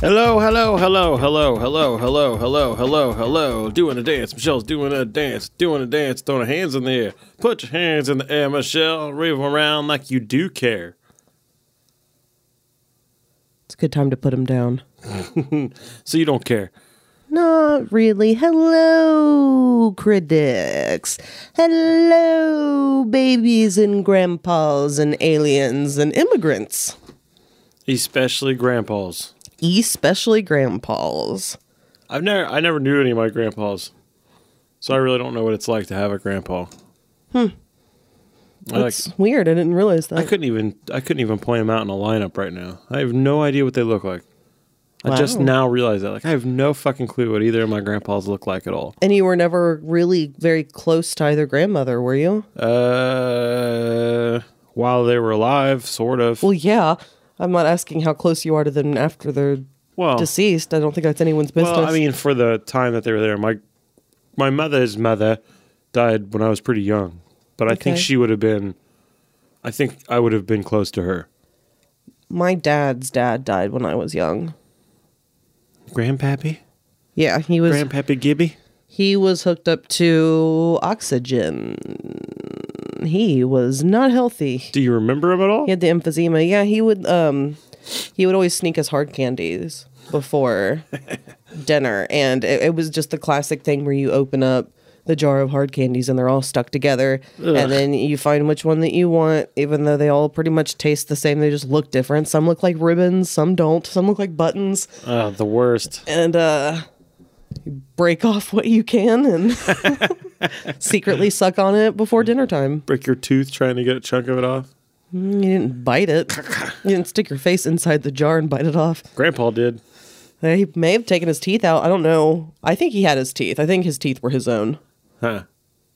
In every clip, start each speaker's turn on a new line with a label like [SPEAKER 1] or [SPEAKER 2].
[SPEAKER 1] Hello, hello, hello, hello, hello, hello, hello, hello, hello. Doing a dance. Michelle's doing a dance. Doing a dance. Throwing her hands in the air. Put your hands in the air, Michelle. Wave 'em around like you do care.
[SPEAKER 2] It's a good time to put him down.
[SPEAKER 1] So you don't care.
[SPEAKER 2] Not really. Hello, critics. Hello, babies and grandpas and aliens and immigrants,
[SPEAKER 1] Especially grandpas.
[SPEAKER 2] especially grandpas.
[SPEAKER 1] I've never I never knew any of my grandpas. So I really don't know what it's like to have a grandpa. Hmm. I, like,
[SPEAKER 2] That's weird. I didn't realize that.
[SPEAKER 1] I couldn't even I couldn't even point them out in a lineup right now. I have no idea what they look like. I just
[SPEAKER 2] Wow.
[SPEAKER 1] now realized that. Like I have no fucking clue what either of my grandpas look like at all.
[SPEAKER 2] and you were never really very close to either grandmother, were you?
[SPEAKER 1] Uh, while they were alive, sort of.
[SPEAKER 2] Well, yeah. I'm not asking how close you are to them after they're
[SPEAKER 1] Well,
[SPEAKER 2] deceased. I don't think that's anyone's business.
[SPEAKER 1] Oh. well, I mean, for the time that they were there, my my mother's mother died when I was pretty young, but I think
[SPEAKER 2] Okay.
[SPEAKER 1] she would have been. I think I would have been close to her.
[SPEAKER 2] my dad's dad died when I was young.
[SPEAKER 1] Grandpappy,
[SPEAKER 2] Yeah, he was
[SPEAKER 1] Grandpappy Gibby.
[SPEAKER 2] He was hooked up to oxygen. He was not healthy.
[SPEAKER 1] Do you remember him at all?
[SPEAKER 2] He had the emphysema. Yeah, he would um he would always sneak us hard candies before dinner and it, it was just the classic thing where you open up the jar of hard candies and they're all stuck together and then you find which one that you want even though they all pretty much taste the same they just look different some look like ribbons some don't some look like buttons
[SPEAKER 1] Uh, the worst.
[SPEAKER 2] and uh break off what you can and secretly suck on it before dinner time.
[SPEAKER 1] Break your tooth trying to get a chunk of it off.
[SPEAKER 2] You didn't bite it. You didn't stick your face inside the jar and bite it off.
[SPEAKER 1] Grandpa did.
[SPEAKER 2] Uh, He may have taken his teeth out. I don't know. I think he had his teeth. I think his teeth were his own.
[SPEAKER 1] Huh.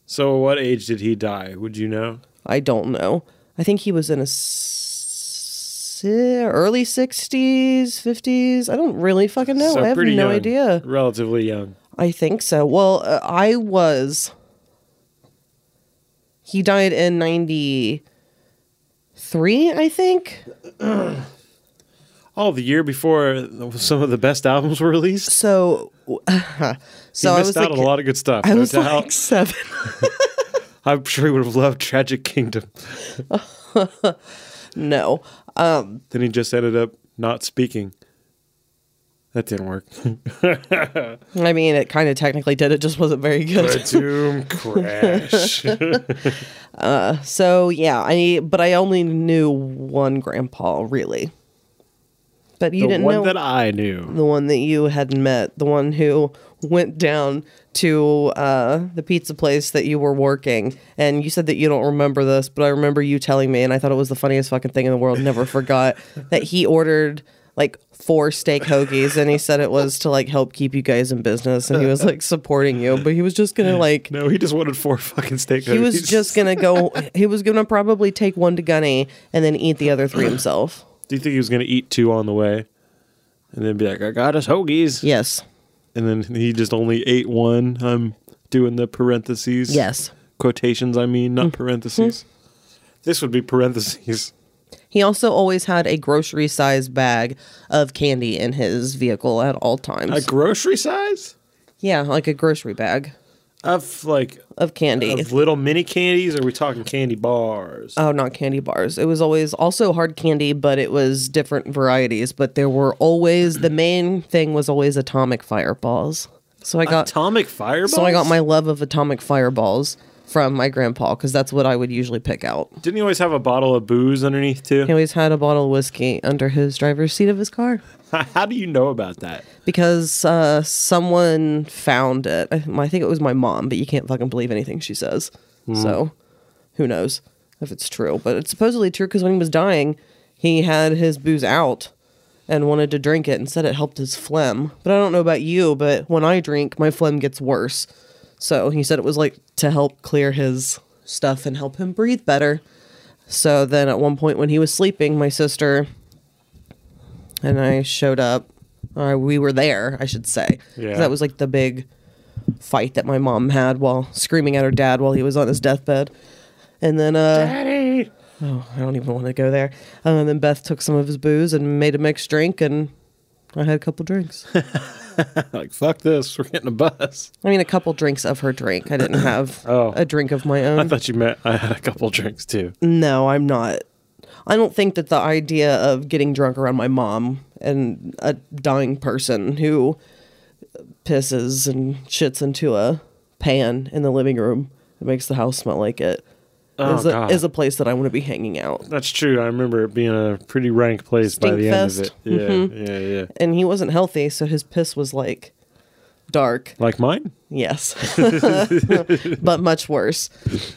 [SPEAKER 1] So, what age did he die? Would you know?
[SPEAKER 2] I don't know. I think he was in his s- early 60s, 50s. I don't really fucking know.
[SPEAKER 1] so
[SPEAKER 2] I have no
[SPEAKER 1] pretty young,
[SPEAKER 2] idea.
[SPEAKER 1] Relatively young.
[SPEAKER 2] I think so. Well, uh, I was. He died in 93, I think.
[SPEAKER 1] Oh, the year before some of the best albums were released.
[SPEAKER 2] So,
[SPEAKER 1] He
[SPEAKER 2] so I
[SPEAKER 1] missed
[SPEAKER 2] was
[SPEAKER 1] out
[SPEAKER 2] like,
[SPEAKER 1] on a lot of good stuff.
[SPEAKER 2] I
[SPEAKER 1] no
[SPEAKER 2] was
[SPEAKER 1] doubt.
[SPEAKER 2] like seven.
[SPEAKER 1] I'm sure he would have loved Tragic Kingdom.
[SPEAKER 2] no.
[SPEAKER 1] Then he just ended up not speaking. That didn't work.
[SPEAKER 2] I mean, it kind of technically did. It just wasn't very good.
[SPEAKER 1] doom crash.
[SPEAKER 2] So, yeah, I, but I only knew one grandpa, really. But you
[SPEAKER 1] the
[SPEAKER 2] didn't
[SPEAKER 1] one
[SPEAKER 2] know.
[SPEAKER 1] that I knew.
[SPEAKER 2] the one that you had met, the one who went down to uh, the pizza place that you were working, and you said that you don't remember this, but I remember you telling me, and I thought it was the funniest fucking thing in the world. Never forgot that he ordered like four steak hoagies, and he said it was to like help keep you guys in business, and he was like supporting you, but he was just gonna like
[SPEAKER 1] No, he just wanted four fucking steak.
[SPEAKER 2] he was
[SPEAKER 1] hoagies.
[SPEAKER 2] just gonna go. He was gonna probably take one to Gunny and then eat the other three himself.
[SPEAKER 1] Do you think he was gonna eat two on the way, and then be like, "I got us hoagies,"
[SPEAKER 2] Yes.
[SPEAKER 1] and then he just only ate one? I'm doing the parentheses.
[SPEAKER 2] Yes.
[SPEAKER 1] Quotations, I mean,
[SPEAKER 2] Mm-hmm.
[SPEAKER 1] not parentheses. This would be parentheses.
[SPEAKER 2] He also always had a grocery size bag of candy in his vehicle at all
[SPEAKER 1] A
[SPEAKER 2] times.
[SPEAKER 1] grocery size
[SPEAKER 2] yeah, like a grocery bag
[SPEAKER 1] of like
[SPEAKER 2] of candy.
[SPEAKER 1] of little mini candies. Or are we talking candy bars?
[SPEAKER 2] oh, not candy bars. It was always also hard candy, but it was different varieties. But there were always the main thing was always atomic fireballs. So I got
[SPEAKER 1] Atomic fireballs.
[SPEAKER 2] so I got my love of atomic fireballs from my grandpa because that's what I would usually pick out.
[SPEAKER 1] Didn't he always have a bottle of booze underneath too?
[SPEAKER 2] He always had a bottle of whiskey under his driver's seat of his car.
[SPEAKER 1] How do you know about that?
[SPEAKER 2] because uh, someone found it. I I think it was my mom, but you can't fucking believe anything she says. So who knows if it's true? But it's supposedly true because when he was dying, he had his booze out and wanted to drink it and said it helped his phlegm. But I don't know about you, but when I drink, my phlegm gets worse. So he said it was like to help clear his stuff and help him breathe better. So then at one point when he was sleeping, my sister and I showed up. Or we were there, I should say. 'Cause
[SPEAKER 1] Yeah.
[SPEAKER 2] That was like the big fight that my mom had while screaming at her dad while he was on his deathbed. And then uh oh,
[SPEAKER 1] Daddy.
[SPEAKER 2] I don't even want to go there. Um, and then Beth took some of his booze and made a mixed drink and I had a couple drinks.
[SPEAKER 1] like, fuck this. We're getting a bus.
[SPEAKER 2] I mean, a couple drinks of her drink. I didn't have
[SPEAKER 1] Oh.
[SPEAKER 2] a drink of my
[SPEAKER 1] I
[SPEAKER 2] own.
[SPEAKER 1] thought you meant I had a couple drinks too.
[SPEAKER 2] No, I'm not. I don't think that the idea of getting drunk around my mom and a dying person who pisses and shits into a pan in the living room that makes the house smell like it is
[SPEAKER 1] Oh,
[SPEAKER 2] a,
[SPEAKER 1] God.
[SPEAKER 2] is a place that I want to be hanging out.
[SPEAKER 1] That's true. I remember it being a pretty rank place by
[SPEAKER 2] Stink
[SPEAKER 1] the
[SPEAKER 2] fest. Mm-hmm.
[SPEAKER 1] end of it. Yeah, yeah, yeah.
[SPEAKER 2] And he wasn't healthy, so his piss was like dark.
[SPEAKER 1] Like mine?
[SPEAKER 2] Yes. but much worse.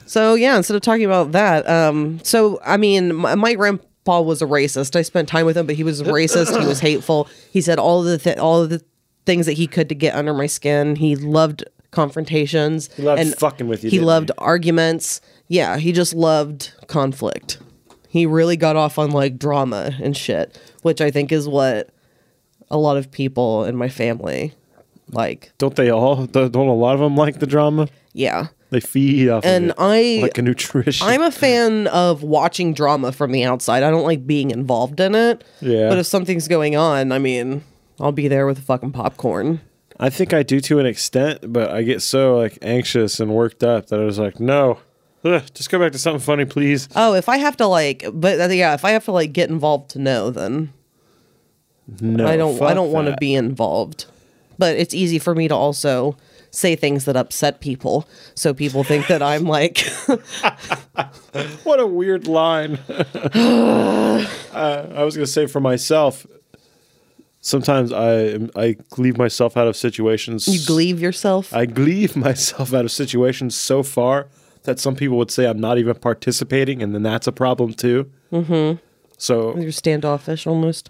[SPEAKER 2] So, yeah, instead of talking about that, um, so, I mean, my, my grandpa was a racist. I spent time with him, but he was racist. he was hateful. He said all of the, th- all of the things that he could to get under my skin. He loved confrontations. He
[SPEAKER 1] loved fucking with you,
[SPEAKER 2] He
[SPEAKER 1] didn't
[SPEAKER 2] loved arguments. Yeah, he just loved conflict. He really got off on like drama and shit, which I think is what a lot of people in my family like.
[SPEAKER 1] Don't they all? Don't a lot of them like the drama?
[SPEAKER 2] Yeah.
[SPEAKER 1] They feed off
[SPEAKER 2] And
[SPEAKER 1] of
[SPEAKER 2] I
[SPEAKER 1] it, like a nutrition.
[SPEAKER 2] I'm a fan of watching drama from the outside. I don't like being involved in it.
[SPEAKER 1] Yeah.
[SPEAKER 2] But if something's going on, I mean, I'll be there with the fucking popcorn.
[SPEAKER 1] I think I do to an extent, but I get so like anxious and worked up that I was like, no, Ugh, just go back to something funny, please.
[SPEAKER 2] Oh, if I have to like, but uh, yeah, if I have to like get involved to know, then
[SPEAKER 1] No,
[SPEAKER 2] I don't. I
[SPEAKER 1] Oh, fuck
[SPEAKER 2] don't want to
[SPEAKER 1] that.
[SPEAKER 2] be involved. But it's easy for me to also say things that upset people, so people think that I'm like,
[SPEAKER 1] What a weird line. uh, I was gonna say for myself. Sometimes I I leave myself out of situations.
[SPEAKER 2] you gleave yourself.
[SPEAKER 1] I leave myself out of situations so far that some people would say I'm not even participating, and then that's a problem too. Mm-hmm. So
[SPEAKER 2] You're standoffish almost.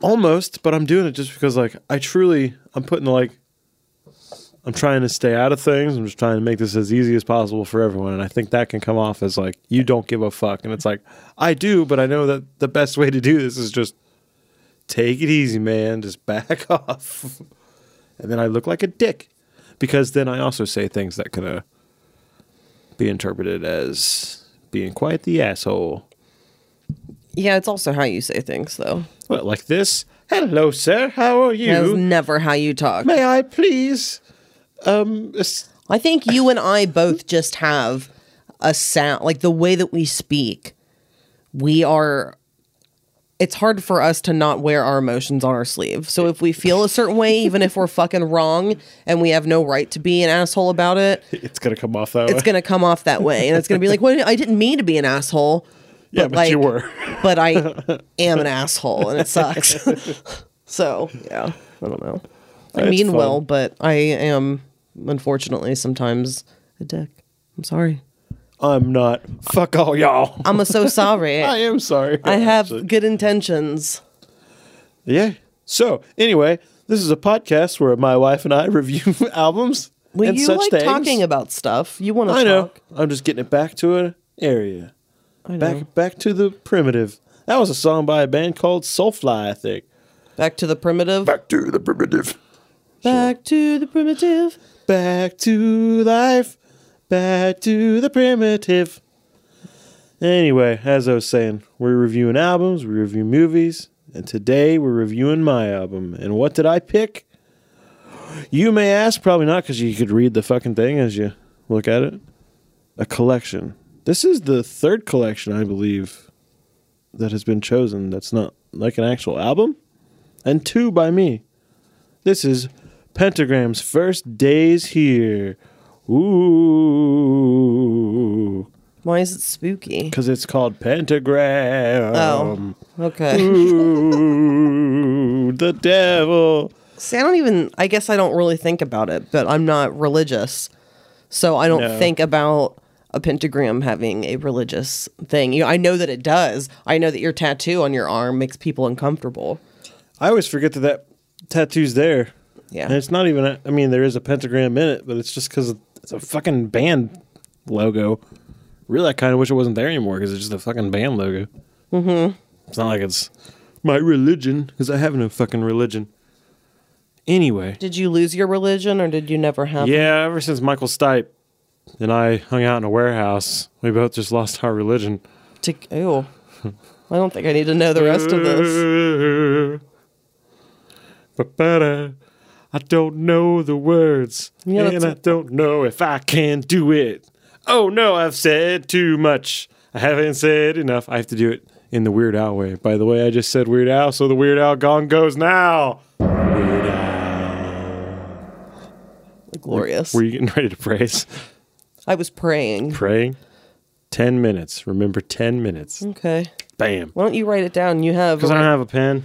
[SPEAKER 1] almost, but I'm doing it just because like I truly I'm putting like I'm trying to stay out of things. I'm just trying to make this as easy as possible for everyone, and I think that can come off as like you don't give a fuck, and it's like I do, but I know that the best way to do this is just take it easy, man. Just back off, and then I look like a dick because then I also say things that could uh, be interpreted as being quite the asshole.
[SPEAKER 2] Yeah, it's also how you say things, though.
[SPEAKER 1] What like this? Hello, sir. How are you?
[SPEAKER 2] That's never how you talk.
[SPEAKER 1] May I please? Um, s-
[SPEAKER 2] I think you and I both just have a sound, like the way that we speak. We are. It's hard for us to not wear our emotions on our sleeve. So if we feel a certain way, even if we're fucking wrong and we have no right to be an asshole about it,
[SPEAKER 1] it's gonna come off that
[SPEAKER 2] it's gonna come off that way, and it's gonna be like, "Well, I didn't mean to be an asshole."
[SPEAKER 1] yeah, but
[SPEAKER 2] like-
[SPEAKER 1] you were.
[SPEAKER 2] but I am an asshole and it sucks. so yeah, I don't know. I
[SPEAKER 1] It's
[SPEAKER 2] mean
[SPEAKER 1] fun.
[SPEAKER 2] well, but I am unfortunately sometimes a dick. I'm sorry.
[SPEAKER 1] I'm not. Fuck all y'all.
[SPEAKER 2] I'm a so sorry.
[SPEAKER 1] I
[SPEAKER 2] I,
[SPEAKER 1] am sorry.
[SPEAKER 2] have good intentions.
[SPEAKER 1] Yeah. So anyway, this is a podcast where my wife and I review albums
[SPEAKER 2] Well,
[SPEAKER 1] and
[SPEAKER 2] you
[SPEAKER 1] such
[SPEAKER 2] like
[SPEAKER 1] things.
[SPEAKER 2] talking about stuff. You want to
[SPEAKER 1] I know.
[SPEAKER 2] talk.
[SPEAKER 1] I'm just getting it back to an area.
[SPEAKER 2] I know. Back,
[SPEAKER 1] Back back to the primitive. That was a song by a band called Soulfly, I think.
[SPEAKER 2] to the primitive.
[SPEAKER 1] Back
[SPEAKER 2] Back,
[SPEAKER 1] to the primitive.
[SPEAKER 2] to the primitive.
[SPEAKER 1] Back to life. Back to the primitive. Anyway, as I was saying, we're reviewing albums, we review movies, and today we're reviewing my album. And what did I pick? You may ask, probably not, because you could read the fucking thing as you look at it. A collection. This is the third collection, I believe, that has been chosen that's not like an actual album, and two by me. This is Pentagram's first days here. Ooh.
[SPEAKER 2] Why is it spooky?
[SPEAKER 1] Because it's called Pentagram. Um,
[SPEAKER 2] Oh, okay.
[SPEAKER 1] hmm. Ooh, the devil.
[SPEAKER 2] See, I don't even. I guess I don't really think about it, but I'm not religious, so I don't
[SPEAKER 1] No.
[SPEAKER 2] think about a pentagram having a religious thing. You know, I know that it does. I know that your tattoo on your arm makes people uncomfortable.
[SPEAKER 1] I always forget that that tattoo's there.
[SPEAKER 2] Yeah.
[SPEAKER 1] And it's not even, a, I mean, there is a pentagram in it, but it's just because it's a fucking band logo. Really, I kind of wish it wasn't there anymore because it's just a fucking band logo. Mm-hmm. It's not like it's my religion because I have no fucking religion. Anyway.
[SPEAKER 2] Did you lose your religion, or did you never have?
[SPEAKER 1] Yeah, ever since Michael Stipe and I hung out in a warehouse, we both just lost our religion.
[SPEAKER 2] To, ew. I don't think I need to know the rest of this.
[SPEAKER 1] Ba-ba-da. I don't know the words,
[SPEAKER 2] Yeah, that's
[SPEAKER 1] and I
[SPEAKER 2] a-
[SPEAKER 1] don't know if I can do it. Oh no, I've said too much. I haven't said enough. I have to do it in the Weird Al way. By the way, I just said Weird Al, so the Weird Al gong goes now. Weird Al. Mm.
[SPEAKER 2] Glorious.
[SPEAKER 1] Were you getting ready to praise?
[SPEAKER 2] I was praying.
[SPEAKER 1] Praying. Ten minutes. Remember, ten minutes.
[SPEAKER 2] Okay.
[SPEAKER 1] Bam.
[SPEAKER 2] Why don't you write it down? You have.
[SPEAKER 1] Because I don't have a pen.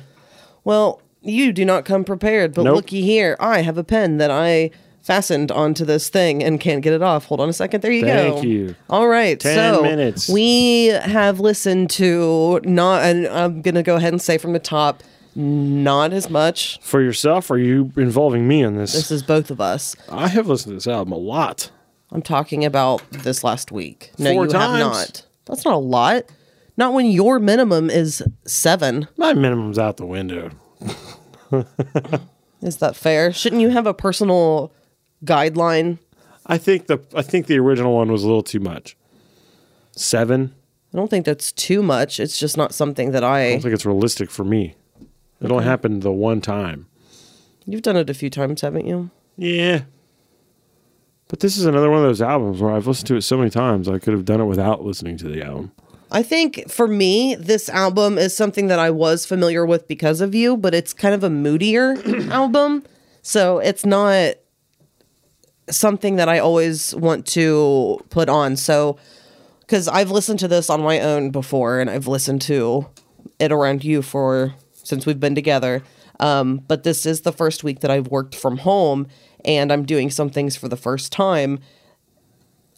[SPEAKER 2] Well, you do not come prepared, but
[SPEAKER 1] Nope.
[SPEAKER 2] looky here. I have a pen that I fastened onto this thing and can't get it off. Hold on a second. There you go.
[SPEAKER 1] Thank you.
[SPEAKER 2] All right.
[SPEAKER 1] 10
[SPEAKER 2] so
[SPEAKER 1] minutes.
[SPEAKER 2] we have listened to not, and I'm going to go ahead and say from the top, not as much.
[SPEAKER 1] For yourself, or are you involving me in
[SPEAKER 2] This is both of us.
[SPEAKER 1] I have listened to this album a lot.
[SPEAKER 2] I'm talking about this last week. No,
[SPEAKER 1] Four
[SPEAKER 2] you have
[SPEAKER 1] times.
[SPEAKER 2] not. That's not a lot. Not when your minimum is seven.
[SPEAKER 1] My minimum's out the window.
[SPEAKER 2] Is that fair? Shouldn't you have a personal guideline?
[SPEAKER 1] I think the I think the original one was a little too much. Seven.
[SPEAKER 2] I don't think that's too much. It's just not something that
[SPEAKER 1] I
[SPEAKER 2] I.
[SPEAKER 1] don't think it's realistic for me. It only happened the one time.
[SPEAKER 2] You've done it a few times, haven't you?
[SPEAKER 1] Yeah. But this is another one of those albums where I've listened to it so many times I could have done it without listening to the album.
[SPEAKER 2] I think for me, this album is something that I was familiar with because of you, but it's kind of a moodier album. So it's not something that I always want to put on. So, because I've listened to this on my own before and I've listened to it around you for since we've been together. Um, but this is the first week that I've worked from home and I'm doing some things for the first time.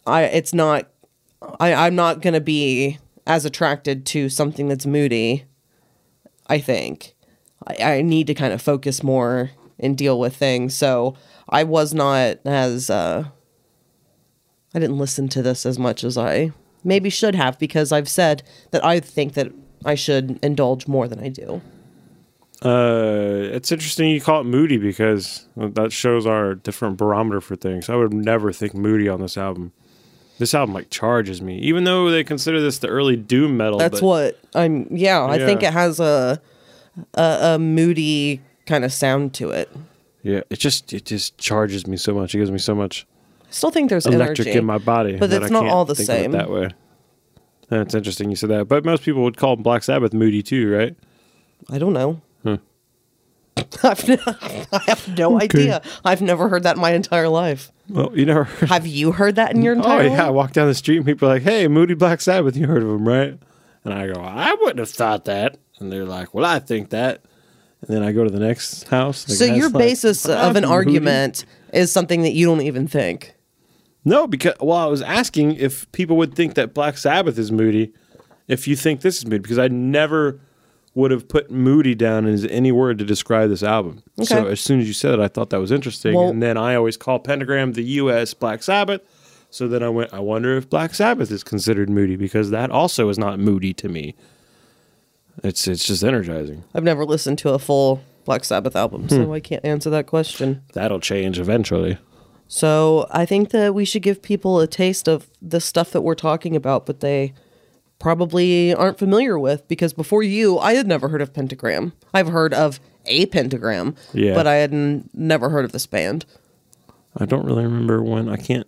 [SPEAKER 2] I it's not I, I'm not gonna be as attracted to something that's moody. I think I, I need to kind of focus more and deal with things. So I was not as uh, I didn't listen to this as much as I maybe should have because I've said that I think that I should indulge more than I do.
[SPEAKER 1] Uh, it's interesting you call it moody because that shows our different barometer for things. I would never think moody on this album. This album like charges me, even though they consider this the early doom metal.
[SPEAKER 2] That's
[SPEAKER 1] but-
[SPEAKER 2] what I'm. Yeah, I think
[SPEAKER 1] Yeah.
[SPEAKER 2] it has a a, a moody kind of sound to it.
[SPEAKER 1] Yeah, it just it just charges me so much. It gives me so much
[SPEAKER 2] I still think there's
[SPEAKER 1] electric
[SPEAKER 2] energy
[SPEAKER 1] in my body.
[SPEAKER 2] but
[SPEAKER 1] that
[SPEAKER 2] it's
[SPEAKER 1] I
[SPEAKER 2] not
[SPEAKER 1] can't
[SPEAKER 2] all the
[SPEAKER 1] think of it
[SPEAKER 2] same.
[SPEAKER 1] that way. That's interesting you said that. But most people would call Black Sabbath moody too, right?
[SPEAKER 2] I don't know.
[SPEAKER 1] Hmm.
[SPEAKER 2] I've n- I have no idea. I've never heard that in my entire life.
[SPEAKER 1] Well, you never.
[SPEAKER 2] Have you heard that in your
[SPEAKER 1] oh
[SPEAKER 2] entire
[SPEAKER 1] yeah, I
[SPEAKER 2] life?
[SPEAKER 1] walk down the street and people are like, "Hey, moody Black Sabbath, you heard of them, right?" And I go, "I wouldn't have thought that." And they're like, "Well, I think that." And then I go to the next house. the
[SPEAKER 2] So
[SPEAKER 1] guy's
[SPEAKER 2] your
[SPEAKER 1] like,
[SPEAKER 2] basis
[SPEAKER 1] "I'm
[SPEAKER 2] of an
[SPEAKER 1] moody."
[SPEAKER 2] argument is something that you don't even think.
[SPEAKER 1] No, because well, I was asking if people would think that Black Sabbath is moody, if you think this is moody, because I never would have put moody down as any word to describe this album. So
[SPEAKER 2] Okay.
[SPEAKER 1] as soon as you said it, I thought that was interesting,
[SPEAKER 2] Well-
[SPEAKER 1] and then I always call Pentagram the U.S. Black Sabbath. So then I went, I wonder if Black Sabbath is considered moody because that also is not moody to me. It's it's just energizing.
[SPEAKER 2] I've never listened to a full Black Sabbath album,
[SPEAKER 1] Hmm.
[SPEAKER 2] so I can't answer that question.
[SPEAKER 1] That'll change eventually.
[SPEAKER 2] So I think that we should give people a taste of the stuff that we're talking about, but they probably aren't familiar with because before you, I had never heard of Pentagram. I've heard of a pentagram,
[SPEAKER 1] Yeah.
[SPEAKER 2] but I had n- never heard of this band.
[SPEAKER 1] I don't really remember when. I can't.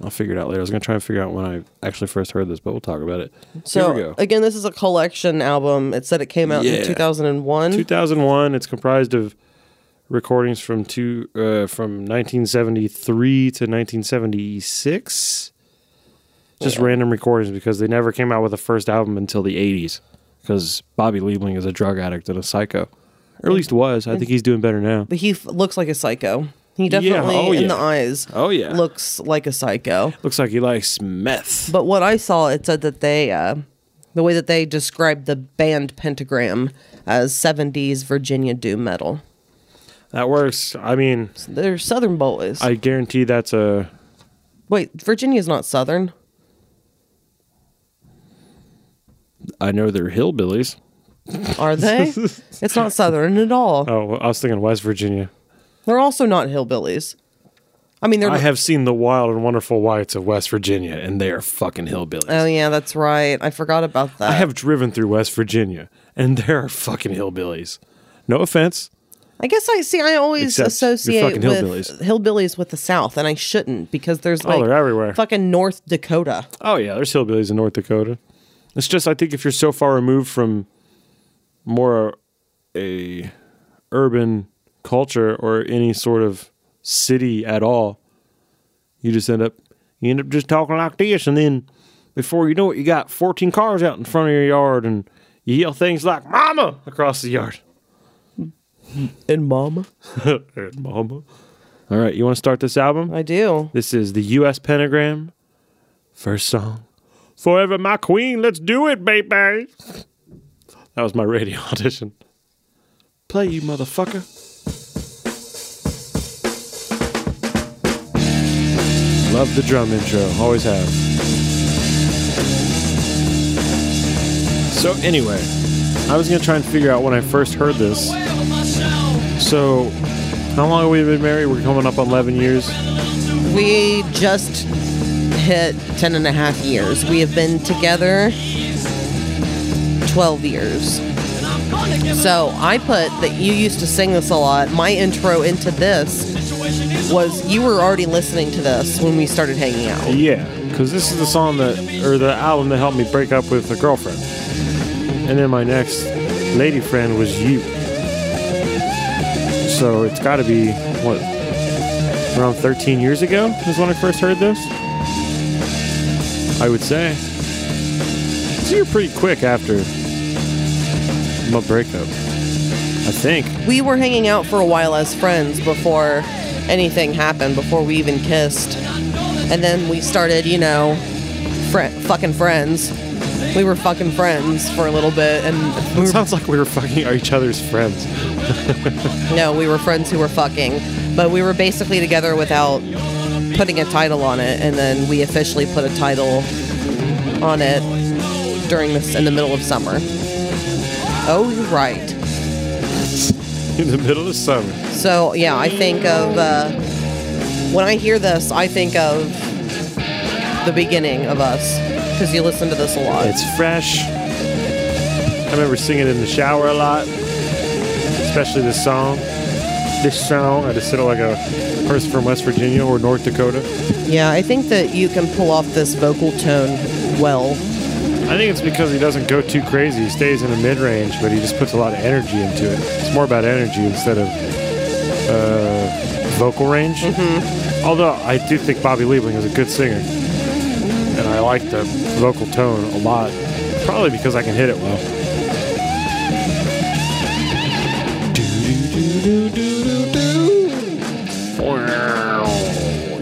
[SPEAKER 1] I'll figure it out later. I was gonna try and figure out when I actually first heard this, but we'll talk about it.
[SPEAKER 2] So
[SPEAKER 1] Here we go.
[SPEAKER 2] again, this is a collection album. It said it came out
[SPEAKER 1] Yeah.
[SPEAKER 2] in 2001.
[SPEAKER 1] 2001. It's comprised of recordings from two uh, from 1973 to 1976. Just random recordings because they never came out with a first album until the 80s. Because Bobby Liebling is a drug addict and a psycho, or at least was. I think he's doing better now.
[SPEAKER 2] but he f- looks like a psycho. He definitely
[SPEAKER 1] oh
[SPEAKER 2] in
[SPEAKER 1] yeah.
[SPEAKER 2] the eyes.
[SPEAKER 1] Oh, yeah.
[SPEAKER 2] looks like a psycho.
[SPEAKER 1] Looks like he likes meth.
[SPEAKER 2] But what I saw, it said that they, uh, the way that they described the band Pentagram as 70s Virginia doom metal.
[SPEAKER 1] That works. I mean,
[SPEAKER 2] They're Southern boys.
[SPEAKER 1] I guarantee that's a
[SPEAKER 2] Wait, Virginia's not Southern.
[SPEAKER 1] I know they're hillbillies.
[SPEAKER 2] Are they? it's not Southern at all.
[SPEAKER 1] Oh, well, I was thinking West Virginia.
[SPEAKER 2] They're also not hillbillies. I mean, they're.
[SPEAKER 1] I have seen the wild and wonderful whites of West Virginia, and they are fucking hillbillies.
[SPEAKER 2] oh, yeah, that's right. I forgot about that.
[SPEAKER 1] I have driven through West Virginia, and there are fucking hillbillies. No offense.
[SPEAKER 2] I guess I see. I
[SPEAKER 1] Except
[SPEAKER 2] always
[SPEAKER 1] you're
[SPEAKER 2] associate
[SPEAKER 1] fucking
[SPEAKER 2] with
[SPEAKER 1] hillbillies. Oh,
[SPEAKER 2] hillbillies. with the South, and I shouldn't because there's like
[SPEAKER 1] they're everywhere.
[SPEAKER 2] fucking North Dakota.
[SPEAKER 1] Oh yeah, there's hillbillies in North Dakota. It's just I think if you're so far removed from more a urban culture or any sort of city at all, you just end up you end up just talking like this, and then before you know it, you got 14 cars out in front of your yard, and you yell things like "Mama" across the yard.
[SPEAKER 2] And Mama,
[SPEAKER 1] And Mama. All right, you want to start this album?
[SPEAKER 2] I do.
[SPEAKER 1] This is the U.S. Pentagram. First song. Forever my queen, let's do it, baby. That was my radio audition. Play, you motherfucker. Love the drum intro, always have. So, anyway, I was gonna try and figure out when I first heard this. So, how long have we been married? We're coming up on 11 years.
[SPEAKER 2] We just hit 10 and a half years. We have been together 12 years. So I put that you used to sing this a lot. My intro into this was you were already listening to this when we started hanging out.
[SPEAKER 1] Yeah, because this is the song that, or the album that helped me break up with a girlfriend. And then my next lady friend was you. So it's got to be, what, around 13 years ago is when I first heard this? I would say. So you're pretty quick after my breakup. I think.
[SPEAKER 2] We were hanging out for a while as friends before anything happened, before we even kissed. And then we started, you know, fri fucking friends. We were fucking friends for a little bit, and
[SPEAKER 1] It
[SPEAKER 2] we were
[SPEAKER 1] sounds like we were fucking each other's friends.
[SPEAKER 2] No, we were friends who were fucking, but we were basically together without putting a title on it, and then we officially put a title on it during this in the middle of summer. Oh, you're right.
[SPEAKER 1] In the middle of summer.
[SPEAKER 2] So yeah, I think of uh, when I hear this, I think of the beginning of us because you listen to this a lot.
[SPEAKER 1] It's fresh. I remember singing in the shower a lot, especially this song. This song, I just sounded like a person from West Virginia or North Dakota.
[SPEAKER 2] yeah, I think that you can pull off this vocal tone well.
[SPEAKER 1] I think it's because he doesn't go too crazy. He stays in the mid range, but he just puts a lot of energy into it. It's more about energy instead of uh, vocal range.
[SPEAKER 2] Mm-hmm.
[SPEAKER 1] Although I do think Bobby Liebling is a good singer, and I like the vocal tone a lot, probably because I can hit it well.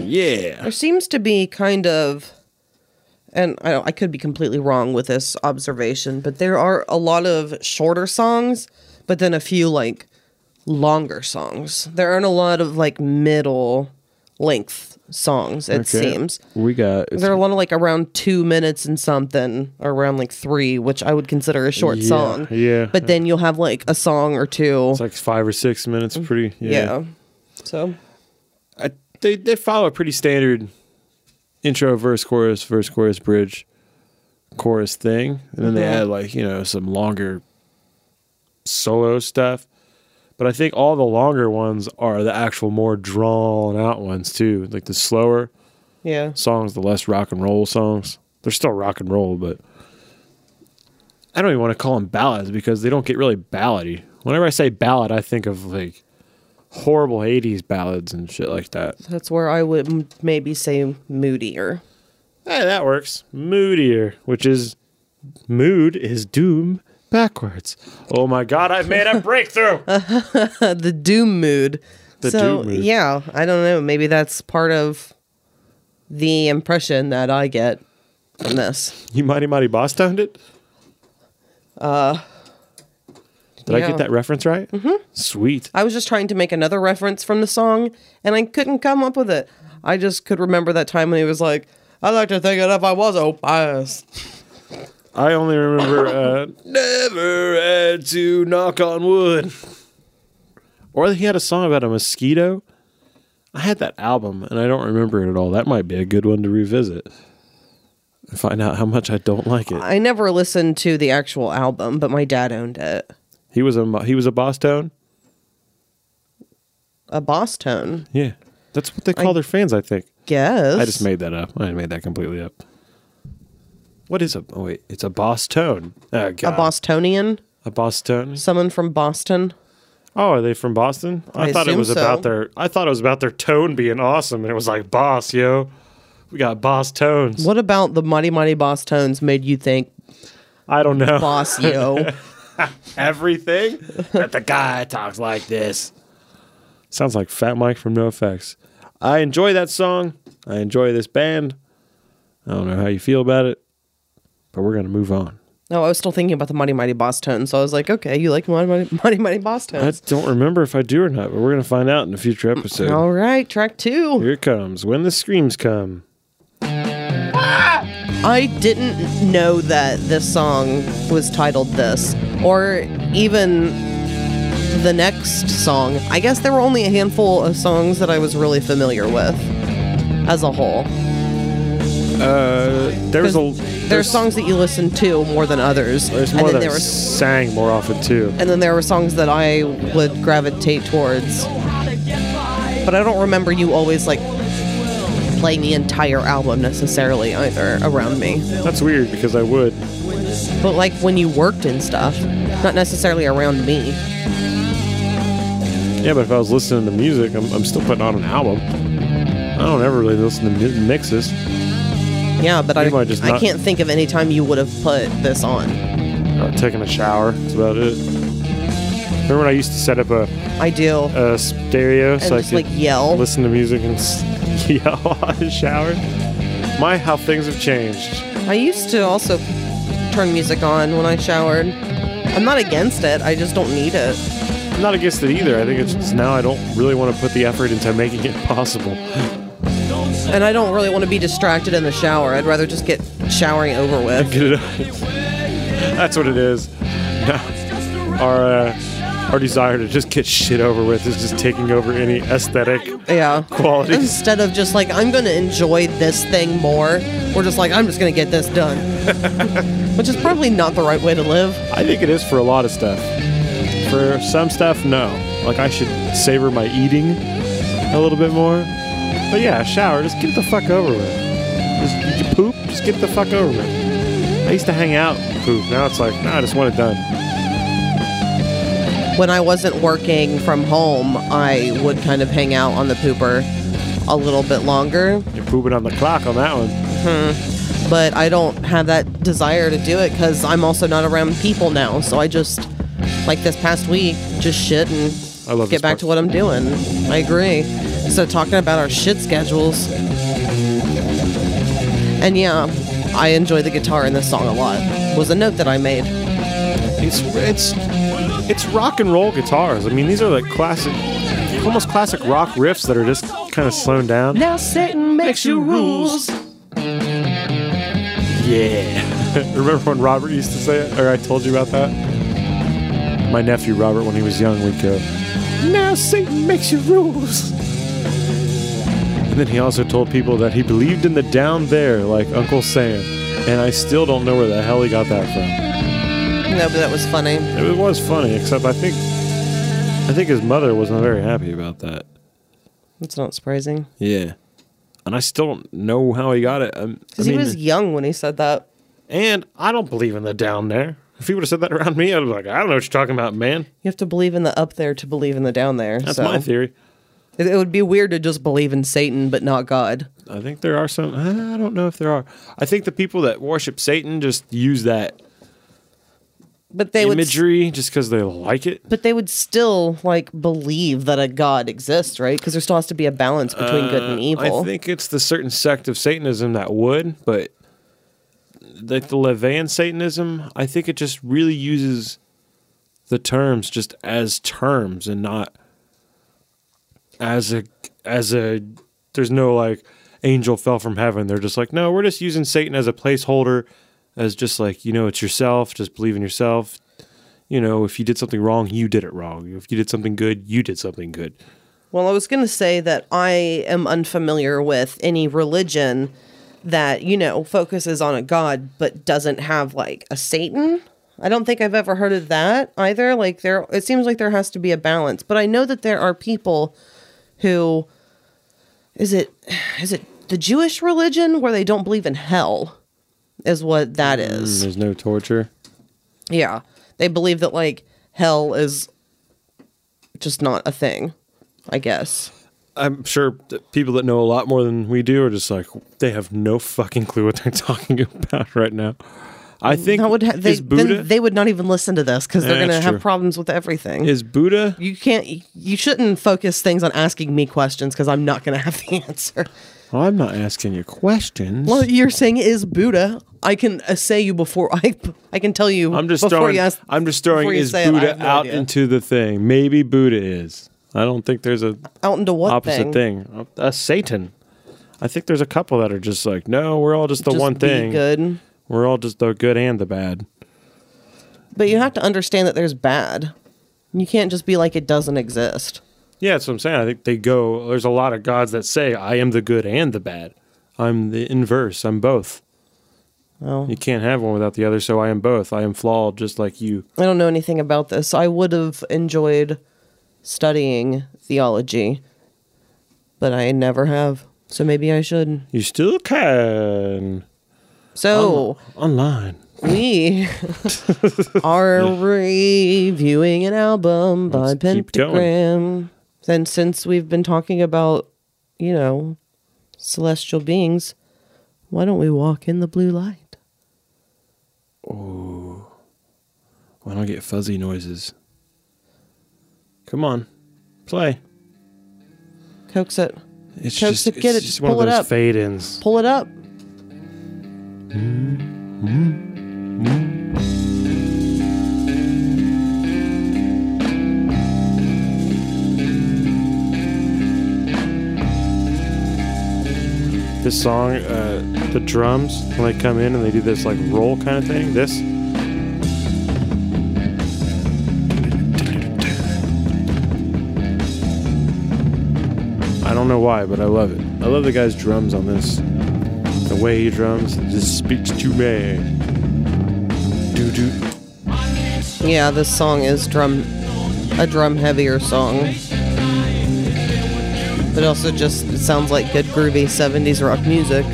[SPEAKER 1] Yeah.
[SPEAKER 2] There seems to be kind of, and I, I could be completely wrong with this observation, but there are a lot of shorter songs, but then a few like longer songs. There aren't a lot of like middle length songs, it seems.
[SPEAKER 1] We got
[SPEAKER 2] There are a lot of like around two minutes and something, or around like three, which I would consider a short
[SPEAKER 1] Yeah,
[SPEAKER 2] song.
[SPEAKER 1] yeah.
[SPEAKER 2] But then you'll have like a song or two.
[SPEAKER 1] It's like five or six minutes. Pretty.
[SPEAKER 2] Mm. yeah. So
[SPEAKER 1] I, they they follow a pretty standard intro, verse, chorus, verse, chorus, bridge, chorus thing, and then they
[SPEAKER 2] Mm-hmm.
[SPEAKER 1] add like you know some longer solo stuff. But I think all the longer ones are the actual more drawn out ones too, like the slower
[SPEAKER 2] yeah.
[SPEAKER 1] songs, the less rock and roll songs. They're still rock and roll, but I don't even want to call them ballads because they don't get really ballady. Whenever I say ballad, I think of like horrible 80s ballads and shit like that.
[SPEAKER 2] That's where I would m- maybe say moodier.
[SPEAKER 1] Hey, that works. Moodier, which is mood is doom backwards. Oh my god, I've made a breakthrough.
[SPEAKER 2] the doom mood.
[SPEAKER 1] The
[SPEAKER 2] so
[SPEAKER 1] doom mood.
[SPEAKER 2] yeah, I don't know. Maybe that's part of the impression that I get from this.
[SPEAKER 1] you mighty mighty boss toned it? Uh Did I
[SPEAKER 2] yeah.
[SPEAKER 1] get that reference right? Mm-hmm. Sweet.
[SPEAKER 2] I was just trying to make another reference from the song, and I couldn't come up with it. I just could remember that time when he was like, "I like to think that if I was a bias."
[SPEAKER 1] I only remember uh, never had to knock on wood. Or he had a song about a mosquito. I had that album and I don't remember it at all. That might be a good one to revisit. And find out how much I don't like it.
[SPEAKER 2] I never listened to the actual album, but my dad owned it.
[SPEAKER 1] He was a mo- he was a boss tone.
[SPEAKER 2] A boss tone,
[SPEAKER 1] Yeah, that's what they call
[SPEAKER 2] I-
[SPEAKER 1] their fans. I think.
[SPEAKER 2] guess.
[SPEAKER 1] I just made that up. I made that completely up. What is a? Oh wait, it's a boss tone. Oh,
[SPEAKER 2] a
[SPEAKER 1] God.
[SPEAKER 2] Bostonian,
[SPEAKER 1] A boss tone.
[SPEAKER 2] someone from Boston.
[SPEAKER 1] Oh, are they from Boston? I,
[SPEAKER 2] I
[SPEAKER 1] thought it
[SPEAKER 2] assume
[SPEAKER 1] was
[SPEAKER 2] so.
[SPEAKER 1] about their. I thought it was about their tone being awesome, and it was like boss, yo. We got boss tones.
[SPEAKER 2] What about the mighty mighty boss tones made you think
[SPEAKER 1] I don't know.
[SPEAKER 2] boss yo?
[SPEAKER 1] everything that the guy talks like this. Sounds like Fat Mike from NoFX. I enjoy that song. I enjoy this band. I don't know how you feel about it, but we're gonna move on.
[SPEAKER 2] no, I was still thinking about the mighty mighty boss tones, so I was like, okay, you like mighty mighty, mighty, mighty boss
[SPEAKER 1] I
[SPEAKER 2] tones.
[SPEAKER 1] don't remember if I do or not, but we're gonna find out in a future episode.
[SPEAKER 2] All right, track two.
[SPEAKER 1] Here it comes when the screams come.
[SPEAKER 2] I didn't know that this song was titled this, or even the next song. I guess there were only a handful of songs that I was really familiar with as a whole.
[SPEAKER 1] Uh, there's a
[SPEAKER 2] There are songs that you listen to more than others,
[SPEAKER 1] There's
[SPEAKER 2] and
[SPEAKER 1] more that
[SPEAKER 2] then there
[SPEAKER 1] are
[SPEAKER 2] was
[SPEAKER 1] sang more often too.
[SPEAKER 2] and then there were songs that I would gravitate towards. But I don't remember you always like playing the entire album necessarily either around me.
[SPEAKER 1] That's weird because I would.
[SPEAKER 2] But like when you worked and stuff, not necessarily around me.
[SPEAKER 1] Yeah, but if I was listening to music, I'm, I'm still putting on an album. I don't ever really listen to mi- mixes.
[SPEAKER 2] Yeah, but I,
[SPEAKER 1] You might just
[SPEAKER 2] I
[SPEAKER 1] not-
[SPEAKER 2] can't think of any time you would have put this on.
[SPEAKER 1] Uh, taking a shower. That's about it. Remember when I used to set up a,
[SPEAKER 2] I do.
[SPEAKER 1] a stereo
[SPEAKER 2] and
[SPEAKER 1] so I
[SPEAKER 2] just
[SPEAKER 1] could
[SPEAKER 2] like yell.
[SPEAKER 1] listen to music and s- yell while I showered? My, how things have changed.
[SPEAKER 2] I used to also turn music on when I showered. I'm not against it, I just don't need it.
[SPEAKER 1] I'm not against it either. I think it's just now I don't really want to put the effort into making it possible.
[SPEAKER 2] And I don't really want to be distracted in the shower. I'd rather just get showering over with.
[SPEAKER 1] Get it out. That's what it is. our uh, our desire to just get shit over with is just taking over any aesthetic
[SPEAKER 2] Yeah.
[SPEAKER 1] qualities.
[SPEAKER 2] Instead of just like, I'm going to enjoy this thing more, we're just like, I'm just going to get this done. Which is probably not the right way to live.
[SPEAKER 1] I think it is for a lot of stuff. For some stuff, no. Like I should savor my eating a little bit more. But yeah, shower, just get the fuck over with. Just did you poop, just get the fuck over with. I used to hang out and poop. Now it's like, nah, I just want it done.
[SPEAKER 2] When I wasn't working from home, I would kind of hang out on the pooper a little bit longer,
[SPEAKER 1] You're pooping on the clock on that one.
[SPEAKER 2] but I don't have that desire to do it because I'm also not around people now. So I just, like this past week, just shit and
[SPEAKER 1] I love this
[SPEAKER 2] get back
[SPEAKER 1] part.
[SPEAKER 2] to what I'm doing. I agree. So talking about our shit schedules, and yeah, I enjoy the guitar in this song a lot. Was a note that I made.
[SPEAKER 1] It's it's it's rock and roll guitars. I mean, these are like classic, almost classic rock riffs that are just kind of slowed down.
[SPEAKER 2] Now Satan makes
[SPEAKER 1] your rules. Yeah. Remember when Robert used to say it? Or I told you about that? My nephew Robert, when he was young, would go, Now Satan makes your rules. And then he also told people that he believed in the down there, like Uncle Sam. And I still don't know where the hell he got that
[SPEAKER 2] No, but that was funny.
[SPEAKER 1] from. It was funny, except I think I think his mother wasn't very happy about that.
[SPEAKER 2] It's not surprising
[SPEAKER 1] Yeah. And I still don't know how he got it. Um, I
[SPEAKER 2] because he
[SPEAKER 1] mean-
[SPEAKER 2] was young when he said that.
[SPEAKER 1] And I don't believe in the down there. If he would have said that around me, I'd be like, I don't know what you're talking about, man.
[SPEAKER 2] You have to believe in the up there to believe in the down there.
[SPEAKER 1] That's
[SPEAKER 2] so
[SPEAKER 1] my theory.
[SPEAKER 2] It, it would be weird to just believe in Satan but not God.
[SPEAKER 1] I think there are some. I don't know if there are. I think the people that worship Satan just use that
[SPEAKER 2] But they would. s-
[SPEAKER 1] imagery just because they like it.
[SPEAKER 2] But they would still like believe that a God exists, right? Because there still has to be a balance between good and evil.
[SPEAKER 1] Uh, I think it's the certain sect of Satanism that would, but like the Levian Satanism, I think it just really uses the terms just as terms and not as a as a there's no like angel fell from heaven. They're just like, no, we're just using Satan as a placeholder, as just like, you know, it's yourself, just believe in yourself. You know, if you did something wrong, you did it wrong. If you did something good, you did something good.
[SPEAKER 2] Well, I was going to say that I am unfamiliar with any religion that, you know, focuses on a god but doesn't have like a Satan I don't think I've ever heard of that either. Like there it seems like there has to be a balance, but I know that there are people who is it is it the Jewish religion where they don't believe in hell is what that is.
[SPEAKER 1] Mm, There's no torture.
[SPEAKER 2] Yeah. They believe that like hell is just not a thing, I guess.
[SPEAKER 1] I'm sure that people that know a lot more than we do are just like they have no fucking clue what they're talking about right now. I think
[SPEAKER 2] That would Mm, ha- they,
[SPEAKER 1] is Buddha
[SPEAKER 2] then they would not even listen to this because they're
[SPEAKER 1] Yeah,
[SPEAKER 2] going to
[SPEAKER 1] that's
[SPEAKER 2] have
[SPEAKER 1] true.
[SPEAKER 2] problems with everything.
[SPEAKER 1] is Buddha
[SPEAKER 2] you can't you shouldn't focus things on asking me questions because I'm not going to have the answer.
[SPEAKER 1] I'm not asking you questions.
[SPEAKER 2] Well, you're saying is Buddha. I can assay you before I I can tell you
[SPEAKER 1] I'm just
[SPEAKER 2] before
[SPEAKER 1] throwing
[SPEAKER 2] you ask
[SPEAKER 1] I'm just
[SPEAKER 2] before
[SPEAKER 1] throwing
[SPEAKER 2] you
[SPEAKER 1] is
[SPEAKER 2] say it, I
[SPEAKER 1] Buddha
[SPEAKER 2] have no
[SPEAKER 1] out
[SPEAKER 2] idea.
[SPEAKER 1] into the thing. Maybe Buddha is. I don't think there's a
[SPEAKER 2] out into what
[SPEAKER 1] opposite
[SPEAKER 2] thing?
[SPEAKER 1] thing. A Satan. I think there's a couple that are just like, no, we're all just the
[SPEAKER 2] Just
[SPEAKER 1] one
[SPEAKER 2] be
[SPEAKER 1] thing.
[SPEAKER 2] good.
[SPEAKER 1] We're all just the good and the bad.
[SPEAKER 2] But you have to understand that there's bad. You can't just be like it doesn't exist.
[SPEAKER 1] Yeah, that's what I'm saying. I think they go. There's a lot of gods that say, "I am the good and the bad. I'm the inverse. I'm both.
[SPEAKER 2] Well,
[SPEAKER 1] You can't have one without the other. So I am both. I am flawed, just like you."
[SPEAKER 2] I don't know anything about this. I would have enjoyed studying theology, but I never have. So maybe I should.
[SPEAKER 1] You still can
[SPEAKER 2] So
[SPEAKER 1] online.
[SPEAKER 2] we are reviewing an album by
[SPEAKER 1] Let's keep
[SPEAKER 2] Pentagram. And since we've been talking about, you know, celestial beings, why don't we walk in the blue light?
[SPEAKER 1] Why don't I get fuzzy noises? Come on, play.
[SPEAKER 2] Coax it.
[SPEAKER 1] It's
[SPEAKER 2] Coax
[SPEAKER 1] just,
[SPEAKER 2] it,
[SPEAKER 1] it's
[SPEAKER 2] get it,
[SPEAKER 1] just
[SPEAKER 2] just
[SPEAKER 1] one of
[SPEAKER 2] pull it
[SPEAKER 1] those
[SPEAKER 2] up.
[SPEAKER 1] fade ins.
[SPEAKER 2] Pull it up.
[SPEAKER 1] This song, uh, the drums when they come in and they do this like roll kind of thing. This. I don't know why, but I love it. I love the guy's drums on this. The way he drums it just speaks to me. Do do.
[SPEAKER 2] Yeah, this song is drum a drum heavier song. But also just it sounds like good groovy 70s rock music.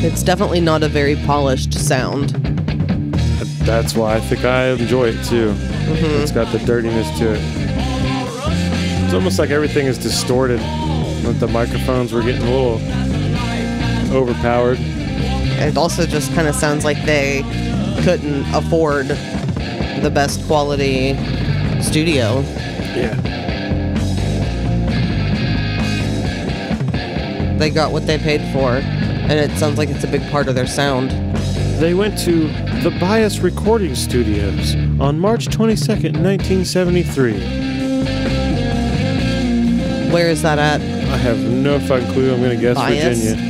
[SPEAKER 2] It's definitely not a very polished sound.
[SPEAKER 1] That's why I think I enjoy it too. It's got the dirtiness to it. It's almost like everything is distorted. With the microphones, we're getting a little overpowered.
[SPEAKER 2] It also just kind of sounds like they couldn't afford the best quality studio.
[SPEAKER 1] Yeah.
[SPEAKER 2] They got what they paid for, and it sounds like it's a big part of their sound.
[SPEAKER 1] They went to the Bias Recording Studios on March 22nd, 1973.
[SPEAKER 2] Where is that at?
[SPEAKER 1] I have no fucking clue. I'm going to guess
[SPEAKER 2] Bias?
[SPEAKER 1] Virginia.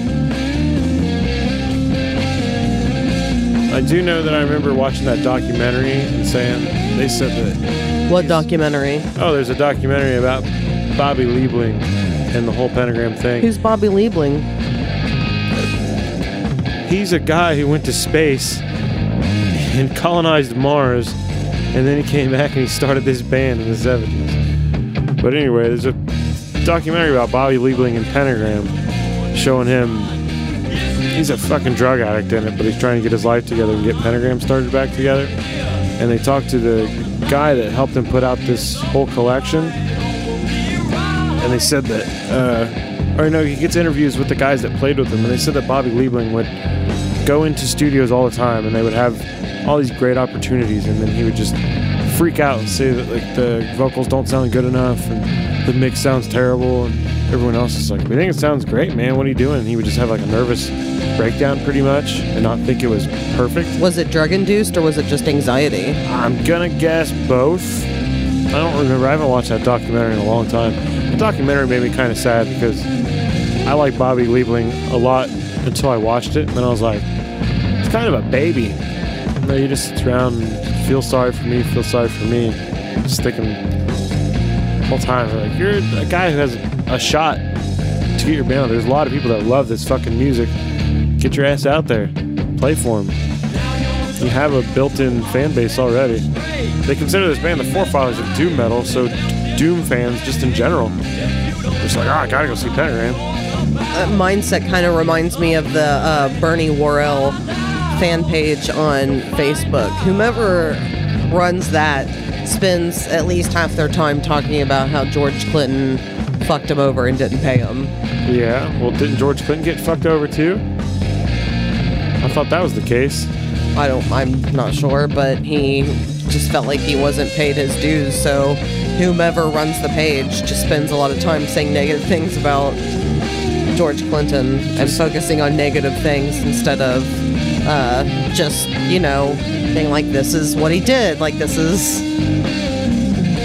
[SPEAKER 1] I do know that I remember watching that documentary and saying they said that
[SPEAKER 2] What documentary?
[SPEAKER 1] Oh, there's a documentary about Bobby Liebling and the whole pentagram thing.
[SPEAKER 2] Who's Bobby Liebling?
[SPEAKER 1] He's a guy who went to space and colonized Mars, and then he came back and he started this band in the 70s. But anyway, there's a documentary about Bobby Liebling and pentagram showing him. He's a fucking drug addict in it, but he's trying to get his life together and get Pentagram started back together. And they talked to the guy that helped him put out this whole collection. and they said that, uh, or no, he gets interviews with the guys that played with him, and they said that Bobby Liebling would go into studios all the time, and they would have all these great opportunities, and then he would just freak out and say that like the vocals don't sound good enough, and the mix sounds terrible, and everyone else is like, we think it sounds great, man. What are you doing? And he would just have like a nervous breakdown, pretty much, and not think it was perfect.
[SPEAKER 2] Was it drug induced or was it just anxiety?
[SPEAKER 1] I'm gonna guess both. I don't remember. I haven't watched that documentary in a long time. The documentary made me kind of sad because I like Bobby Liebling a lot until I watched it, and then I was like, It's kind of a baby. You know, you just sits around and feel sorry for me, feel sorry for me. Just thinking the whole time, like, you're a guy who has a shot to get your band out. There's a lot of people that love this fucking music. Get your ass out there. Play for them. You have a built-in fan base already. They consider this band the forefathers of doom metal, so doom fans just in general. Just like, ah, I gotta go see Pentagram.
[SPEAKER 2] That uh, mindset kind of reminds me of the uh, Bernie Worrell fan page on Facebook. Whomever runs that spends at least half their time talking about how George Clinton fucked him over and didn't pay him.
[SPEAKER 1] Yeah, well, didn't George Clinton get fucked over too? I thought that was the case.
[SPEAKER 2] I don't, I'm not sure, but he just felt like he wasn't paid his dues. So whomever runs the page just spends a lot of time saying negative things about George Clinton and focusing on negative things instead of uh, just, you know, being like, this is what he did. Like, this is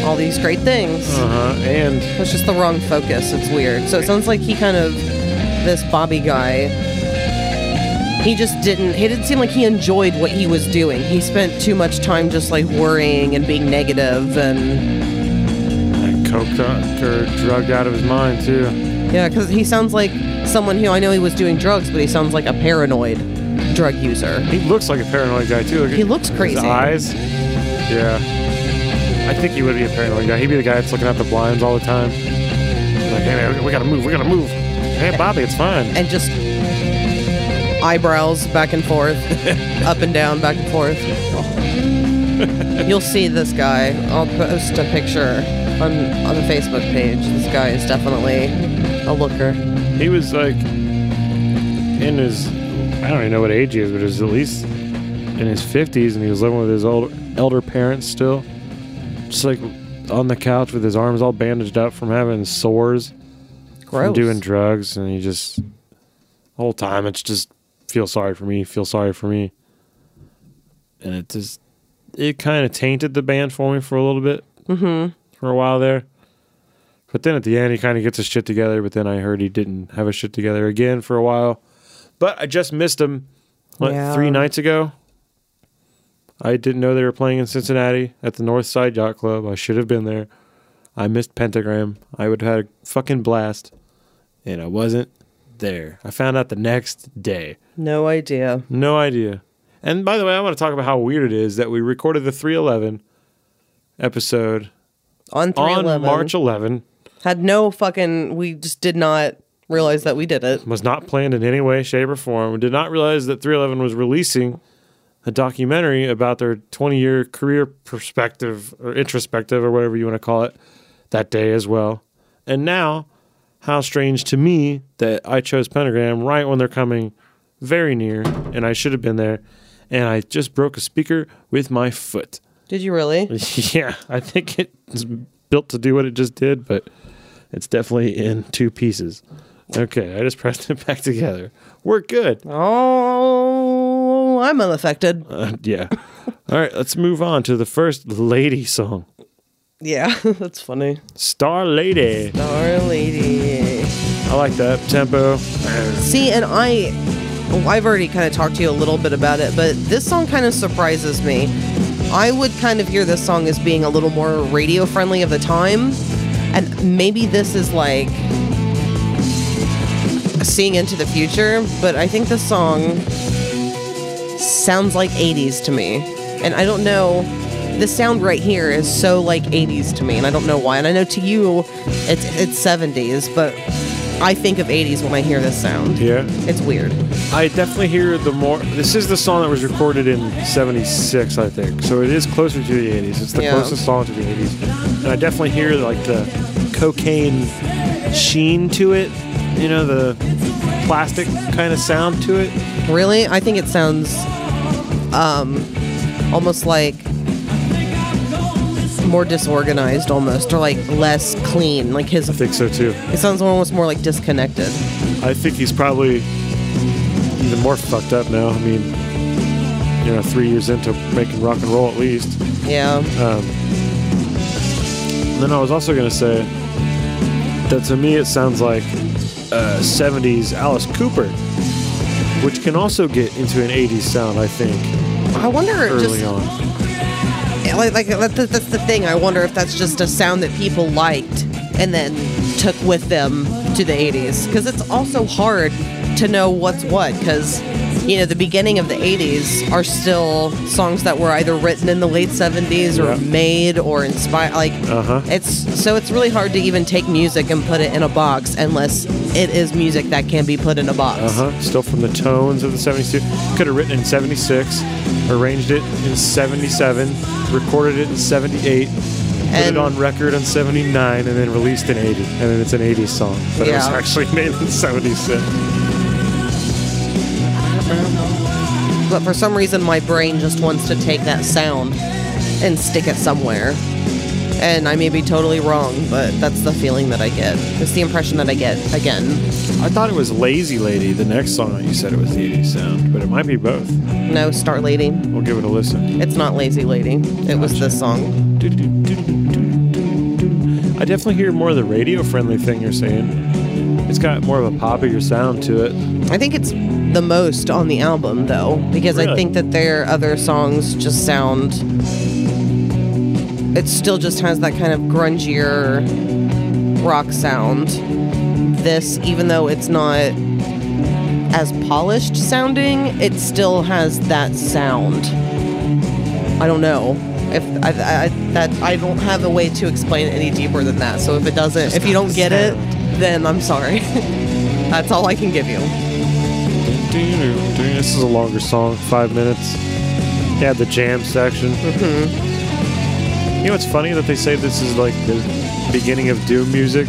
[SPEAKER 2] all these great things.
[SPEAKER 1] Uh huh. And
[SPEAKER 2] It's just the wrong focus. It's weird. So it sounds like he kind of this Bobby guy. He just didn't. He didn't seem like he enjoyed what he was doing. He spent too much time just like worrying and being negative and
[SPEAKER 1] that coked up or drugged out of his mind too.
[SPEAKER 2] yeah. Because he sounds like someone who I know he was doing drugs, but he sounds like a paranoid drug user.
[SPEAKER 1] He looks like a paranoid guy too. Look at
[SPEAKER 2] He looks crazy.
[SPEAKER 1] His eyes. Yeah. I think he would be a paranoid guy. He'd be the guy that's looking out the blinds all the time. Like, hey man, we gotta move. We gotta move. Hey Bobby, it's fine.
[SPEAKER 2] and just eyebrows back and forth, up and down, back and forth. You'll see this guy. I'll post a picture on on the Facebook page. This guy is definitely a looker.
[SPEAKER 1] He was like in his I don't even know what age he is, but he was at least in his fifties and he was living with his old elder parents still. Just like on the couch with his arms all bandaged up from having sores
[SPEAKER 2] Gross.
[SPEAKER 1] from doing drugs and he just whole time it's just feel sorry for me, feel sorry for me. And it just it kind of tainted the band for me for a little bit. Mm-hmm. For a while there. But then at the end, he kind of gets his shit together. But then I heard he didn't have his shit together again for a while. But I just missed him what,
[SPEAKER 2] Yeah.
[SPEAKER 1] three nights ago. I didn't know they were playing in Cincinnati at the North Side Yacht Club. I should have been there. I missed Pentagram. I would have had a fucking blast. And I wasn't there. I found out the next day.
[SPEAKER 2] no idea.
[SPEAKER 1] No idea. And by the way, I want to talk about how weird it is that we recorded the 311 episode
[SPEAKER 2] On three
[SPEAKER 1] on
[SPEAKER 2] eleven,
[SPEAKER 1] March 11.
[SPEAKER 2] had no fucking. We just did not realize that we did it.
[SPEAKER 1] was not planned in any way, shape, or form. We did not realize that 311 was releasing a documentary about their 20 year career perspective or introspective or whatever you want to call it that day as well. And now, how strange to me that I chose Pentagram right when they're coming very near and I should have been there. And I just broke a speaker with my foot.
[SPEAKER 2] Did you really?
[SPEAKER 1] yeah, I think it's built to do what it just did, but it's definitely in two pieces. Okay, I just pressed it back together. We're good.
[SPEAKER 2] Oh, I'm unaffected.
[SPEAKER 1] Uh, yeah. All right, let's move on to the first lady song,
[SPEAKER 2] Yeah, that's funny.
[SPEAKER 1] "Star Lady."
[SPEAKER 2] Our lady.
[SPEAKER 1] I like that tempo.
[SPEAKER 2] See, and I, well, I've already kind of talked to you a little bit about it, but this song kind of surprises me. I would kind of hear this song as being a little more radio friendly of the time, and maybe this is like seeing into the future, but I think this song sounds like 80s to me. And I don't know, the sound right here is so like 80s to me, and I don't know why. And I know to you, it's, it's 70s, but I think of 80s when I hear this sound.
[SPEAKER 1] Yeah,
[SPEAKER 2] It's weird.
[SPEAKER 1] I definitely hear the more. This is the song that was recorded in '76, I think. So it is closer to the '80s. It's the
[SPEAKER 2] Yeah.
[SPEAKER 1] closest song to the '80s, and I definitely hear like the cocaine sheen to it. You know, the plastic kind of sound to it.
[SPEAKER 2] Really? I think it sounds um, almost like more disorganized, almost, or like less clean. Like his,
[SPEAKER 1] I think so too.
[SPEAKER 2] it sounds almost more like disconnected.
[SPEAKER 1] I think he's probably even more fucked up now. I mean, you know, three years into making rock and roll at least.
[SPEAKER 2] Yeah.
[SPEAKER 1] Uh, Then I was also going to say that to me it sounds like uh, 70s Alice Cooper. which can also get into an 80s sound, I think,
[SPEAKER 2] I wonder if
[SPEAKER 1] early
[SPEAKER 2] just
[SPEAKER 1] on.
[SPEAKER 2] like like that, that- that's the thing. I wonder if that's just a sound that people liked and then took with them to the 80s because it's also hard to know what's what because you know the beginning of the 80s are still songs that were either written in the late 70s or
[SPEAKER 1] Yeah.
[SPEAKER 2] made or inspired like
[SPEAKER 1] Uh-huh.
[SPEAKER 2] it's so it's really hard to even take music and put it in a box unless it is music that can be put in a box
[SPEAKER 1] Uh huh. Still from the tones of the 72. Could have written in 76, arranged it in 77, recorded it in 78, put it
[SPEAKER 2] And-
[SPEAKER 1] on record in 79, and then released in 80. And then it's an 80s song. But it was
[SPEAKER 2] Yeah.
[SPEAKER 1] actually made in 76.
[SPEAKER 2] but for some reason my brain just wants to take that sound and stick it somewhere. And I may be totally wrong, but that's the feeling that I get. It's the impression that I get again.
[SPEAKER 1] I thought it was Lazy Lady, the next song that you said it was the 80s sound, but it might be both.
[SPEAKER 2] No, Star Lady.
[SPEAKER 1] We'll give it a listen.
[SPEAKER 2] It's not Lazy Lady. It was this song.
[SPEAKER 1] I definitely hear more of the radio friendly thing you're saying. It's got more of a poppier sound to it.
[SPEAKER 2] I think it's the most on the album, though, because I
[SPEAKER 1] Really?
[SPEAKER 2] think that their other songs just sound. It still just has that kind of grungier rock sound. This, even though it's not as polished sounding, it still has that sound. I don't know. If I, I, I- that I don't have a way to explain it any deeper than that. So if it doesn't, if you don't get it, then I'm sorry. That's all I can give you.
[SPEAKER 1] This is a longer song, five minutes. Yeah, the jam section. You know, it's funny that they say this is like the beginning of doom music.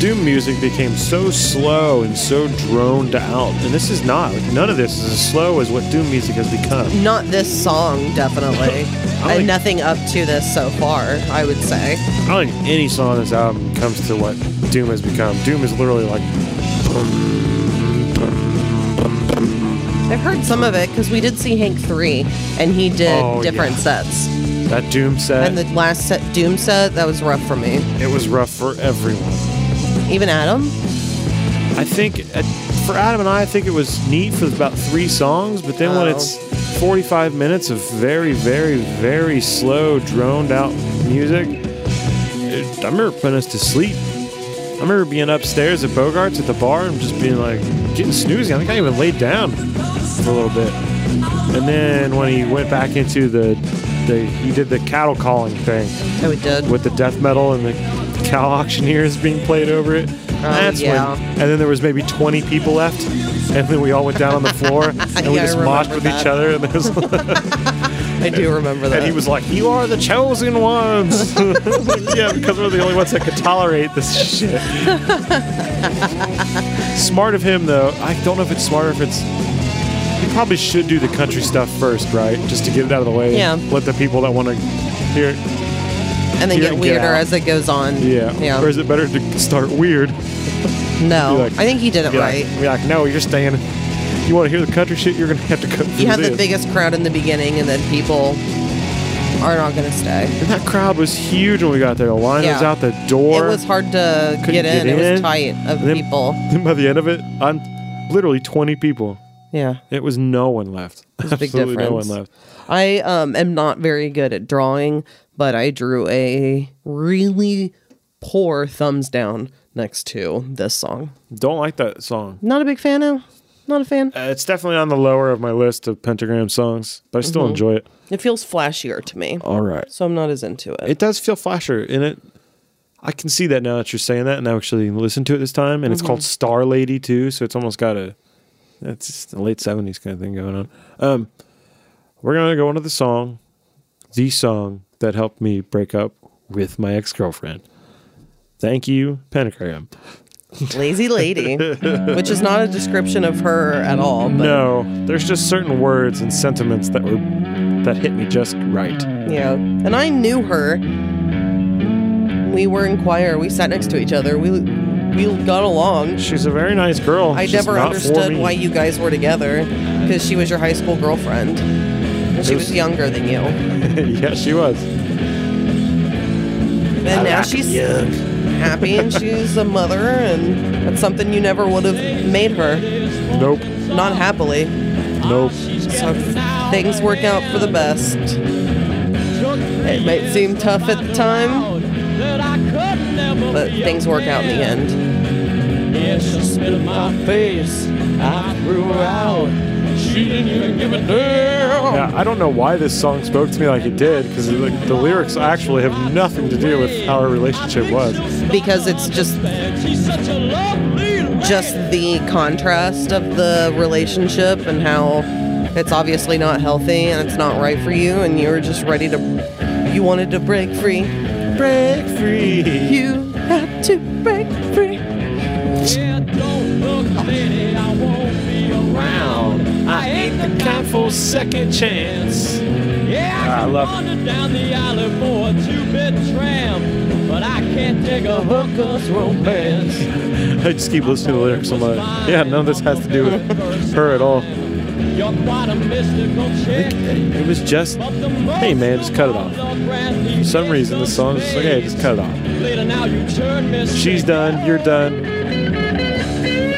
[SPEAKER 1] Doom music became so slow and so droned out, and this is not. Like, none of this is as slow as what doom music has become.
[SPEAKER 2] Not this song, definitely.
[SPEAKER 1] I like-
[SPEAKER 2] and nothing up to this so far, I would say.
[SPEAKER 1] I don't think any song on this album comes to what Doom has become. Doom is literally like,
[SPEAKER 2] I've heard some of it because we did see Hank 3 and he did
[SPEAKER 1] Oh,
[SPEAKER 2] different
[SPEAKER 1] yeah.
[SPEAKER 2] sets.
[SPEAKER 1] that Doom set,
[SPEAKER 2] And the last set, Doom set, that was rough for me.
[SPEAKER 1] it was rough for everyone.
[SPEAKER 2] Even Adam?
[SPEAKER 1] I think, uh, for Adam and I, I think it was neat for about three songs, but then when
[SPEAKER 2] Oh.
[SPEAKER 1] it's 45 minutes of very, very, very slow, droned out music, it, I remember putting us to sleep. I remember being upstairs at Bogart's at the bar and just being like, getting snoozy. I think I even laid down for a little bit. And then when he went back into the, the he did the cattle calling thing
[SPEAKER 2] Oh, it did.
[SPEAKER 1] with the death metal and the cow auctioneers being played over it. That's
[SPEAKER 2] Um, yeah.
[SPEAKER 1] when, and then there was maybe 20 people left, and then we all went down on the floor and we
[SPEAKER 2] Yeah, I
[SPEAKER 1] just moshed
[SPEAKER 2] remember
[SPEAKER 1] with each
[SPEAKER 2] that.
[SPEAKER 1] other. And, there was,
[SPEAKER 2] I do remember that.
[SPEAKER 1] and he was like, "You are the chosen ones." yeah, because we're the only ones that could tolerate this shit. Smart of him, though. I don't know if it's smart or if it's. He probably should do the country stuff first, right? Just to get it out of the way.
[SPEAKER 2] Yeah.
[SPEAKER 1] Let the people that want to hear it
[SPEAKER 2] and then
[SPEAKER 1] here
[SPEAKER 2] get
[SPEAKER 1] and get
[SPEAKER 2] weirder
[SPEAKER 1] out.
[SPEAKER 2] as it goes on.
[SPEAKER 1] Yeah.
[SPEAKER 2] Yeah.
[SPEAKER 1] Or is it better to start weird?
[SPEAKER 2] no.
[SPEAKER 1] Be like-
[SPEAKER 2] I think he did it
[SPEAKER 1] Be
[SPEAKER 2] right.
[SPEAKER 1] Like, be like, no, you're staying. You want to hear the country shit? You're gonna have to come.
[SPEAKER 2] you have the biggest crowd in the beginning, and then people are not going to stay.
[SPEAKER 1] And that crowd was huge when we got there. The line was
[SPEAKER 2] Yeah.
[SPEAKER 1] out the door.
[SPEAKER 2] it was hard to
[SPEAKER 1] couldn't
[SPEAKER 2] get
[SPEAKER 1] get
[SPEAKER 2] in. It
[SPEAKER 1] in.
[SPEAKER 2] was tight
[SPEAKER 1] And
[SPEAKER 2] of
[SPEAKER 1] then-
[SPEAKER 2] people.
[SPEAKER 1] Then by the end of it, I'm literally 20 people.
[SPEAKER 2] Yeah.
[SPEAKER 1] It was no one left.
[SPEAKER 2] a big
[SPEAKER 1] Absolutely no one
[SPEAKER 2] difference.
[SPEAKER 1] left.
[SPEAKER 2] I um, am not very good at drawing, but I drew a really poor thumbs down next to this song.
[SPEAKER 1] Don't like that song.
[SPEAKER 2] Not a big fan now. Not a fan.
[SPEAKER 1] Uh, it's definitely on the lower of my list of pentagram songs, but I still
[SPEAKER 2] Mm-hmm.
[SPEAKER 1] enjoy it.
[SPEAKER 2] It feels flashier to me,
[SPEAKER 1] All right.
[SPEAKER 2] so I'm not as into it.
[SPEAKER 1] It does feel flasher in it. I can see that now that you're saying that, and I actually listened to it this time. And it's called
[SPEAKER 2] Mm-hmm.
[SPEAKER 1] Star Lady too, so it's almost got a that's just a late '70s kind of thing going on. Um, we're gonna go into the song, the song that helped me break up with my ex girlfriend. Thank you, Pentagram.
[SPEAKER 2] Lazy lady, which is not a description of her at all. But
[SPEAKER 1] No, there's just certain words and sentiments that were that hit me just right.
[SPEAKER 2] Yeah. And I knew her. We were in choir. We sat next to each other. We we got along.
[SPEAKER 1] She's a very nice girl.
[SPEAKER 2] I
[SPEAKER 1] She's just
[SPEAKER 2] never
[SPEAKER 1] not for
[SPEAKER 2] understood
[SPEAKER 1] me.
[SPEAKER 2] why you guys were together because she was your high school girlfriend. And she
[SPEAKER 1] was-
[SPEAKER 2] was younger than you.
[SPEAKER 1] yeah, she was.
[SPEAKER 2] And now she's happy and she's a mother, and that's something you never would have made her.
[SPEAKER 1] Nope.
[SPEAKER 2] not happily.
[SPEAKER 1] Nope.
[SPEAKER 2] So things work out for the best. It might seem tough at the time, but things work out in the end.
[SPEAKER 3] Yes, I spit in my face. I threw out. She didn't even give a damn.
[SPEAKER 1] Yeah, I don't know why this song spoke to me like it did because like, the lyrics actually have nothing to do with how our relationship was.
[SPEAKER 2] Because it's just
[SPEAKER 3] She's such a lovely lady.
[SPEAKER 2] just the contrast of the relationship and how it's obviously not healthy and it's not right for you and you were just ready to you wanted to break free.
[SPEAKER 1] Break free.
[SPEAKER 2] You had to break free.
[SPEAKER 3] Yeah, don't look, lady, I won't be around. I ain't the kind for second chance. Yeah, I
[SPEAKER 1] I
[SPEAKER 3] can
[SPEAKER 1] love-
[SPEAKER 3] wander down the alley for a two-bit tram, but I can't take a hooker's romance.
[SPEAKER 1] I just keep listening to the lyrics. I'm like, yeah, none of this has to do with her at all.
[SPEAKER 3] You're quite a mystical chick.
[SPEAKER 1] It was just, hey man, just cut it off. For some reason, this song is just like, hey, just cut it off.
[SPEAKER 3] Later now you turn miss.
[SPEAKER 1] She's done, you're done.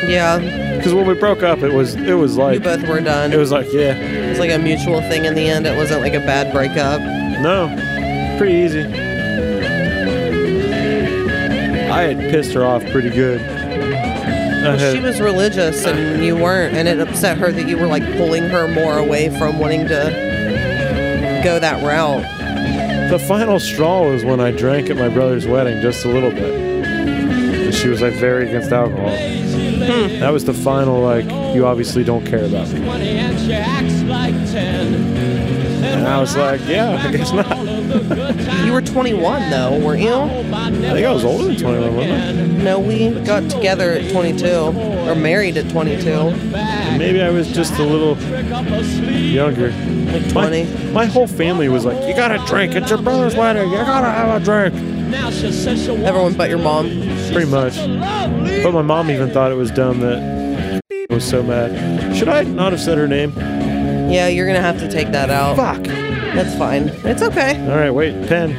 [SPEAKER 2] Yeah,
[SPEAKER 1] Because when we broke up, it was it was
[SPEAKER 2] you
[SPEAKER 1] like
[SPEAKER 2] both were done.
[SPEAKER 1] it was like yeah,
[SPEAKER 2] It was like a mutual thing in the end. It wasn't like a bad breakup.
[SPEAKER 1] no, pretty easy. I had pissed her off pretty good. I
[SPEAKER 2] Well,
[SPEAKER 1] had-
[SPEAKER 2] she was religious and you weren't, and it upset her that you were like pulling her more away from wanting to go that route.
[SPEAKER 1] The final straw was when I drank at my brother's wedding just a little bit. And she was like very against alcohol. That was the final like you obviously don't care about me.
[SPEAKER 3] Twenty and she acts like ten. And
[SPEAKER 1] I was like, yeah, I guess not.
[SPEAKER 2] You were 21 though, weren't you?
[SPEAKER 3] I
[SPEAKER 1] think I was older than 21, wasn't I?
[SPEAKER 2] No, we got together at 22 or married at 22.
[SPEAKER 1] Maybe I was just a little younger. Like
[SPEAKER 2] 20.
[SPEAKER 1] My, my whole family was like, you gotta drink at your brother's wedding. You gotta have a drink.
[SPEAKER 3] Now she says she wants
[SPEAKER 2] Everyone but your mom.
[SPEAKER 1] Pretty much.
[SPEAKER 3] lovely
[SPEAKER 1] But my mom even thought it was dumb that I was so mad. Should I not have said her name?
[SPEAKER 2] Yeah, you're gonna have to take that out.
[SPEAKER 1] Fuck.
[SPEAKER 2] That's fine. It's okay.
[SPEAKER 1] All right, wait, pen.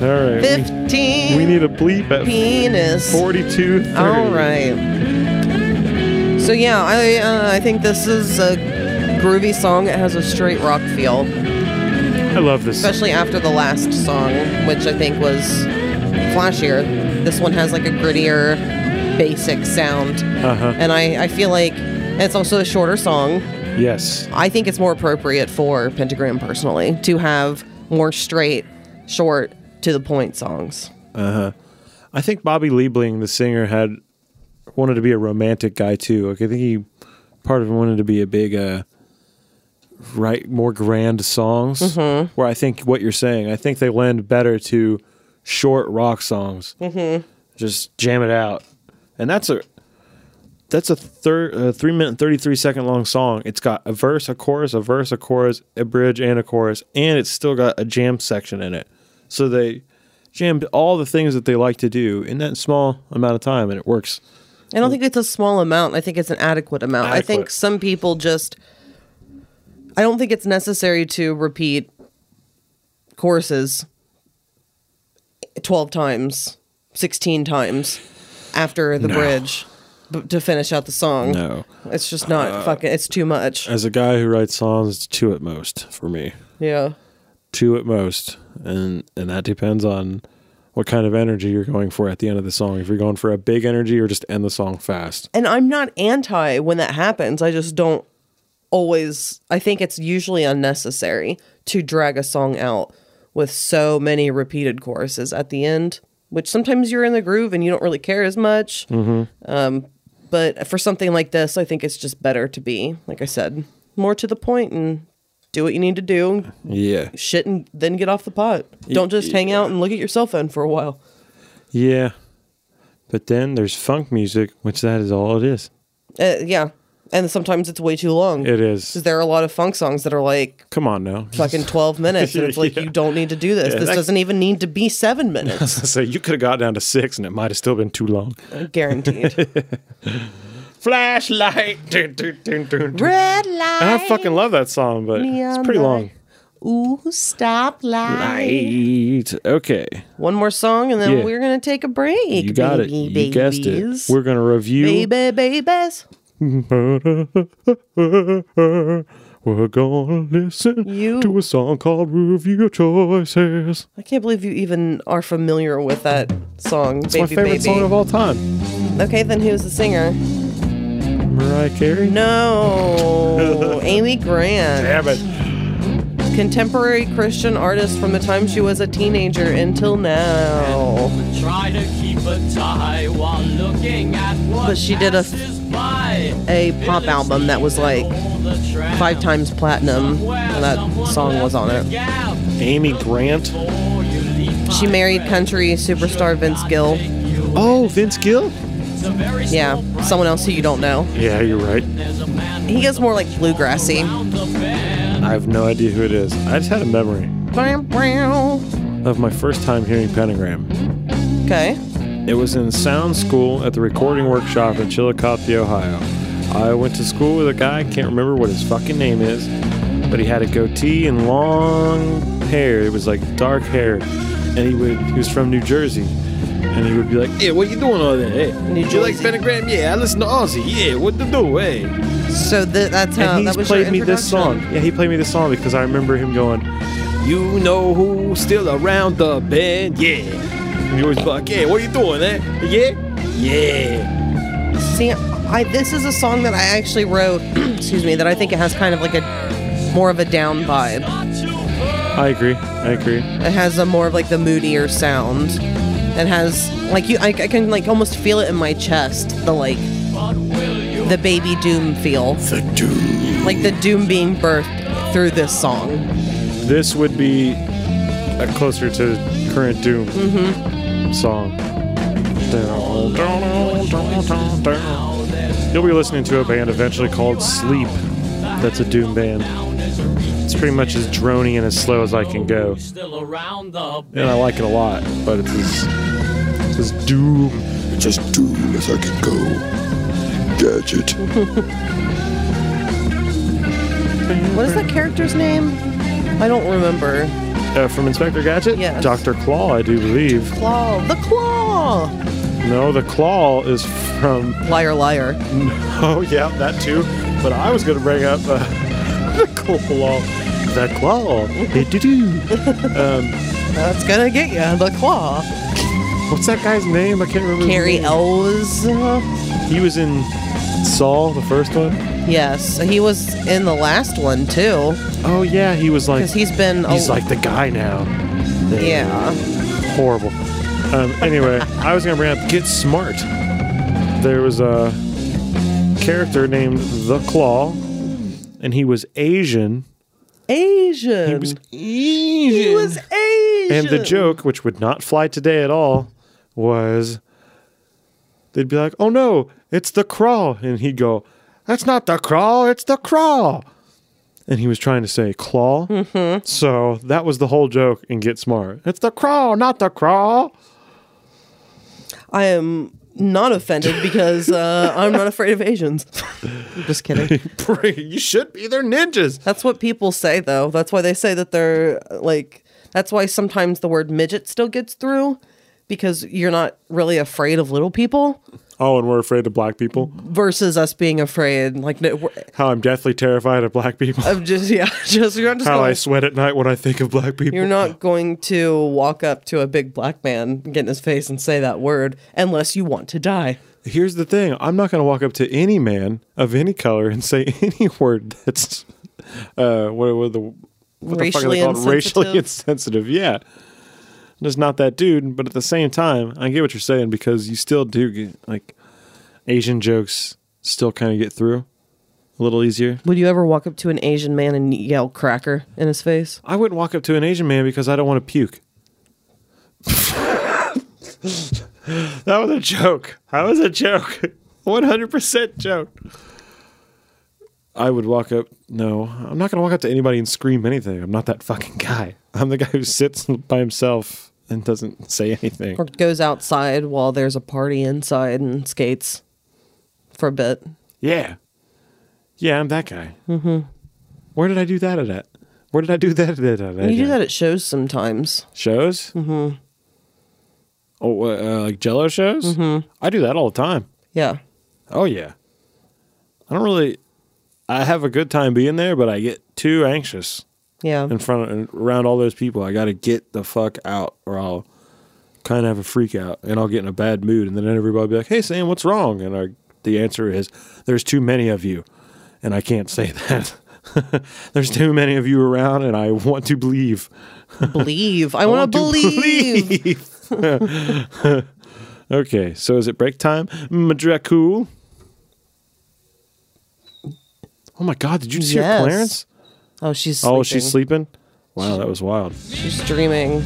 [SPEAKER 1] All right. we-
[SPEAKER 2] 15.
[SPEAKER 1] We need a bleep at
[SPEAKER 2] penis.
[SPEAKER 1] 42.
[SPEAKER 2] All right. So yeah, I uh, I think this is a groovy song. It has a straight rock feel.
[SPEAKER 1] I love this.
[SPEAKER 2] especially after the last song, which I think was flashier. This one has like a grittier, basic sound,
[SPEAKER 1] Uh huh.
[SPEAKER 2] and I, I feel like and it's also a shorter song.
[SPEAKER 1] Yes.
[SPEAKER 2] I think it's more appropriate for Pentagram personally to have more straight, short, to the point songs.
[SPEAKER 1] I think Bobby Liebling, the singer, had wanted to be a romantic guy too. Like I think he part of him wanted to be a big uh write more grand songs.
[SPEAKER 2] Mm-hmm.
[SPEAKER 1] Where I think what you're saying, I think they lend better to short rock songs. Mm-hmm. Just jam it out, and that's a that's a thir- a three minute thirty three second long song. It's got a verse, a chorus, a verse, a chorus, a bridge, and a chorus, and it's still got a jam section in it. So they jammed all the things that they like to do in that small amount of time, and it works.
[SPEAKER 2] I don't think it's a small amount. I think it's an adequate amount. I think
[SPEAKER 1] Mm. Adequate.
[SPEAKER 2] some people just. I don't think it's necessary to repeat courses 12 times, 16 times after the bridge b- to finish out the song.
[SPEAKER 1] No. Uh,
[SPEAKER 2] It's just not fucking. It's too much.
[SPEAKER 1] As a guy who writes songs, it's two at most for me.
[SPEAKER 2] yeah.
[SPEAKER 1] Two at most, and and that depends on what kind of energy you're going for at the end of the song. If you're going for a big energy, or just end the song fast.
[SPEAKER 2] And I'm not anti when that happens. I just don't always I think it's usually unnecessary to drag a song out with so many repeated choruses at the end, which sometimes you're in the groove and you don't really care as much. Um, but for something like this, I think it's just better to be, like I said, more to the point and do what you need to do,
[SPEAKER 1] Yeah,
[SPEAKER 2] shit, and then get off the pot. Don't just hang out and look at your cell phone for a while.
[SPEAKER 1] yeah. But then there's funk music, which that is all it is.
[SPEAKER 2] Uh, yeah. And sometimes it's way too long.
[SPEAKER 1] It
[SPEAKER 2] Because
[SPEAKER 1] is.
[SPEAKER 2] there are a lot of funk songs that are like
[SPEAKER 1] Come on now.
[SPEAKER 2] fucking 12 minutes. And it's like, you don't need to do this.
[SPEAKER 1] Yeah,
[SPEAKER 2] this
[SPEAKER 1] that-
[SPEAKER 2] doesn't even need to be seven minutes.
[SPEAKER 1] So you could have got down to six, and it might have still been too long.
[SPEAKER 2] Guaranteed.
[SPEAKER 1] Flashlight. Dun, dun, dun, dun, dun.
[SPEAKER 2] Red light.
[SPEAKER 1] And I fucking love that song, but it's
[SPEAKER 2] Neon
[SPEAKER 1] pretty
[SPEAKER 2] light.
[SPEAKER 1] long.
[SPEAKER 2] Ooh, stop light.
[SPEAKER 1] Right. Okay.
[SPEAKER 2] One more song and then
[SPEAKER 1] Yeah.
[SPEAKER 2] we're going to take a break.
[SPEAKER 1] You got it.
[SPEAKER 2] baby
[SPEAKER 1] You guessed it.
[SPEAKER 2] babies.
[SPEAKER 1] We're going to review
[SPEAKER 2] Baby babies.
[SPEAKER 1] We're gonna listen
[SPEAKER 2] You-
[SPEAKER 1] to a song called Review Your Choices.
[SPEAKER 2] I can't believe you even are familiar with that song.
[SPEAKER 1] It's my favorite song of all time.
[SPEAKER 2] okay, then who's the singer?
[SPEAKER 1] Mariah Carey.
[SPEAKER 2] No, Amy Grant.
[SPEAKER 1] Damn it.
[SPEAKER 2] Contemporary Christian artist from the time she was a teenager until now.
[SPEAKER 3] Try to keep a tie while looking at what
[SPEAKER 2] But she did a-
[SPEAKER 3] passes by.
[SPEAKER 2] A pop album that was like five times platinum, and that song was on it.
[SPEAKER 1] Amy Grant.
[SPEAKER 2] She married country superstar Vince Gill.
[SPEAKER 1] Oh, Vince Gill.
[SPEAKER 2] Yeah, someone else who you don't know.
[SPEAKER 1] Yeah, you're right.
[SPEAKER 2] He goes more like bluegrassy.
[SPEAKER 1] I have no idea who it is. I just had a memory
[SPEAKER 2] Bam, bam.
[SPEAKER 1] of my first time hearing Pentagram.
[SPEAKER 2] Okay.
[SPEAKER 1] It was in sound school at the recording workshop in Chillicothe, Ohio. I went to school with a guy, I can't remember what his fucking name is, but he had a goatee and long hair. It was like dark hair. And he would he was from New Jersey. And he would be like,
[SPEAKER 4] Hey, what you doing over there? Hey,
[SPEAKER 2] New
[SPEAKER 4] you like
[SPEAKER 2] Jersey.
[SPEAKER 4] Pentagram? Yeah, I listen to Ozzy. Yeah, what to do? Hey.
[SPEAKER 2] So th- that's how
[SPEAKER 1] and
[SPEAKER 2] that
[SPEAKER 1] he's
[SPEAKER 2] was
[SPEAKER 1] played
[SPEAKER 2] your
[SPEAKER 1] me this song.
[SPEAKER 2] introduction.
[SPEAKER 1] Yeah, he played me this song because I remember him going,
[SPEAKER 4] You know who's still around the bend? Yeah. And you always be like, yeah, what are you doing, eh? Yeah? Yeah.
[SPEAKER 2] See, I this is a song that I actually wrote. excuse me. That I think it has kind of like a more of a down vibe.
[SPEAKER 1] I agree, I agree.
[SPEAKER 2] It has a more of like the moodier sound. It has like you, I, I can like almost feel it in my chest. The like the baby doom feel. The doom. Like the doom being birthed through this song.
[SPEAKER 1] This would be a closer to current Doom song. You'll be listening to a band eventually called Sleep. That's a Doom band. It's pretty much as drony and as slow as I can go,
[SPEAKER 3] Still around the
[SPEAKER 1] and I like it a lot. But it's as, it's as Doom.
[SPEAKER 5] It's as doom as I can go. Gadget.
[SPEAKER 2] What is that character's name? I don't remember.
[SPEAKER 1] Uh, from Inspector Gadget,
[SPEAKER 2] Yes.
[SPEAKER 1] Doctor Claw, I do believe.
[SPEAKER 2] Claw. The claw.
[SPEAKER 1] No, the Claw is from
[SPEAKER 2] Liar, liar.
[SPEAKER 1] Oh yeah, that too. But I was gonna bring up uh, the claw. The claw. Do-do-do.
[SPEAKER 2] That's gonna get you. The claw.
[SPEAKER 1] What's that guy's name? I can't remember. his
[SPEAKER 2] Carrie
[SPEAKER 1] name.
[SPEAKER 2] Elves.
[SPEAKER 1] He was in Saul, the first one.
[SPEAKER 2] Yes, he was in the last one too,
[SPEAKER 1] Oh yeah, he was like
[SPEAKER 2] because he's been. a-
[SPEAKER 1] he's like the guy now. They-
[SPEAKER 2] Yeah.
[SPEAKER 1] Horrible. Um, anyway, I was gonna bring up Get Smart. There was a character named the Claw, and he was Asian.
[SPEAKER 2] Asian.
[SPEAKER 1] He was Asian.
[SPEAKER 2] He was Asian.
[SPEAKER 1] And the joke, which would not fly today at all, was they'd be like, "Oh no, it's the crawl," and he'd go, "That's not the crawl, it's the crawl." And he was trying to say claw, so that was the whole joke. And get smart. It's the crawl, not the crawl.
[SPEAKER 2] I am not offended because uh, I'm not afraid of Asians. Just kidding.
[SPEAKER 1] you should be. They're ninjas.
[SPEAKER 2] That's what people say, though. That's why they say that they're like. That's why sometimes the word midget still gets through because you're not really afraid of little people
[SPEAKER 1] Oh, and we're afraid of black people.
[SPEAKER 2] versus us being afraid. Like, no, we're-
[SPEAKER 1] How I'm deathly terrified of black people.
[SPEAKER 2] of just yeah, just you're not just
[SPEAKER 1] How I
[SPEAKER 2] gonna,
[SPEAKER 1] sweat at night when I think of black people.
[SPEAKER 2] you're not going to walk up to a big black man, get in his face, and say that word unless you want to die.
[SPEAKER 1] Here's the thing. I'm not going to walk up to any man of any color and say any word that's uh what what the what the fuck are
[SPEAKER 2] Racially
[SPEAKER 1] they called? Racially
[SPEAKER 2] insensitive.
[SPEAKER 1] insensitive. Yeah. And It's not that dude, but at the same time, I get what you're saying because you still do get like Asian jokes still kind of get through a little easier.
[SPEAKER 2] Would you ever walk up to an Asian man and yell "cracker" in his face?
[SPEAKER 1] I wouldn't walk up to an Asian man because I don't want to puke. that was a joke. That was a joke. 100% joke. I would walk up. No, I'm not going to walk up to anybody and scream anything. I'm not that fucking guy. I'm the guy who sits by himself and doesn't say anything.
[SPEAKER 2] Or goes outside while there's a party inside and skates for a bit.
[SPEAKER 1] Yeah. Yeah, I'm that guy. Mm-hmm. Where did I do that at? Where did I do that at?
[SPEAKER 2] You do that at shows sometimes.
[SPEAKER 1] shows. Mm-hmm. Oh, uh, uh, like Jello shows. Mm-hmm. I do that all the time.
[SPEAKER 2] Yeah.
[SPEAKER 1] Oh yeah, I don't really. I have a good time being there, but I get too anxious
[SPEAKER 2] Yeah.
[SPEAKER 1] in front of, around all those people. I got to get the fuck out, or I'll kind of have a freak out, and I'll get in a bad mood, and then everybody'll be like, "Hey, Sam, what's wrong?" And I, the answer is, "There's too many of you," and I can't say that. There's too many of you around, and I want to believe.
[SPEAKER 2] Believe.
[SPEAKER 1] Oh,
[SPEAKER 2] I, want to believe.
[SPEAKER 1] believe. okay, so is it break time, Madracool? Oh my God! Did you just hear
[SPEAKER 2] Yes.
[SPEAKER 1] Clarence?
[SPEAKER 2] Oh, she's
[SPEAKER 1] Oh, she's sleeping. Wow, that was wild.
[SPEAKER 2] She's dreaming.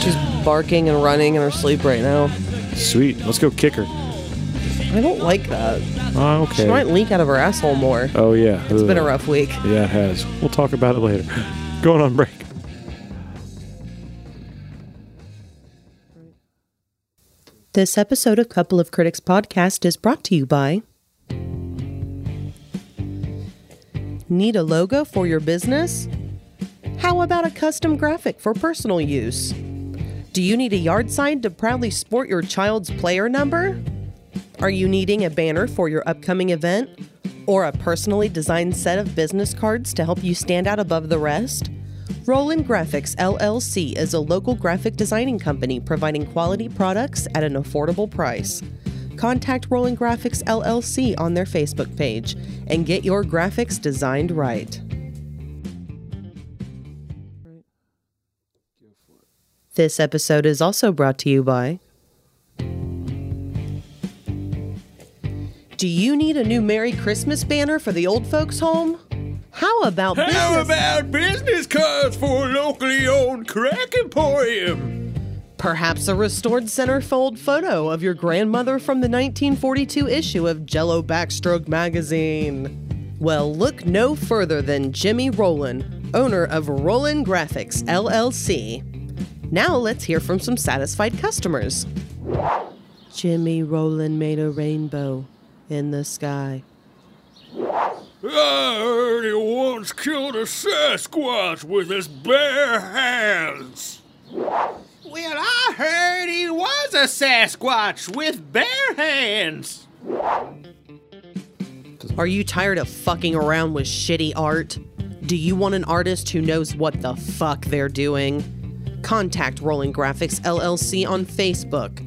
[SPEAKER 2] She's barking and running in her sleep right now.
[SPEAKER 1] Sweet. Let's go kick her.
[SPEAKER 2] I don't like that.
[SPEAKER 1] Oh, okay.
[SPEAKER 2] She might leak out of her asshole more.
[SPEAKER 1] Oh yeah.
[SPEAKER 2] It's been a rough week.
[SPEAKER 1] Yeah, it has. We'll talk about it later. Going on break.
[SPEAKER 6] This episode of Couple of Critics podcast is brought to you by
[SPEAKER 2] Need a logo for your business? How about a custom graphic for personal use? Do you need a yard sign to proudly sport your child's player number? Are you needing a banner for your upcoming event? Or a personally designed set of business cards to help you stand out above the rest? Roland Graphics LLC is a local graphic designing company providing quality products at an affordable price. Contact Roland Graphics LLC on their Facebook page and get your graphics designed right.
[SPEAKER 6] This episode is also brought to you by
[SPEAKER 2] Do you need a new Merry Christmas banner for the old folks' home? How about business?
[SPEAKER 4] about business cards for locally owned crack emporium?
[SPEAKER 2] Perhaps a restored centerfold photo of your grandmother from the 1942 issue of Jello Backstroke magazine. Well, look no further than Jimmy Roland, owner of Roland Graphics LLC. Now let's hear from some satisfied customers. Jimmy Roland made a rainbow in the sky.
[SPEAKER 4] I heard he once killed a Sasquatch with his bare hands.
[SPEAKER 3] Well, I heard he was a Sasquatch with bare hands.
[SPEAKER 2] Are you tired of fucking around with shitty art? Do you want an artist who knows what the fuck they're doing? Contact Roland Graphics LLC on Facebook.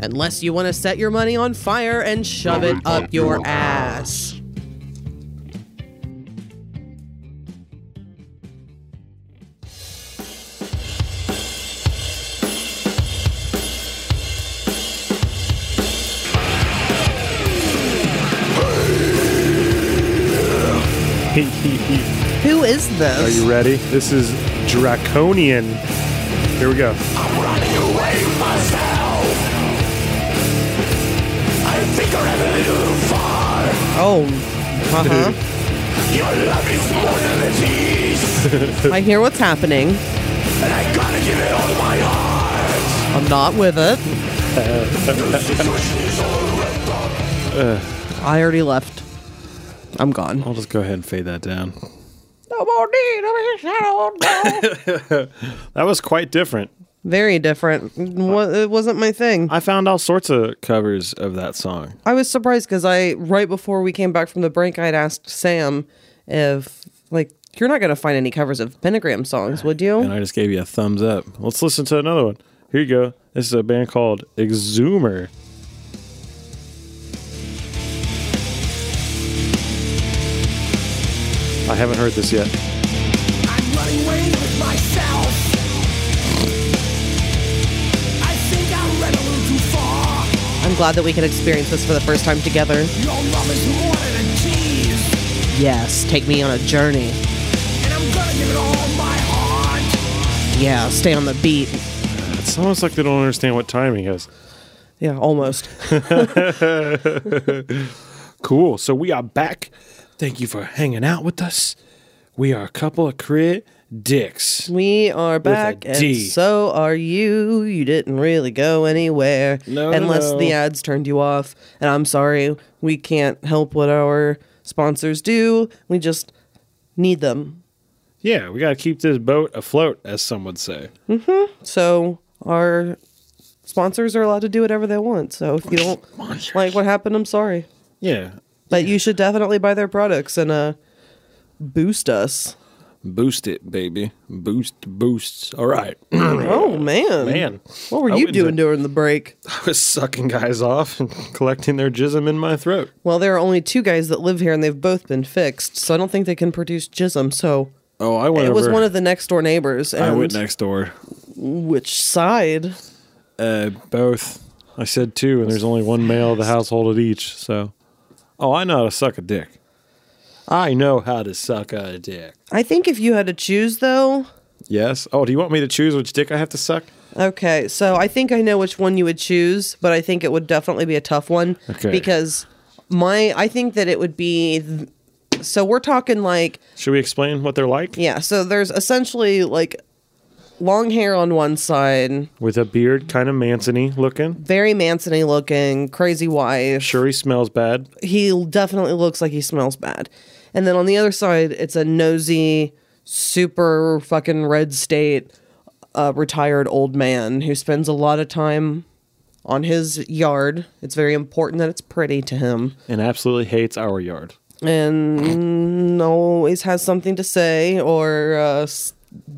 [SPEAKER 2] Unless you want to set your money on fire and shove it up your ass. Who is
[SPEAKER 1] Are
[SPEAKER 2] this?
[SPEAKER 1] you ready? This is Draconian. Here we go.
[SPEAKER 2] Oh, uh huh. I hear what's happening. And I gotta give it all my heart. I'm not with it. I already left. I'm gone.
[SPEAKER 1] I'll just go ahead and fade that down. That was quite different.
[SPEAKER 2] Very different. Wa- It wasn't my thing.
[SPEAKER 1] I found all sorts of covers of that song.
[SPEAKER 2] I was surprised because I right before we came back from the break, I'd asked Sam if like you're not gonna find any covers of pentagram songs, would you?
[SPEAKER 1] And I just gave you a thumbs up. Let's listen to another one. Here you go. This is a band called Exhumer. I haven't heard this yet.
[SPEAKER 7] I'm running away with myself. I think I ran a little too far.
[SPEAKER 2] I'm glad that we could experience this for the first time together.
[SPEAKER 7] Your love is more than a tease,
[SPEAKER 2] Yes, take me on a journey.
[SPEAKER 7] and I'm gonna give it all my heart.
[SPEAKER 2] Yeah, stay on the beat.
[SPEAKER 1] It's almost like they don't understand what timing is.
[SPEAKER 2] Yeah, almost.
[SPEAKER 1] Cool. So we are back. Thank you for hanging out with us. We are a couple of crit dicks.
[SPEAKER 2] We are back, and
[SPEAKER 1] D.
[SPEAKER 2] so are you. You didn't really go anywhere,
[SPEAKER 1] No, no,
[SPEAKER 2] unless
[SPEAKER 1] no.
[SPEAKER 2] the ads turned you off. And I'm sorry, we can't help what our sponsors do. We just need them.
[SPEAKER 1] Yeah, we got to keep this boat afloat, as some would say.
[SPEAKER 2] So our sponsors are allowed to do whatever they want. So if you don't like what happened, I'm sorry.
[SPEAKER 1] Yeah.
[SPEAKER 2] But you should definitely buy their products and uh, boost us.
[SPEAKER 1] Boost it, baby. Boost, boosts. All right.
[SPEAKER 2] Oh man,
[SPEAKER 1] Man.
[SPEAKER 2] what were
[SPEAKER 1] I
[SPEAKER 2] you
[SPEAKER 1] wouldn't
[SPEAKER 2] doing
[SPEAKER 1] have-
[SPEAKER 2] during the break?
[SPEAKER 1] I was sucking guys off and collecting their jism in my throat.
[SPEAKER 2] Well, there are only two guys that live here, and they've both been fixed, so I don't think they can produce jism. So
[SPEAKER 1] Oh, I went
[SPEAKER 2] it was
[SPEAKER 1] over-
[SPEAKER 2] one of the next door neighbors. And
[SPEAKER 1] I went next door.
[SPEAKER 2] Which side?
[SPEAKER 1] Uh, both. I said two, and there's only one male of the household at each. So, oh, I know how to suck a dick. I know how to suck a dick.
[SPEAKER 2] I think if you had to choose, though.
[SPEAKER 1] Yes. Oh, do you want me to choose which dick I have to suck?
[SPEAKER 2] Okay, so I think I know which one you would choose, but I think it would definitely be a tough one
[SPEAKER 1] Okay.
[SPEAKER 2] because my I think that it would be. th- so we're talking like
[SPEAKER 1] Should we explain what they're like?
[SPEAKER 2] yeah. So there's essentially like long hair on one side,
[SPEAKER 1] With a beard, kind of Mancini looking.
[SPEAKER 2] very Mancini looking, crazy wife.
[SPEAKER 1] Sure, he smells bad.
[SPEAKER 2] he definitely looks like he smells bad. And then on the other side, it's a nosy, super fucking red state, uh, retired old man who spends a lot of time on his yard. It's very important that it's pretty to him
[SPEAKER 1] and absolutely hates our yard.
[SPEAKER 2] and always has something to say or uh, s-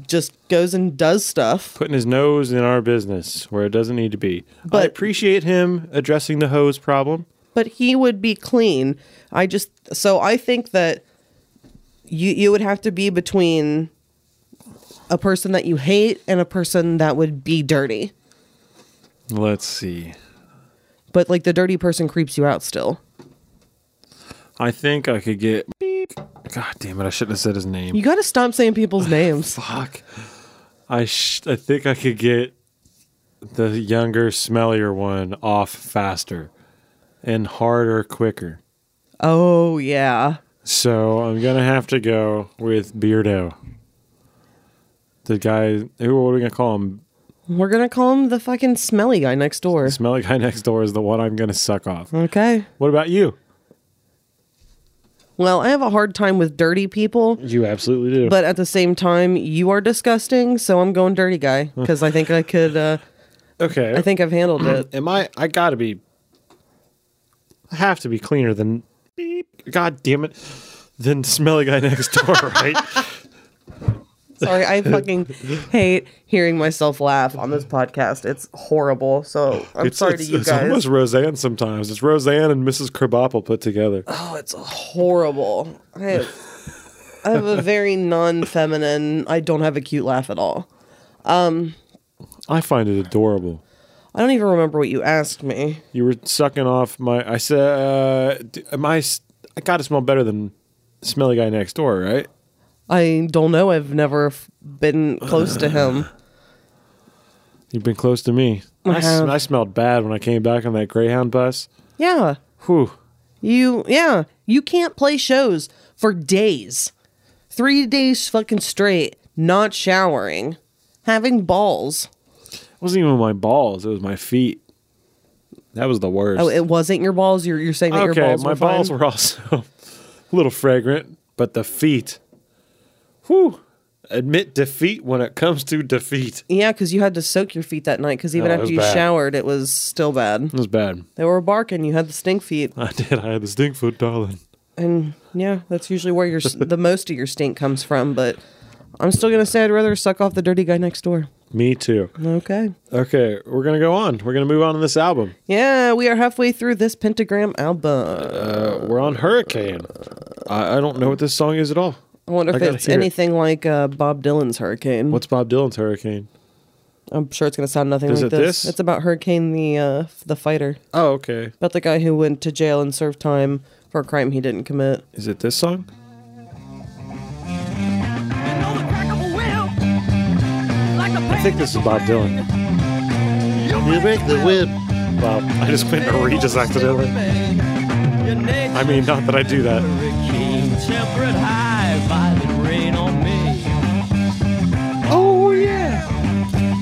[SPEAKER 2] just goes and does stuff.
[SPEAKER 1] Putting his nose in our business where it doesn't need to be. I
[SPEAKER 2] But-
[SPEAKER 1] appreciate him addressing the hose problem.
[SPEAKER 2] but he would be clean. I just so I think that you you would have to be between a person that you hate and a person that would be dirty.
[SPEAKER 1] Let's see.
[SPEAKER 2] But like the dirty person creeps you out still.
[SPEAKER 1] I think I could get. God damn it! I shouldn't have said his name.
[SPEAKER 2] You got to stop saying people's names.
[SPEAKER 1] Fuck. I sh- I think I could get the younger, smellier one off faster and harder, quicker.
[SPEAKER 2] Oh yeah.
[SPEAKER 1] So I'm gonna have to go with Beardo. The guy who what are we gonna call him?
[SPEAKER 2] We're going to call him the fucking smelly guy next door.
[SPEAKER 1] The smelly guy next door is the one I'm gonna suck off.
[SPEAKER 2] Okay.
[SPEAKER 1] What about you?
[SPEAKER 2] Well, I have a hard time with dirty people,
[SPEAKER 1] You absolutely do.
[SPEAKER 2] but at the same time, you are disgusting, so I'm going dirty guy cuz I think I could uh
[SPEAKER 1] okay.
[SPEAKER 2] I think I've handled it.
[SPEAKER 1] Am I? I gotta be. I have to be cleaner than. Beep. God damn it! Than smelly guy next door, right?
[SPEAKER 2] Sorry, I fucking hate hearing myself laugh on this podcast. It's horrible. So I'm sorry
[SPEAKER 1] it's,
[SPEAKER 2] to you
[SPEAKER 1] it's
[SPEAKER 2] guys.
[SPEAKER 1] almost Roseanne sometimes. It's Roseanne and Mrs. Krabappel put together.
[SPEAKER 2] Oh, it's horrible. I have, I have a very non-feminine. I don't have a cute laugh at all.
[SPEAKER 1] I find it adorable.
[SPEAKER 2] I don't even remember what you asked me.
[SPEAKER 1] You were sucking off my. I said, uh, d- "Am I? s- I gotta smell better than smelly guy next door, right?"
[SPEAKER 2] I don't know. I've never f- been close to him.
[SPEAKER 1] You've been close to me.
[SPEAKER 2] I
[SPEAKER 1] I, s-
[SPEAKER 2] have.
[SPEAKER 1] I smelled bad when I came back on that Greyhound bus.
[SPEAKER 2] Yeah,
[SPEAKER 1] Whew.
[SPEAKER 2] you. Yeah, you can't play shows for days, three days fucking straight, not showering, having balls.
[SPEAKER 1] It wasn't even my balls. It was my feet. That was the worst.
[SPEAKER 2] Oh, it wasn't your balls. You're you're saying that your balls
[SPEAKER 1] my
[SPEAKER 2] were
[SPEAKER 1] balls
[SPEAKER 2] fine?
[SPEAKER 1] were also a little fragrant, but the feet. Whew. Admit defeat when it comes to defeat.
[SPEAKER 2] Yeah, because you had to soak your feet that night. Because even
[SPEAKER 1] Oh, it
[SPEAKER 2] after
[SPEAKER 1] was
[SPEAKER 2] you
[SPEAKER 1] bad.
[SPEAKER 2] showered, it was still bad.
[SPEAKER 1] It was bad.
[SPEAKER 2] They were barking. You had the stink feet,
[SPEAKER 1] I did. I had the stink foot, darling.
[SPEAKER 2] and yeah, that's usually where your the most of your stink comes from. But I'm still gonna say I'd rather suck off the dirty guy next door.
[SPEAKER 1] Me too.
[SPEAKER 2] Okay.
[SPEAKER 1] Okay, we're gonna go on. We're gonna move on to this album.
[SPEAKER 2] Yeah, we are halfway through this pentagram album.
[SPEAKER 1] Uh, we're on Hurricane. I, I don't know what this song is at all.
[SPEAKER 2] I wonder
[SPEAKER 1] I
[SPEAKER 2] if
[SPEAKER 1] gotta
[SPEAKER 2] it's
[SPEAKER 1] hear it.
[SPEAKER 2] anything like uh, Bob Dylan's Hurricane.
[SPEAKER 1] What's Bob Dylan's Hurricane?
[SPEAKER 2] I'm sure it's gonna sound nothing
[SPEAKER 1] Is
[SPEAKER 2] like
[SPEAKER 1] it
[SPEAKER 2] this.
[SPEAKER 1] this?
[SPEAKER 2] It's about Hurricane the uh, the fighter,
[SPEAKER 1] Oh, okay.
[SPEAKER 2] about the guy who went to jail and served time for a crime he didn't commit.
[SPEAKER 1] Is it this song? I think this is Bob Dylan. You make the whip. Bob, I just went to Regis accidentally. I mean, not that I do that.
[SPEAKER 3] Hurricane, temperate high, violent rain on me.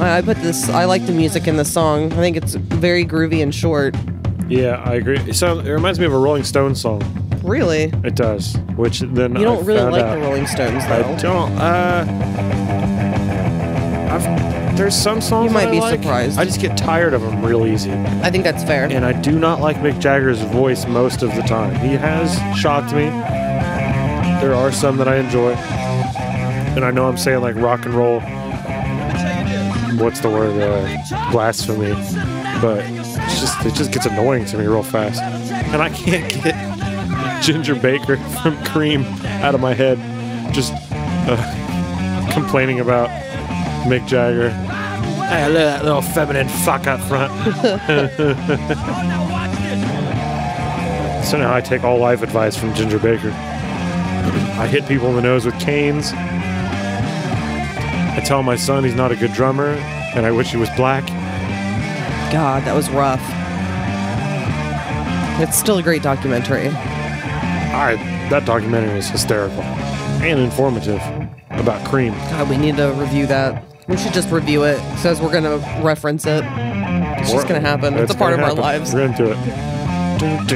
[SPEAKER 2] I, I put this. I like the music in the song. I think it's very groovy and short.
[SPEAKER 1] Yeah, I agree. It, sounds, it reminds me of a Rolling Stones song.
[SPEAKER 2] Really,
[SPEAKER 1] It does. Which then
[SPEAKER 2] you don't
[SPEAKER 1] I
[SPEAKER 2] really
[SPEAKER 1] found
[SPEAKER 2] like
[SPEAKER 1] out.
[SPEAKER 2] the Rolling Stones,
[SPEAKER 1] I
[SPEAKER 2] though.
[SPEAKER 1] don't. Uh, I've, there's some songs
[SPEAKER 2] You might
[SPEAKER 1] that I
[SPEAKER 2] be
[SPEAKER 1] like.
[SPEAKER 2] surprised.
[SPEAKER 1] I just get tired of them real easy, and
[SPEAKER 2] I think that's fair.
[SPEAKER 1] I do not like Mick Jagger's voice most of the time. He has shocked me. There are some that I enjoy, and I know I'm saying like rock and roll. What's the word? Uh, blasphemy. But it's just it just gets annoying to me real fast, and I can't get Ginger Baker from Cream out of my head. Just uh, complaining about Mick Jagger. Hey, look at that little feminine fuck up front. so now I take all life advice from Ginger Baker. I hit people in the nose with canes. I tell my son he's not a good drummer, and I wish he was black.
[SPEAKER 2] God, that was rough. It's still a great documentary.
[SPEAKER 1] I, that documentary is hysterical and informative about cream.
[SPEAKER 2] God, we need to review that. We should just review it. Says we're gonna reference it. It's just gonna happen. It's a part of
[SPEAKER 1] gonna
[SPEAKER 2] our lives.
[SPEAKER 1] We're into it.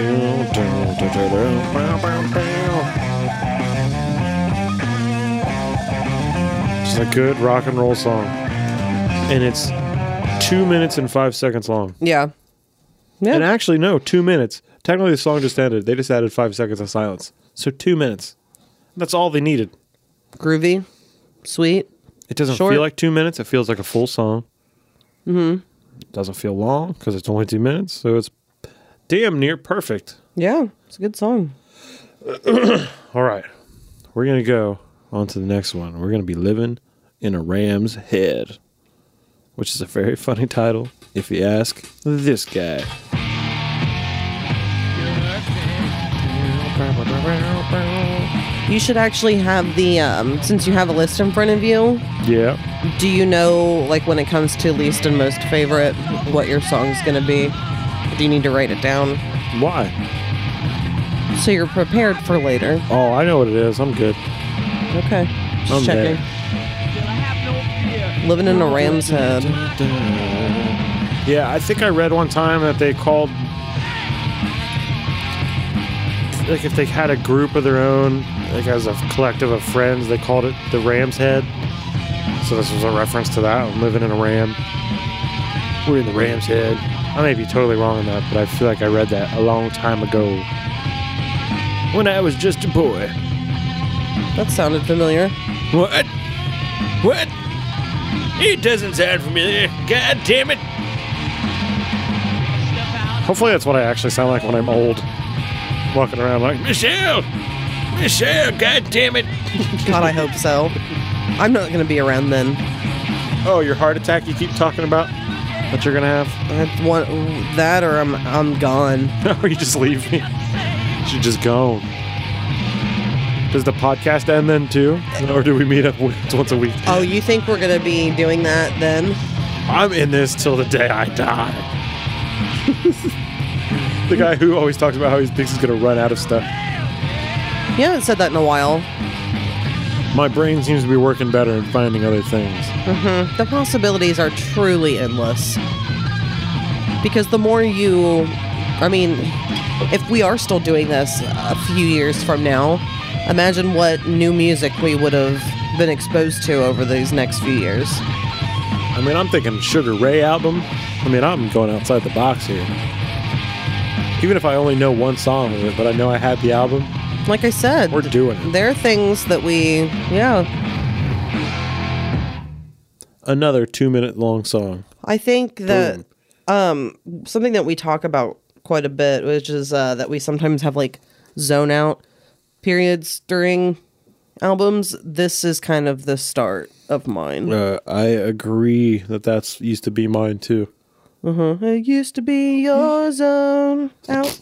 [SPEAKER 1] It's a good rock and roll song, and it's two minutes and five seconds long.
[SPEAKER 2] Yeah.
[SPEAKER 1] And
[SPEAKER 2] Yeah.
[SPEAKER 1] actually, no, two minutes. Technically, the song just ended. They just added five seconds of silence, so two minutes. That's all they needed.
[SPEAKER 2] Groovy. Sweet.
[SPEAKER 1] It doesn't
[SPEAKER 2] Short.
[SPEAKER 1] feel like two minutes. It feels like a full song. Mm-hmm. It doesn't feel long because it's only two minutes, so it's damn near perfect.
[SPEAKER 2] Yeah. It's a good song.
[SPEAKER 1] All right. We're going to go on to the next one. We're going to be living in a ram's head, which is a very funny title if you ask this guy.
[SPEAKER 2] You should actually have the um since you have a list in front of you,
[SPEAKER 1] Yeah.
[SPEAKER 2] do you know like when it comes to least and most favorite what your song's gonna be? Do you need to write it down?
[SPEAKER 1] Why?
[SPEAKER 2] So you're prepared for later.
[SPEAKER 1] Oh, I know what it is. I'm good.
[SPEAKER 2] Okay. Just
[SPEAKER 1] I'm
[SPEAKER 2] checking. Living in a ram's head.
[SPEAKER 1] Yeah, I think I read one time that they called like if they had a group of their own, like as a collective of friends, they called it the Ram's Head. So this was a reference to that. I'm living in a ram. We're in the Ram's Head. I may be totally wrong on that, but I feel like I read that a long time ago. When I was just a boy.
[SPEAKER 2] That sounded familiar.
[SPEAKER 4] What? What? It doesn't sound familiar. God damn it.
[SPEAKER 1] Hopefully that's what I actually sound like when I'm old. Walking around like
[SPEAKER 4] Michelle! Michelle, god damn it.
[SPEAKER 2] God, I hope so. I'm not gonna be around then.
[SPEAKER 1] Oh, your heart attack you keep talking about that you're gonna have?
[SPEAKER 2] I want that or I'm I'm gone.
[SPEAKER 1] or you just leave me? She just gone. Does the podcast end then too, or do we meet up once once a week?
[SPEAKER 2] Oh, you think we're gonna be doing that then?
[SPEAKER 1] I'm in this till the day I die. the guy who always talks about how he thinks he's gonna run out of stuff.
[SPEAKER 2] You haven't said that in a while.
[SPEAKER 1] My brain seems to be working better and finding other things.
[SPEAKER 2] The possibilities are truly endless. Because the more you, I mean, if we are still doing this a few years from now, imagine what new music we would have been exposed to over these next few years.
[SPEAKER 1] I mean, I'm thinking Sugar Ray album. I mean, I'm going outside the box here. Even if I only know one song of it, but I know I had the album,
[SPEAKER 2] Like I said,
[SPEAKER 1] we're doing it.
[SPEAKER 2] there are things that we, yeah,
[SPEAKER 1] another two minute long song.
[SPEAKER 2] I think that um, something that we talk about quite a bit, which is uh, that we sometimes have like zone out periods during albums. This is kind of the start of mine.
[SPEAKER 1] Uh, I agree that that's used to be mine too.
[SPEAKER 2] It used to be
[SPEAKER 1] Mm.
[SPEAKER 2] your zone out.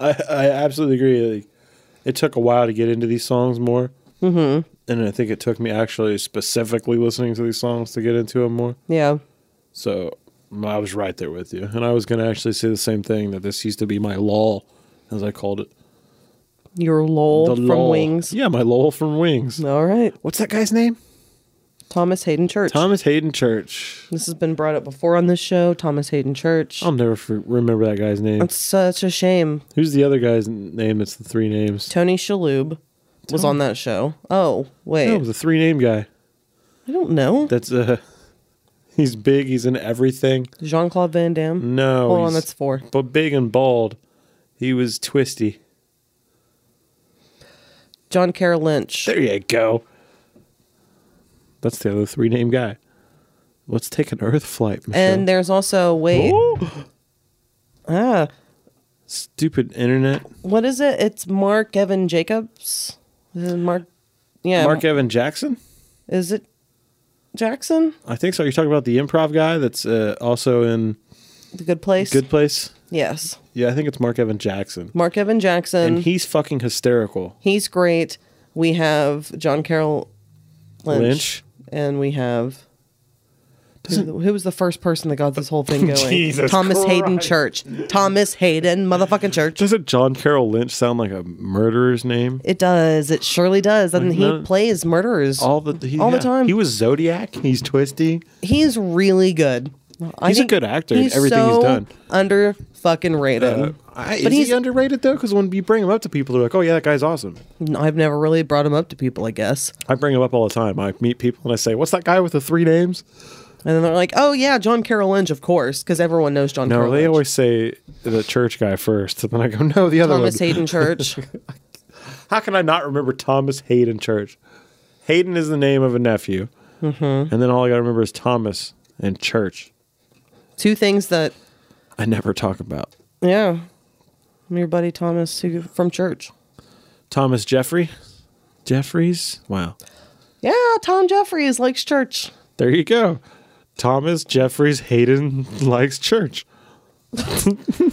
[SPEAKER 1] I, I absolutely agree. Like, it took a while to get into these songs more. Mm-hmm. And I think it took me actually specifically listening to these songs to get into them more.
[SPEAKER 2] Yeah,
[SPEAKER 1] So I was right there with you. And I was going to actually say the same thing that this used to be my lull, as I called it.
[SPEAKER 2] your lol
[SPEAKER 1] The
[SPEAKER 2] from
[SPEAKER 1] lull.
[SPEAKER 2] Wings.
[SPEAKER 1] Yeah, my lull from Wings.
[SPEAKER 2] All right,
[SPEAKER 1] What's that guy's name?
[SPEAKER 2] Thomas Hayden Church.
[SPEAKER 1] Thomas Hayden Church.
[SPEAKER 2] This has been brought up before on this show. Thomas Hayden Church.
[SPEAKER 1] I'll never f- remember that guy's name.
[SPEAKER 2] It's such a shame.
[SPEAKER 1] Who's the other guy's n- name that's the three names?
[SPEAKER 2] Tony Shalhoub was on that show. Oh wait,
[SPEAKER 1] No, the three name guy.
[SPEAKER 2] I don't know.
[SPEAKER 1] That's uh he's big, he's in everything.
[SPEAKER 2] Jean Claude Van Damme.
[SPEAKER 1] No.
[SPEAKER 2] Hold on,
[SPEAKER 1] he's-
[SPEAKER 2] that's four.
[SPEAKER 1] But big and bald. He was twisty.
[SPEAKER 2] John Carroll Lynch.
[SPEAKER 1] There you go. That's the other three name guy. Let's take an earth flight, Michelle.
[SPEAKER 2] and there's also wait.
[SPEAKER 1] Ooh.
[SPEAKER 2] Ah,
[SPEAKER 1] Stupid internet.
[SPEAKER 2] what is it? It's Mark Evan Jacobs. Is it Mark. Yeah.
[SPEAKER 1] Mark E- Evan Jackson?
[SPEAKER 2] Is it Jackson?
[SPEAKER 1] I think so. You're talking about the improv guy that's uh, also in
[SPEAKER 2] The Good Place.
[SPEAKER 1] Good Place?
[SPEAKER 2] Yes.
[SPEAKER 1] Yeah, I think it's Mark Evan Jackson.
[SPEAKER 2] Mark Evan Jackson.
[SPEAKER 1] and he's fucking hysterical.
[SPEAKER 2] he's great. We have John Carroll Lynch,
[SPEAKER 1] Lynch.
[SPEAKER 2] and we have who, who was the first person that got this whole thing going?
[SPEAKER 1] Jesus
[SPEAKER 2] Thomas Hayden Church. Thomas Hayden motherfucking Church.
[SPEAKER 1] Doesn't John Carroll Lynch sound like a murderer's name?
[SPEAKER 2] It does. It surely does. And
[SPEAKER 1] Like,
[SPEAKER 2] he
[SPEAKER 1] no-
[SPEAKER 2] plays murderers.
[SPEAKER 1] All the he,
[SPEAKER 2] All the
[SPEAKER 1] yeah.
[SPEAKER 2] time.
[SPEAKER 1] He was Zodiac. He's Twisty.
[SPEAKER 2] he's really good. I
[SPEAKER 1] He's a
[SPEAKER 2] think
[SPEAKER 1] good actor in
[SPEAKER 2] he's
[SPEAKER 1] everything he's
[SPEAKER 2] so
[SPEAKER 1] done.
[SPEAKER 2] Under fucking rated.
[SPEAKER 1] Uh, I, is
[SPEAKER 2] But
[SPEAKER 1] he
[SPEAKER 2] he's-
[SPEAKER 1] underrated though? Because when you bring him up to people, they're like, "Oh yeah, that guy's awesome."
[SPEAKER 2] I've never really brought him up to people, I guess.
[SPEAKER 1] I bring him up all the time. I meet people and I say, "What's that guy with the three names?"
[SPEAKER 2] And then they're like, "Oh yeah, John Carroll Lynch, of course," because everyone knows John.
[SPEAKER 1] No,
[SPEAKER 2] Carroll
[SPEAKER 1] they
[SPEAKER 2] Lynch.
[SPEAKER 1] always say the church guy first, and then I go, "No, the other
[SPEAKER 2] Thomas
[SPEAKER 1] one."
[SPEAKER 2] Hayden Church.
[SPEAKER 1] How can I not remember Thomas Hayden Church? Hayden is the name of a nephew, mm-hmm. and then all I gotta remember is Thomas and Church.
[SPEAKER 2] Two things that
[SPEAKER 1] I never talk about
[SPEAKER 2] Yeah. I'm your buddy Thomas who, from church.
[SPEAKER 1] Thomas Jeffrey. Jeffries. Wow.
[SPEAKER 2] Yeah, Tom Jeffries likes church.
[SPEAKER 1] There you go. Thomas Jeffries Hayden likes church.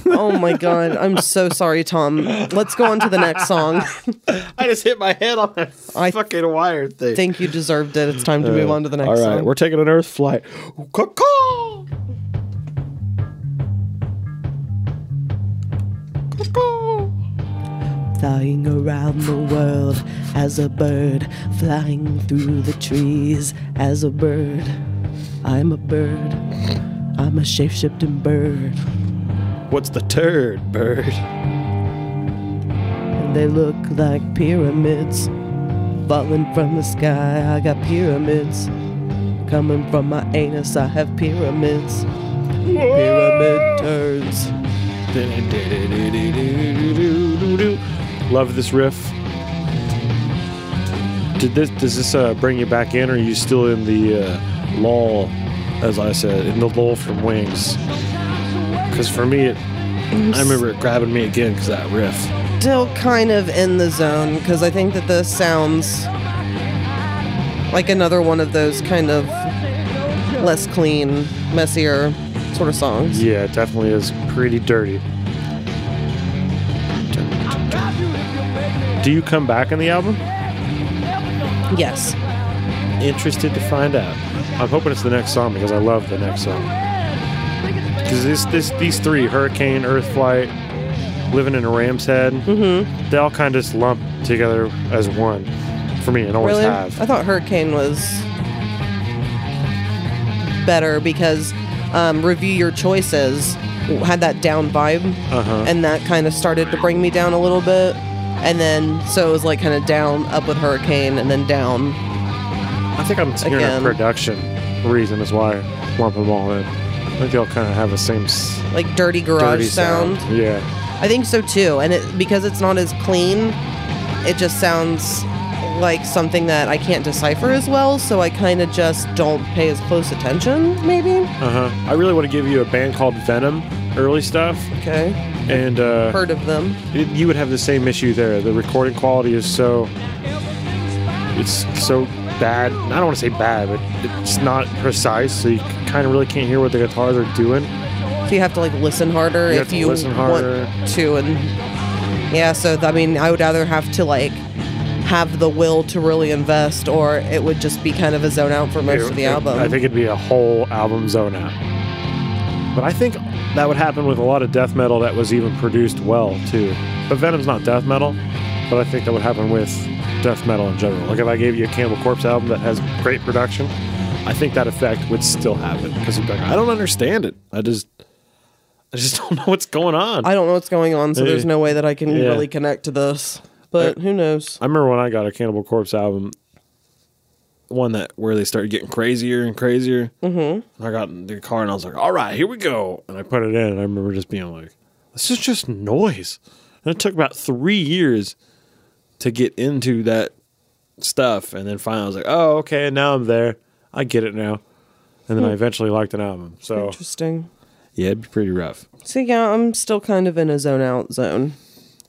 [SPEAKER 2] Oh my God. I'm so sorry, Tom. Let's go on to the next song.
[SPEAKER 1] I just hit my head on that
[SPEAKER 2] I
[SPEAKER 1] fucking wire thing.
[SPEAKER 2] think you deserved it. It's time to move on to the next
[SPEAKER 1] Uh, All right,
[SPEAKER 2] song.
[SPEAKER 1] we're taking an Earth flight. Caw-caw!
[SPEAKER 2] Flying around the world as a bird, flying through the trees as a bird. I'm a bird. I'm a shapeshifting bird.
[SPEAKER 1] What's the turd bird?
[SPEAKER 2] And they look like pyramids falling from the sky. I got pyramids coming from my anus. I have pyramids. Pyramid turns.
[SPEAKER 1] Love this riff. Did this? Does this uh, bring you back in, or are you still in the uh, lull? As I said, in the lull from Wings. Because for me, it, I remember it grabbing me again because that riff.
[SPEAKER 2] Still kind of in the zone because I think that this sounds like another one of those kind of less clean, messier sort of songs.
[SPEAKER 1] Yeah, it definitely is pretty dirty. Do you come back in the album?
[SPEAKER 2] Yes.
[SPEAKER 1] Interested to find out. I'm hoping it's the next song because I love the next song. Because this, this, these three Hurricane, Earthflight, Living in a Ram's Head,
[SPEAKER 2] Mm-hmm.
[SPEAKER 1] they all kind of just lump together as one for me and always
[SPEAKER 2] Really?
[SPEAKER 1] have.
[SPEAKER 2] I thought Hurricane was better because um, Review Your Choices had that down vibe,
[SPEAKER 1] Uh-huh.
[SPEAKER 2] and that kind of started to bring me down a little bit. And then, so it was like kind of down, up with Hurricane, and then down.
[SPEAKER 1] I think I'm hearing
[SPEAKER 2] Again.
[SPEAKER 1] a production reason is why I lump them all in. I think they all kind of have the same s-
[SPEAKER 2] Like dirty garage
[SPEAKER 1] dirty
[SPEAKER 2] sound.
[SPEAKER 1] sound. Yeah.
[SPEAKER 2] I think so too. And it, because it's not as clean, it just sounds like something that I can't decipher as well. So I kind of just don't pay as close attention, maybe.
[SPEAKER 1] Uh huh. I really want to give you a band called Venom, early stuff,
[SPEAKER 2] Okay.
[SPEAKER 1] and uh,
[SPEAKER 2] Heard of them.
[SPEAKER 1] it- you would have the same issue there. The recording quality is so it's so bad. I don't want to say bad, but it's not precise, so you kind of really can't hear what the guitars are doing.
[SPEAKER 2] So you have to like listen harder
[SPEAKER 1] You have
[SPEAKER 2] if
[SPEAKER 1] to
[SPEAKER 2] you
[SPEAKER 1] listen harder.
[SPEAKER 2] want to, and yeah. So th- I mean, I would either have to like have the will to really invest, or it would just be kind of a zone out for most
[SPEAKER 1] It-
[SPEAKER 2] of the
[SPEAKER 1] it-
[SPEAKER 2] album.
[SPEAKER 1] I think it'd be a whole album zone out. But I think that would happen with a lot of death metal that was even produced well too. But Venom's not death metal, but I think that would happen with death metal in general. Like if I gave you a Cannibal Corpse album that has great production, I think that effect would still happen because you'd be like, I don't understand it. I just, I just don't know what's going on.
[SPEAKER 2] I don't know what's going on, so there's
[SPEAKER 1] Eh,
[SPEAKER 2] no way that I can
[SPEAKER 1] yeah.
[SPEAKER 2] really connect to this. But who knows?
[SPEAKER 1] I remember when I got a Cannibal Corpse album,
[SPEAKER 4] one that where they started getting crazier and crazier. Mm-hmm. I got in the car and I was like, "All right, here we go." And I put it in, and I remember just being like, "This is just noise." And it took about three years to get into that stuff, and then finally I was like, "Oh, okay, now I'm there. I get it now." And then I eventually liked an album. So
[SPEAKER 2] Hmm. Interesting.
[SPEAKER 4] yeah, it'd be pretty rough.
[SPEAKER 2] So yeah, I'm still kind of in a zone out zone.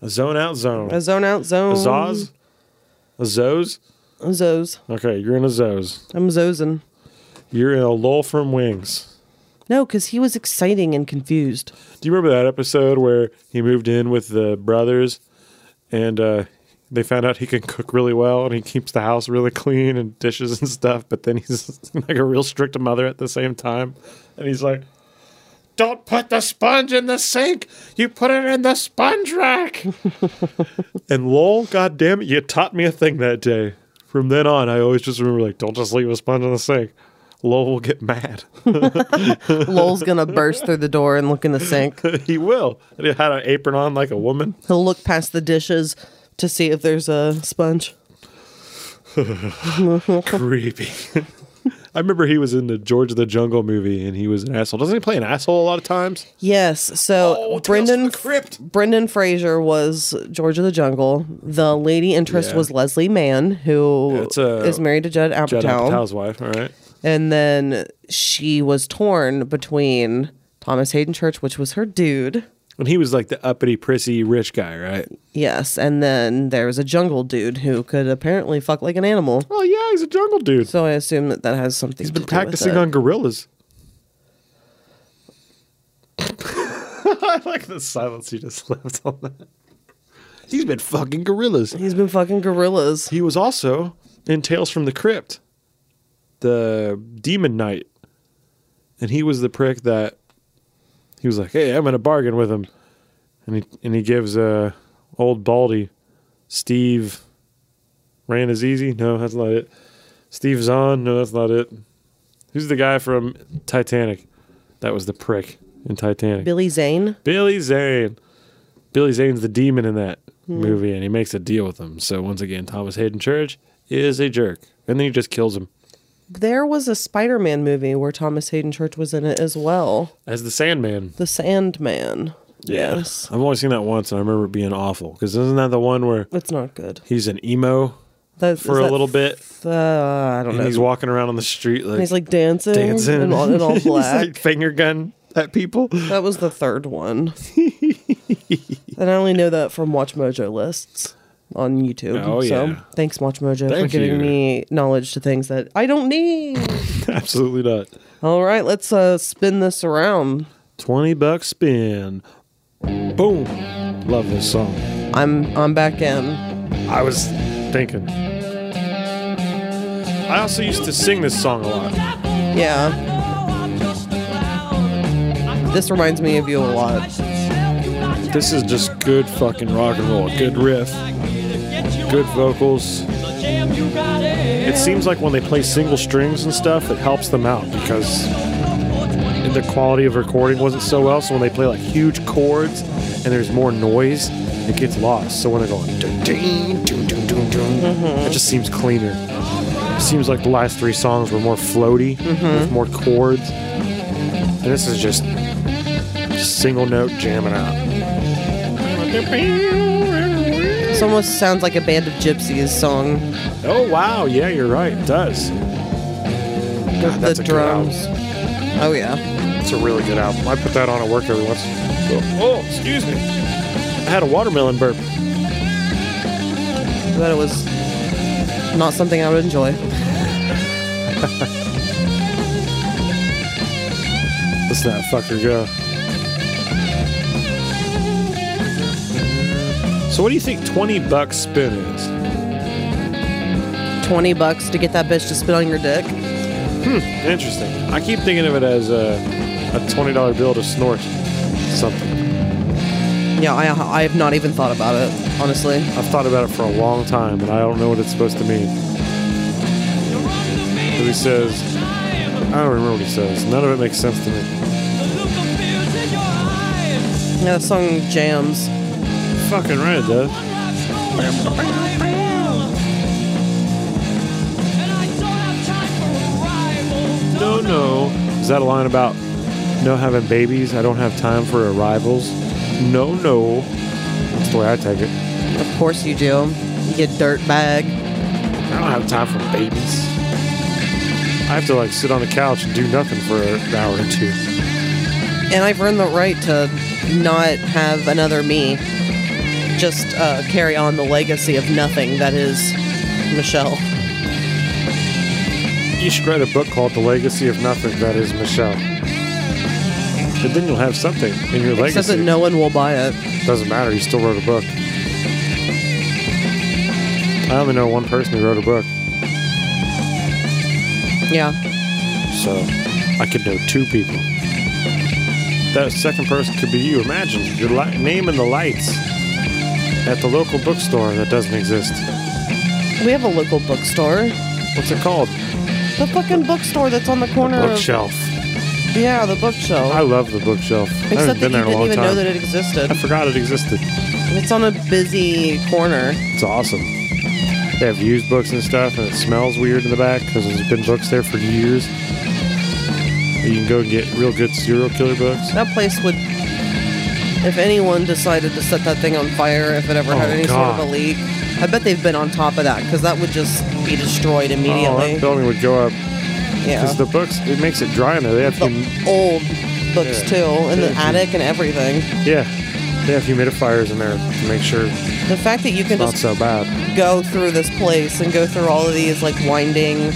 [SPEAKER 1] A zone out zone.
[SPEAKER 2] A zone out zone.
[SPEAKER 1] A Zoz? A Zoz?
[SPEAKER 2] A Zos.
[SPEAKER 1] Okay, you're in a Zoz.
[SPEAKER 2] I'm zozing.
[SPEAKER 1] You're in a lull from wings.
[SPEAKER 2] No, because he was exciting and confused.
[SPEAKER 1] Do you remember that episode where he moved in with the brothers and uh, they found out he can cook really well and he keeps the house really clean and dishes and stuff, but then he's like a real strict mother at the same time? And he's like, Don't put the sponge in the sink. You put it in the sponge rack. and lol, God damn it, you taught me a thing that day. From then on, I always just remember, like, don't just leave a sponge in the sink. Lowell will get mad.
[SPEAKER 2] Lowell's gonna burst through the door and look in the sink.
[SPEAKER 1] he will. And he had an apron on like a woman.
[SPEAKER 2] He'll look past the dishes to see if there's a sponge.
[SPEAKER 1] Creepy. I remember he was in the George of the Jungle movie and he was an asshole. Doesn't he play an asshole a lot of times?
[SPEAKER 2] Yes. So
[SPEAKER 1] Oh, Tales
[SPEAKER 2] Brendan
[SPEAKER 1] from the Crypt.
[SPEAKER 2] Brendan Fraser was George of the Jungle. The lady interest
[SPEAKER 1] Yeah.
[SPEAKER 2] was Leslie Mann, who
[SPEAKER 1] That's,
[SPEAKER 2] is
[SPEAKER 1] uh,
[SPEAKER 2] married to Judd Apatow.
[SPEAKER 1] Judd Apatow's wife. All right.
[SPEAKER 2] And then she was torn between Thomas Hayden Church, which was her dude.
[SPEAKER 1] And he was like the uppity, prissy, rich guy, right?
[SPEAKER 2] Yes, and then there was a jungle dude who could apparently fuck like an animal.
[SPEAKER 1] Oh yeah, he's a jungle dude.
[SPEAKER 2] So I assume that that has something.
[SPEAKER 1] he's
[SPEAKER 2] to
[SPEAKER 1] been
[SPEAKER 2] do with
[SPEAKER 1] practicing
[SPEAKER 2] it.
[SPEAKER 1] on gorillas. I like the silence you just left on that. He's been fucking gorillas.
[SPEAKER 2] He's been fucking gorillas.
[SPEAKER 1] He was also in Tales from the Crypt, the Demon Knight. And he was the prick that he was like, "Hey, I'm gonna bargain with him," and he and he gives uh, old Baldy, Steve, Ran is easy. No, that's not it. Steve Zahn. No, that's not it. Who's the guy from Titanic? That was the prick in Titanic.
[SPEAKER 2] Billy Zane.
[SPEAKER 1] Billy Zane. Billy Zane's the demon in that
[SPEAKER 2] Hmm.
[SPEAKER 1] movie, and he makes a deal with him. So once again, Thomas Hayden Church is a jerk, and then he just kills him
[SPEAKER 2] There was a Spider-Man movie where Thomas Hayden Church was in it as well.
[SPEAKER 1] as the Sandman.
[SPEAKER 2] The Sandman. Yes.
[SPEAKER 1] I've only seen that once, and I remember it being awful. Because isn't that the one where
[SPEAKER 2] It's not good.
[SPEAKER 1] he's an emo
[SPEAKER 2] That,
[SPEAKER 1] for
[SPEAKER 2] is
[SPEAKER 1] a
[SPEAKER 2] that
[SPEAKER 1] little bit,
[SPEAKER 2] th- uh, I don't
[SPEAKER 1] and
[SPEAKER 2] know.
[SPEAKER 1] he's walking around on the street like,
[SPEAKER 2] And he's, like dancing,
[SPEAKER 1] dancing
[SPEAKER 2] in all, in all
[SPEAKER 1] He's,
[SPEAKER 2] black.
[SPEAKER 1] like, finger gun at people.
[SPEAKER 2] that was the third one. and I only know that from Watch Mojo lists on YouTube.
[SPEAKER 1] Oh,
[SPEAKER 2] so
[SPEAKER 1] yeah.
[SPEAKER 2] thanks Watch Mojo
[SPEAKER 1] Thank
[SPEAKER 2] for giving
[SPEAKER 1] you.
[SPEAKER 2] me knowledge to things that I don't need.
[SPEAKER 1] Absolutely not.
[SPEAKER 2] all right, let's uh, spin this around.
[SPEAKER 1] Twenty bucks spin. Boom. Love this song.
[SPEAKER 2] I'm I'm back in.
[SPEAKER 1] I was thinking. I also used to sing this song a lot.
[SPEAKER 2] Yeah. This reminds me of you a lot.
[SPEAKER 1] This is just good fucking rock and roll. Good riff, good vocals. It seems like when they play single strings and stuff, it helps them out because the quality of recording wasn't so well. So when they play like huge chords and there's more noise, it gets lost. So when they're going, dun, dun, dun, dun, dun, dun, it just seems cleaner. It seems like the last three songs were more floaty, with more chords. And this is just single note jamming out.
[SPEAKER 2] This almost sounds like a band of gypsies song.
[SPEAKER 1] Oh wow, yeah, you're right. It does. God,
[SPEAKER 2] the
[SPEAKER 1] that's a good album.
[SPEAKER 2] drums. Oh yeah.
[SPEAKER 1] It's a really good album. I put that on at work every once. Oh, excuse me. I had a watermelon burp.
[SPEAKER 2] But it was not something I would enjoy.
[SPEAKER 1] Let's that fucker go. So what do you think 20 bucks spin is?
[SPEAKER 2] Twenty bucks to get that bitch to spit on your dick.
[SPEAKER 1] Interesting. I keep thinking of it as a, a $20 bill to snort something.
[SPEAKER 2] Yeah, I I have not even thought about it honestly.
[SPEAKER 1] I've thought about it for a long time and I don't know what it's supposed to mean. But he says, I don't remember what he says. None of it makes sense to me.
[SPEAKER 2] Yeah, that song jams.
[SPEAKER 1] Fucking right, it does.
[SPEAKER 3] And I don't have
[SPEAKER 1] Is that a line about no having babies? I don't have time for arrivals. No, no. That's the way I take it.
[SPEAKER 2] Of course you do. You get dirt bag.
[SPEAKER 1] I don't have time for babies. I have to like sit on a couch and do nothing for an hour or two.
[SPEAKER 2] And I've earned the right to not have another me. Just uh, carry on the legacy of nothing that is Michelle.
[SPEAKER 1] You should write a book called The Legacy of Nothing That Is Michelle. And then you'll have something in your
[SPEAKER 2] Except
[SPEAKER 1] legacy.
[SPEAKER 2] that no one will buy it.
[SPEAKER 1] Doesn't matter. You still wrote a book. I only know one person who wrote a book,
[SPEAKER 2] Yeah.
[SPEAKER 1] so I could know two people. That second person could be you. Imagine your li- name in the lights at the local bookstore that doesn't exist.
[SPEAKER 2] We have a local bookstore.
[SPEAKER 1] What's it called?
[SPEAKER 2] Hmm. The fucking bookstore that's on the corner of
[SPEAKER 1] Bookshelf.
[SPEAKER 2] yeah, the bookshelf.
[SPEAKER 1] I love the bookshelf. I haven't
[SPEAKER 2] Except
[SPEAKER 1] been
[SPEAKER 2] that you
[SPEAKER 1] there in a
[SPEAKER 2] didn't
[SPEAKER 1] long
[SPEAKER 2] even know that
[SPEAKER 1] time.
[SPEAKER 2] it existed.
[SPEAKER 1] I forgot it existed.
[SPEAKER 2] It's on a busy corner.
[SPEAKER 1] It's awesome. They have used books and stuff, and it smells weird in the back because there's been books there for years. You can go and get real good serial killer books.
[SPEAKER 2] That place would, if anyone decided to set that thing on fire, if it ever had
[SPEAKER 1] Oh,
[SPEAKER 2] any sort of
[SPEAKER 1] God.
[SPEAKER 2] a leak, I bet they've been on top of that because that would just be destroyed
[SPEAKER 1] Oh, that
[SPEAKER 2] immediately.
[SPEAKER 1] building would go up
[SPEAKER 2] yeah, Oh.
[SPEAKER 1] because the books it makes it dry in there. They have
[SPEAKER 2] the
[SPEAKER 1] hum-
[SPEAKER 2] old books
[SPEAKER 1] Yeah.
[SPEAKER 2] too, and the
[SPEAKER 1] Yeah.
[SPEAKER 2] attic and everything.
[SPEAKER 1] yeah, they have humidifiers in there to make sure it's
[SPEAKER 2] The fact that you can
[SPEAKER 1] not
[SPEAKER 2] just
[SPEAKER 1] so bad.
[SPEAKER 2] go through this place and go through all of these like winding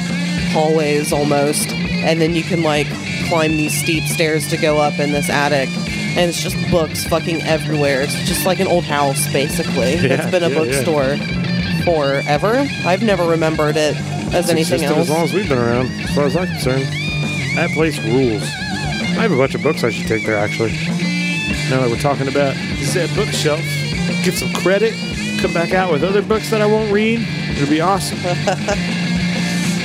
[SPEAKER 2] hallways almost and then you can like climb these steep stairs to go up in this attic and it's just books fucking everywhere it's just like an old house basically it's been a
[SPEAKER 1] yeah, yeah.
[SPEAKER 2] bookstore forever i've never remembered it as anything
[SPEAKER 1] Existed
[SPEAKER 2] else
[SPEAKER 1] As long as we've been around, as far as I'm concerned, that place rules. I have a bunch of books I should take there actually. Now that we're talking about this that bookshelf, get some credit, come back out with other books that I won't read. It'll be awesome.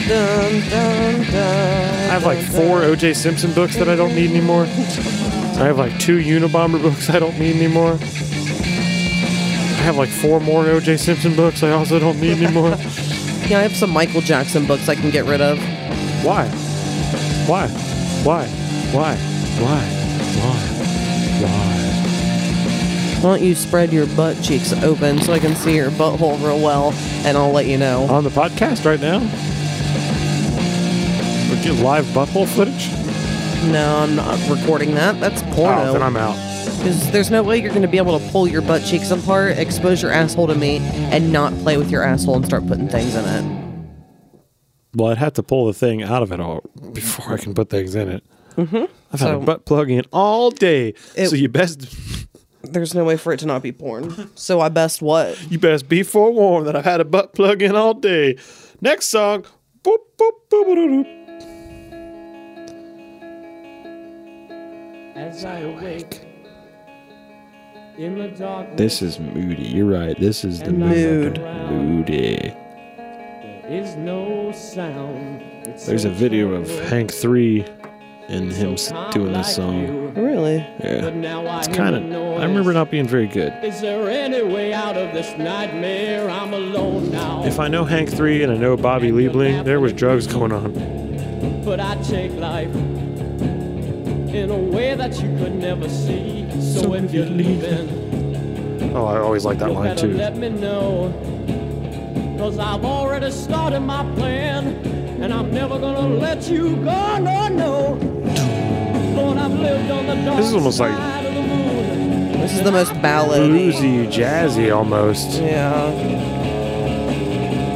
[SPEAKER 2] Dun, dun, dun,
[SPEAKER 1] I have like four O.J. Simpson books that I don't need anymore. I have like two Unabomber books I don't need anymore. I have like four more O.J. Simpson books I also don't need anymore.
[SPEAKER 2] yeah i have some michael jackson books i can get rid of
[SPEAKER 1] Why? Why? Why? Why? Why? Why? Why?
[SPEAKER 2] why don't you spread your butt cheeks open so i can see your butthole real well and i'll let you know
[SPEAKER 1] On the podcast right now? We get live butthole footage?
[SPEAKER 2] No, I'm not recording that. That's
[SPEAKER 1] Wow, Oh, then
[SPEAKER 2] porno.
[SPEAKER 1] I'm out.
[SPEAKER 2] 'Cause there's no way you're going to be able to pull your butt cheeks apart, expose your asshole to me, and not play with your asshole and start putting things in it.
[SPEAKER 1] Well, I'd have to pull the thing out of it all before I can put things in it. Mm-hmm. I've had a
[SPEAKER 2] So-
[SPEAKER 1] butt plug in all day,
[SPEAKER 2] It-
[SPEAKER 1] so you best
[SPEAKER 2] There's no way for it to not be porn. So I best what?
[SPEAKER 1] you best be forewarned that I've had a butt plug in all day. Next song. Boop, boop, boop, boop, boop, boop.
[SPEAKER 3] As I awake in the dark,
[SPEAKER 8] This is moody. You're right. This is the
[SPEAKER 2] Mood.
[SPEAKER 8] moody.
[SPEAKER 3] there is no sound. It's
[SPEAKER 8] There's a video of Hank Three and him s- doing this song.
[SPEAKER 2] Really?
[SPEAKER 8] Yeah,
[SPEAKER 3] It's
[SPEAKER 8] kind of. I remember not being very good.
[SPEAKER 3] Is there any way out of this nightmare? I'm alone now.
[SPEAKER 1] If I know Hank Three and I know Bobby Liebling, there was drugs going on.
[SPEAKER 3] but I take life in a way that you could never see. So, if you're leaving,
[SPEAKER 1] Oh, I always like that
[SPEAKER 3] you
[SPEAKER 1] line
[SPEAKER 3] better
[SPEAKER 1] too.
[SPEAKER 3] let me know. Cause I've already started my plan, and I'm never gonna let you go, no, no. Lord, I've lived on the dark
[SPEAKER 1] This is almost like
[SPEAKER 3] side of the moon.
[SPEAKER 2] This is the most ballad.
[SPEAKER 1] Bluesy, jazzy, almost.
[SPEAKER 2] Yeah.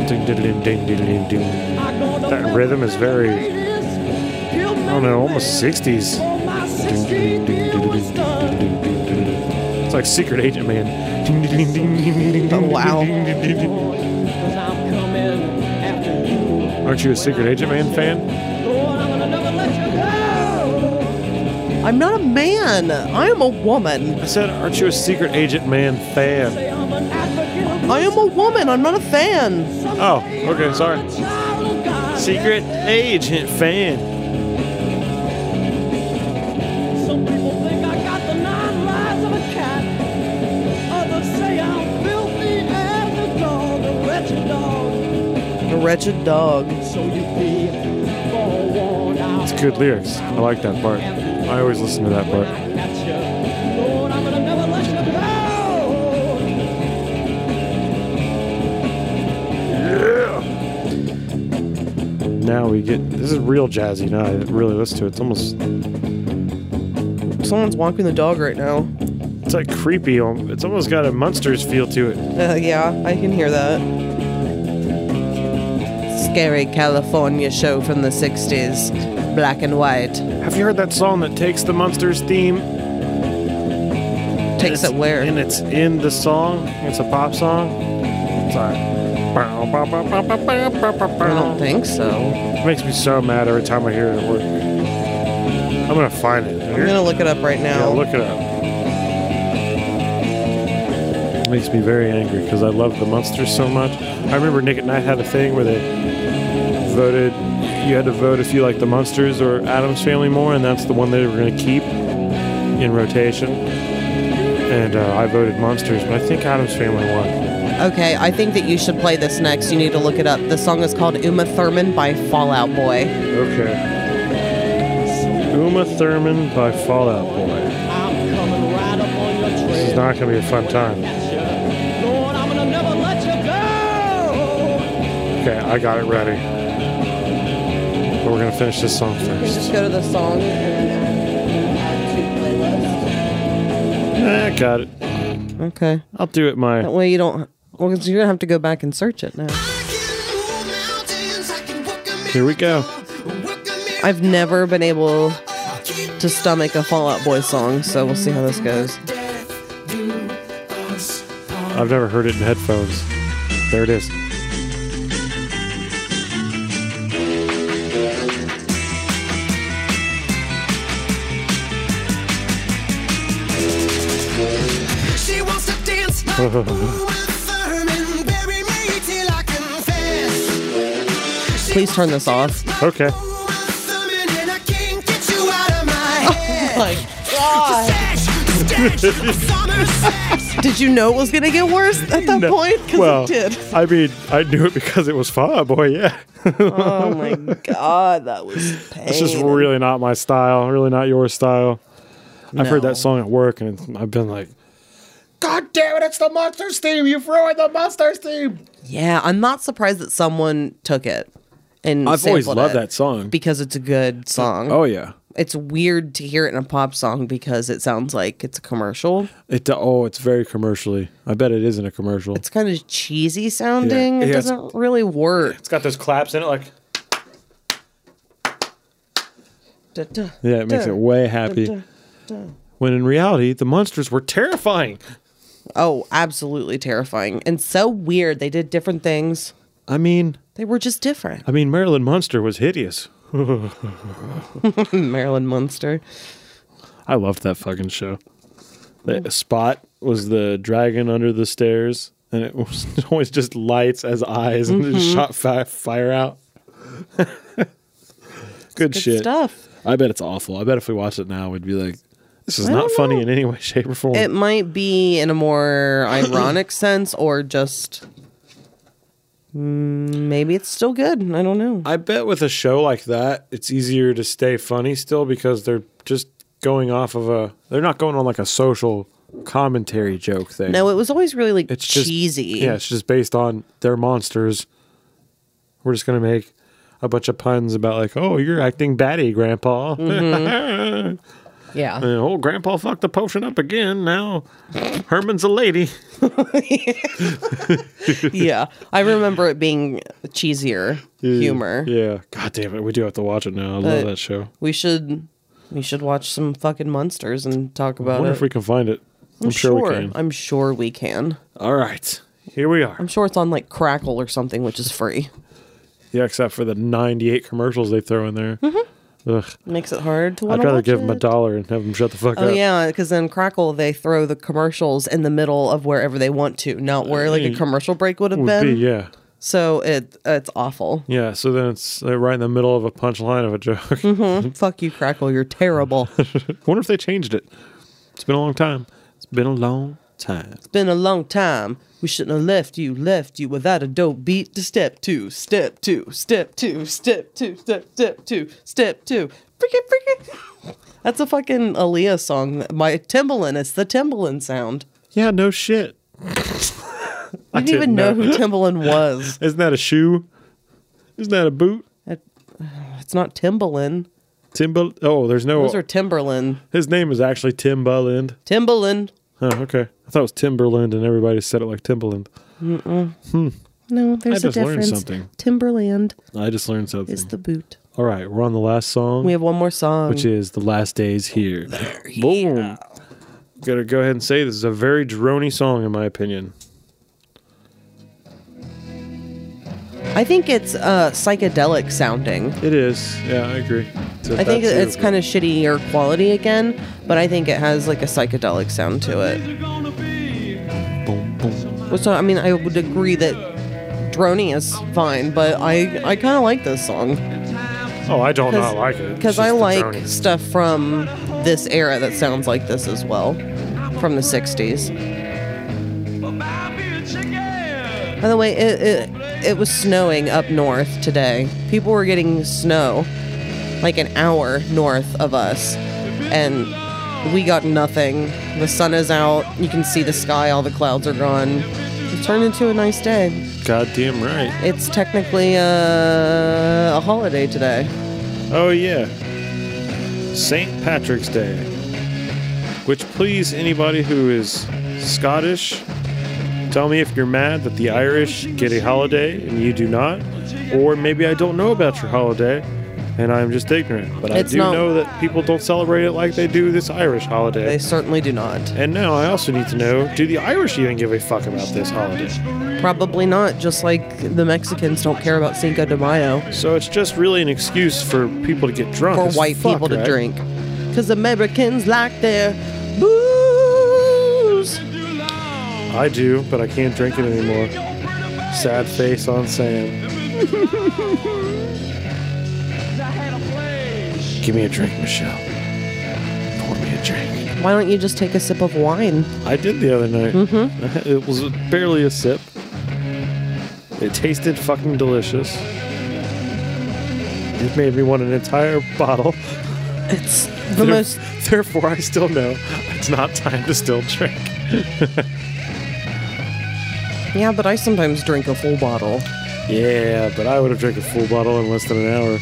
[SPEAKER 1] Ding, ding, ding, ding, ding, ding, ding.
[SPEAKER 3] I'm gonna
[SPEAKER 1] That
[SPEAKER 3] let
[SPEAKER 1] rhythm is very, I
[SPEAKER 3] I
[SPEAKER 1] don't know, Oh, almost '60s. It's like Secret Agent Man. Ding, ding, ding, ding, ding, ding, ding,
[SPEAKER 2] wow.
[SPEAKER 1] ding, ding, ding, ding.
[SPEAKER 3] I'm coming after you.
[SPEAKER 1] Aren't you a Secret Agent Man fan?
[SPEAKER 3] Lord, I'm gonna never let you go.
[SPEAKER 2] I'm not a man. I am a woman.
[SPEAKER 1] I said, aren't you a Secret Agent Man fan?
[SPEAKER 3] Say I'm an advocate of
[SPEAKER 2] I am a woman. I'm not a fan.
[SPEAKER 1] Oh, okay, sorry.
[SPEAKER 3] the child of God.
[SPEAKER 1] Secret Agent fan.
[SPEAKER 3] Some people think I got the nine lives of a cat. Others say I'm filthy as a dog, a wretched dog.
[SPEAKER 2] A wretched dog.
[SPEAKER 3] So you be forewarned. It's
[SPEAKER 1] good lyrics. I like that part. I always listen to that
[SPEAKER 3] When
[SPEAKER 1] part.
[SPEAKER 3] I catch you, Lord, I'm gonna never let you go.
[SPEAKER 1] Now we get this is real jazzy. Now I really listen to it. It's almost
[SPEAKER 2] Someone's walking the dog right now.
[SPEAKER 1] it's like creepy. um, It's almost got a Munsters feel to it.
[SPEAKER 2] Uh, yeah, I can hear that. Scary California show from the 60s. Black and white.
[SPEAKER 1] Have you heard that song that takes the Munsters theme? It's-
[SPEAKER 2] Takes it where?
[SPEAKER 1] And it's in the song. It's a pop song. It's like.
[SPEAKER 2] I don't think so.
[SPEAKER 1] It makes me so mad every time I hear it at work. I'm gonna find it.
[SPEAKER 2] I'm gonna look it up right
[SPEAKER 1] yeah,
[SPEAKER 2] now.
[SPEAKER 1] look it up. It makes me very angry because I love the Munsters so much. I remember Nick at Night had a thing where they voted. You had to vote if you liked the Munsters or Adam's Family more, and that's the one they were gonna keep in rotation. And uh, I voted Munsters, but I think Adam's Family won.
[SPEAKER 2] Okay, I think that you should play this next. You need to look it up. The song is called Uma Thurman by Fallout Boy.
[SPEAKER 1] Okay. Uma Thurman by Fallout Boy.
[SPEAKER 3] I'm coming right up on your trail.
[SPEAKER 1] This is not going to be a fun time.
[SPEAKER 3] Catch you, Lord, I'm gonna never let you go.
[SPEAKER 1] Okay, I got it ready. But we're going to finish this song first.
[SPEAKER 2] go to the song.
[SPEAKER 1] I Eh, got it.
[SPEAKER 2] Okay.
[SPEAKER 1] I'll do it
[SPEAKER 2] That
[SPEAKER 1] my.
[SPEAKER 2] way you don't. Well, 'cause you're gonna have to go back and search it now.
[SPEAKER 1] Here we go.
[SPEAKER 2] I've never been able to stomach a Fallout Boy song, so we'll see how this goes.
[SPEAKER 1] I've never heard it in headphones. There it is.
[SPEAKER 7] She wants to dance like Uma Thurman. Bury me till I confess.
[SPEAKER 2] Please turn this off.
[SPEAKER 1] Okay.
[SPEAKER 7] Uma Thurman, and I can't get you out of my head.
[SPEAKER 2] Like, God.
[SPEAKER 7] Sex, sketch, summer sex.
[SPEAKER 2] Did you know it was gonna get worse at that point? Because
[SPEAKER 1] Well,
[SPEAKER 2] it did.
[SPEAKER 1] I mean, I knew it because it was Fallout Boy, yeah.
[SPEAKER 2] Oh my God, that was pain.
[SPEAKER 1] It's just really not my style, really not your style. I've heard
[SPEAKER 2] No.
[SPEAKER 1] that song at work and it's, I've been like, God damn it, it's the Monsters theme. You've ruined the Monsters theme.
[SPEAKER 2] Yeah, I'm not surprised that someone took it. And
[SPEAKER 4] I've always
[SPEAKER 2] sampled
[SPEAKER 4] loved
[SPEAKER 2] it
[SPEAKER 4] that song.
[SPEAKER 2] because it's a good song.
[SPEAKER 4] Oh yeah,
[SPEAKER 2] It's weird to hear it in a pop song because it sounds like it's a commercial.
[SPEAKER 4] it. do- Oh, it's very commercially. I bet it isn't a commercial.
[SPEAKER 2] It's kind of cheesy
[SPEAKER 4] Yeah,
[SPEAKER 2] sounding. It
[SPEAKER 4] it's-
[SPEAKER 2] doesn't really work.
[SPEAKER 1] It's got those claps in it, like.
[SPEAKER 2] Duh, duh.
[SPEAKER 4] yeah, it makes it way happy.
[SPEAKER 1] When in reality, the monsters were terrifying.
[SPEAKER 2] Oh, absolutely terrifying and so weird. They did different things.
[SPEAKER 1] I mean,
[SPEAKER 2] They were just different.
[SPEAKER 1] I mean, Marilyn Monster was hideous.
[SPEAKER 2] Marilyn Munster.
[SPEAKER 1] I loved that fucking show. The spot was the dragon under the stairs, and it was always just lights as eyes, and
[SPEAKER 2] Mm-hmm.
[SPEAKER 1] it shot fi- fire out. good,
[SPEAKER 2] Good
[SPEAKER 1] shit.
[SPEAKER 2] stuff.
[SPEAKER 1] I bet it's awful. I bet if we watched it now, we'd be like, "This is
[SPEAKER 2] I
[SPEAKER 1] not
[SPEAKER 2] don't
[SPEAKER 1] funny
[SPEAKER 2] know.
[SPEAKER 1] in any way, shape, or form."
[SPEAKER 2] It might be in a more ironic sense or just Mm, maybe it's still good. I don't know.
[SPEAKER 1] I bet with a show like that, it's easier to stay funny still because they're just going off of a. They're not going on like a social commentary joke thing.
[SPEAKER 2] No, it was always really like
[SPEAKER 1] it's just
[SPEAKER 2] cheesy.
[SPEAKER 1] Yeah, it's just based on they're monsters. We're just gonna make a bunch of puns about like, oh, you're acting batty, Grandpa.
[SPEAKER 2] Yeah.
[SPEAKER 1] And, oh, Grandpa fucked the potion up again. Now Herman's a lady.
[SPEAKER 2] yeah. I remember it being cheesier humor.
[SPEAKER 1] Yeah. God damn it, we do have to watch it now. I love
[SPEAKER 2] But-
[SPEAKER 1] that show.
[SPEAKER 2] We should we should watch some fucking monsters and talk
[SPEAKER 1] I
[SPEAKER 2] about
[SPEAKER 1] wonder
[SPEAKER 2] it.
[SPEAKER 1] if we can find it. I'm, sure, we can.
[SPEAKER 2] I'm sure we can.
[SPEAKER 1] All right. Here we are.
[SPEAKER 2] I'm sure it's on like Crackle or something, which is free.
[SPEAKER 1] Yeah, except for the 98 commercials they throw in there. Ugh.
[SPEAKER 2] Makes it hard to.
[SPEAKER 1] I'd
[SPEAKER 2] Mm-hmm. wanna
[SPEAKER 1] rather
[SPEAKER 2] watch
[SPEAKER 1] give them a
[SPEAKER 2] it.
[SPEAKER 1] dollar and have them shut the fuck
[SPEAKER 2] Oh
[SPEAKER 1] up.
[SPEAKER 2] yeah, because then Crackle they throw the commercials in the middle of wherever they want to, not where like a
[SPEAKER 1] Uh,
[SPEAKER 2] commercial break would have
[SPEAKER 1] Would
[SPEAKER 2] been.
[SPEAKER 1] be, yeah.
[SPEAKER 2] So it it's awful.
[SPEAKER 1] Yeah, so then it's uh, right in the middle of a punchline of a joke.
[SPEAKER 2] Fuck you, Crackle. You're terrible.
[SPEAKER 1] wonder if they changed it. It's been a long time. It's been a long
[SPEAKER 4] time.
[SPEAKER 2] It's been a long time. We shouldn't have left you, left you without a dope beat to step two, step two, step two, step two, step step two, step two. Freaking freaking. That's a fucking Aaliyah song. My Timbaland. It's the Timbaland sound.
[SPEAKER 1] Yeah, no shit.
[SPEAKER 2] I didn't, even know, who Timbaland was.
[SPEAKER 1] Isn't that a shoe? Isn't that a boot?
[SPEAKER 2] It's not Timbaland.
[SPEAKER 1] Timbal. Oh, there's no.
[SPEAKER 2] Those are Timberland.
[SPEAKER 1] His name is actually Timbaland.
[SPEAKER 2] Timbaland.
[SPEAKER 1] Oh, okay. I thought it was Timberland, and everybody said it like Timbaland.
[SPEAKER 6] No, there's
[SPEAKER 1] I
[SPEAKER 6] a
[SPEAKER 1] just learned
[SPEAKER 6] difference.
[SPEAKER 1] something.
[SPEAKER 6] Timberland
[SPEAKER 1] I just learned something.
[SPEAKER 6] is the boot.
[SPEAKER 1] All right, we're on the last song,
[SPEAKER 2] We have one more song.
[SPEAKER 1] which is "The Last Days Here." Boom. Gotta go ahead and say this is a very drony song, in my opinion.
[SPEAKER 2] I think it's uh, psychedelic sounding.
[SPEAKER 1] It is. Yeah, I agree. So
[SPEAKER 2] I think
[SPEAKER 1] that's
[SPEAKER 2] it's
[SPEAKER 1] it.
[SPEAKER 2] kind of shittier quality again, but I think it has like a psychedelic sound to it. Which I mean, I would agree that droning is fine, but I I kind of like this song
[SPEAKER 1] Oh, I don't
[SPEAKER 2] Cause-
[SPEAKER 1] not like it. It's
[SPEAKER 2] because
[SPEAKER 1] just
[SPEAKER 2] I
[SPEAKER 1] the
[SPEAKER 2] like
[SPEAKER 1] drony.
[SPEAKER 2] stuff from this era that sounds like this as well, from the '60s. By the way, it it, it was snowing up north today. People were getting snow, like an hour north of us, and we got nothing. The sun is out. You can see the sky. All the clouds are gone. It turned into a nice day.
[SPEAKER 1] Goddamn right.
[SPEAKER 2] It's technically uh, a holiday today.
[SPEAKER 1] Oh yeah. St. Patrick's Day. Which please anybody who is Scottish, tell me if you're mad that the Irish get a holiday and you do not, or maybe I don't know about your holiday and I'm just ignorant. But I
[SPEAKER 2] It's
[SPEAKER 1] do
[SPEAKER 2] not-
[SPEAKER 1] know that people don't celebrate it like they do this Irish holiday.
[SPEAKER 2] They certainly do not.
[SPEAKER 1] And now I also need to know do the Irish even give a fuck about this holiday?
[SPEAKER 2] Probably not, just like the Mexicans don't care about Cinco de Mayo
[SPEAKER 1] So it's just really an excuse for people to get drunk.
[SPEAKER 2] for
[SPEAKER 1] as
[SPEAKER 2] white
[SPEAKER 1] fuck,
[SPEAKER 2] people to
[SPEAKER 1] right?
[SPEAKER 2] drink. Because Americans like their booze.
[SPEAKER 1] I do, but I can't drink it anymore. Sad face on Sam. Give me a drink, Michelle. Pour me a drink.
[SPEAKER 2] Why don't you just take a sip of wine?
[SPEAKER 1] I did the other night. Mm-hmm. It was barely a sip. It tasted fucking delicious. It made me want an entire bottle.
[SPEAKER 2] It's the
[SPEAKER 1] There-
[SPEAKER 2] most.
[SPEAKER 1] Therefore, I still know it's not time to still drink.
[SPEAKER 2] Yeah, but I sometimes drink a full bottle.
[SPEAKER 1] Yeah, but I would have drank a full bottle in less than an hour.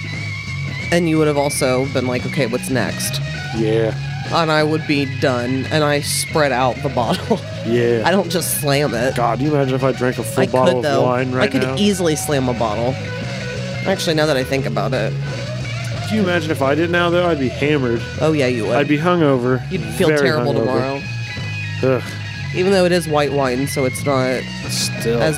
[SPEAKER 2] And you would have also been like, okay, what's next?
[SPEAKER 1] Yeah,
[SPEAKER 2] And I would be done, and I spread out the bottle.
[SPEAKER 1] yeah.
[SPEAKER 2] I don't just slam it.
[SPEAKER 1] God, do you imagine if I drank a full
[SPEAKER 2] I
[SPEAKER 1] bottle
[SPEAKER 2] could
[SPEAKER 1] of
[SPEAKER 2] though.
[SPEAKER 1] wine right
[SPEAKER 2] I could
[SPEAKER 1] now?
[SPEAKER 2] easily slam a bottle. Actually, now that I think about it,
[SPEAKER 1] Can you imagine if I did now though? I'd be hammered.
[SPEAKER 2] oh yeah, you would.
[SPEAKER 1] I'd be hungover.
[SPEAKER 2] You'd feel
[SPEAKER 1] very
[SPEAKER 2] terrible
[SPEAKER 1] hungover.
[SPEAKER 2] tomorrow.
[SPEAKER 1] Ugh,
[SPEAKER 2] Even though it is white wine, so it's not
[SPEAKER 1] still.
[SPEAKER 2] as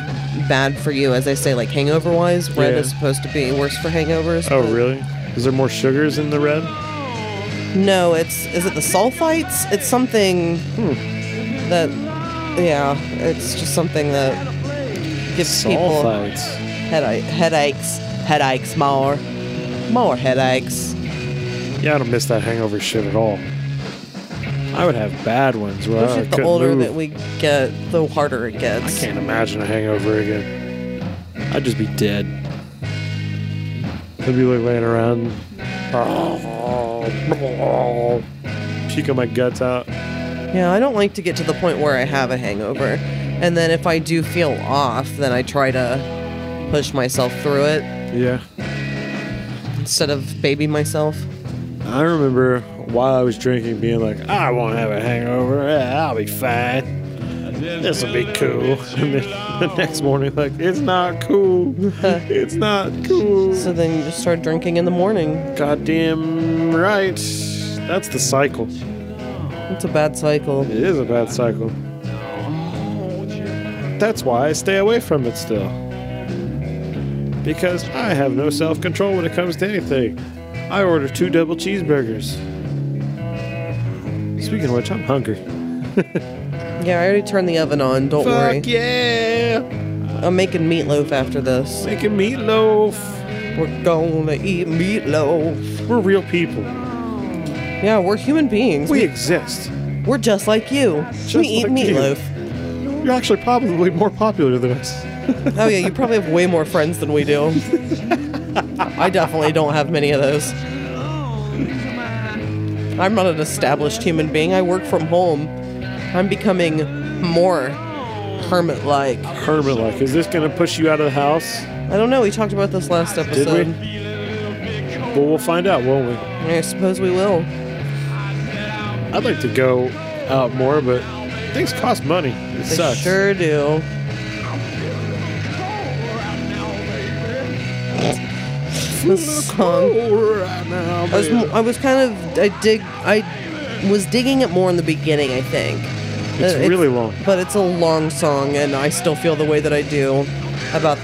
[SPEAKER 2] bad for you as they say, like hangover wise. Red
[SPEAKER 1] Oh. Yeah.
[SPEAKER 2] is supposed to be worse for hangovers.
[SPEAKER 1] oh
[SPEAKER 2] but-
[SPEAKER 1] really? Is there more sugars in the red?
[SPEAKER 2] No, it's is it the sulfites? It's something
[SPEAKER 1] Hmm.
[SPEAKER 2] that, yeah, it's just something that gives people
[SPEAKER 1] Sulfites.
[SPEAKER 2] headache, headaches, headaches more, more headaches.
[SPEAKER 1] Yeah, I don't miss that hangover shit at all. I would have bad ones where I
[SPEAKER 2] Especially
[SPEAKER 1] Oh, couldn't
[SPEAKER 2] the older
[SPEAKER 1] move.
[SPEAKER 2] that we get, the harder it
[SPEAKER 1] I
[SPEAKER 2] gets.
[SPEAKER 1] can't imagine a hangover again. I'd just be dead. I'd be like laying around. Puking my guts out.
[SPEAKER 2] Yeah, I don't like to get to the point where I have a hangover. And then if I do feel off, then I try to push myself through it
[SPEAKER 1] Yeah.
[SPEAKER 2] instead of baby myself.
[SPEAKER 1] I remember while I was drinking being like, I won't have a hangover. Yeah, I'll be fine. This will be cool. And then the next morning, like, it's not cool. it's not cool.
[SPEAKER 2] So then you just start drinking in the morning.
[SPEAKER 1] Goddamn right. That's the cycle.
[SPEAKER 2] It's a bad cycle.
[SPEAKER 1] It is a bad cycle. That's why I stay away from it still. Because I have no self control when it comes to anything. I order two double cheeseburgers. Speaking of which, I'm hungry.
[SPEAKER 2] Yeah, I already turned the oven on. Don't worry.
[SPEAKER 1] Fuck yeah!
[SPEAKER 2] I'm making meatloaf after this.
[SPEAKER 1] Making meatloaf.
[SPEAKER 2] We're gonna eat meatloaf.
[SPEAKER 1] We're real people.
[SPEAKER 2] Yeah, we're human beings.
[SPEAKER 1] We exist.
[SPEAKER 2] We're just like you.
[SPEAKER 1] Just
[SPEAKER 2] we eat
[SPEAKER 1] like you.
[SPEAKER 2] meatloaf.
[SPEAKER 1] You're actually probably more popular than us.
[SPEAKER 2] Oh yeah, you probably have way more friends than we do. I definitely don't have many of those. I'm not an established human being. I work from home. I'm becoming more hermit like.
[SPEAKER 1] Hermit like, is this going to push you out of the house?
[SPEAKER 2] I don't know. We talked about this last
[SPEAKER 1] Did
[SPEAKER 2] episode.
[SPEAKER 1] we? Well, we'll find out, won't we?
[SPEAKER 2] I suppose we will.
[SPEAKER 1] I'd like to go out more, but things cost money. It
[SPEAKER 2] They
[SPEAKER 1] sucks.
[SPEAKER 2] sure do. This song.
[SPEAKER 1] Right now,
[SPEAKER 2] I was,
[SPEAKER 1] baby.
[SPEAKER 2] I was kind of I dig I was digging it more in the beginning I think. Uh,
[SPEAKER 1] It's really long.
[SPEAKER 2] but it's a long song, and I still feel the way that I do about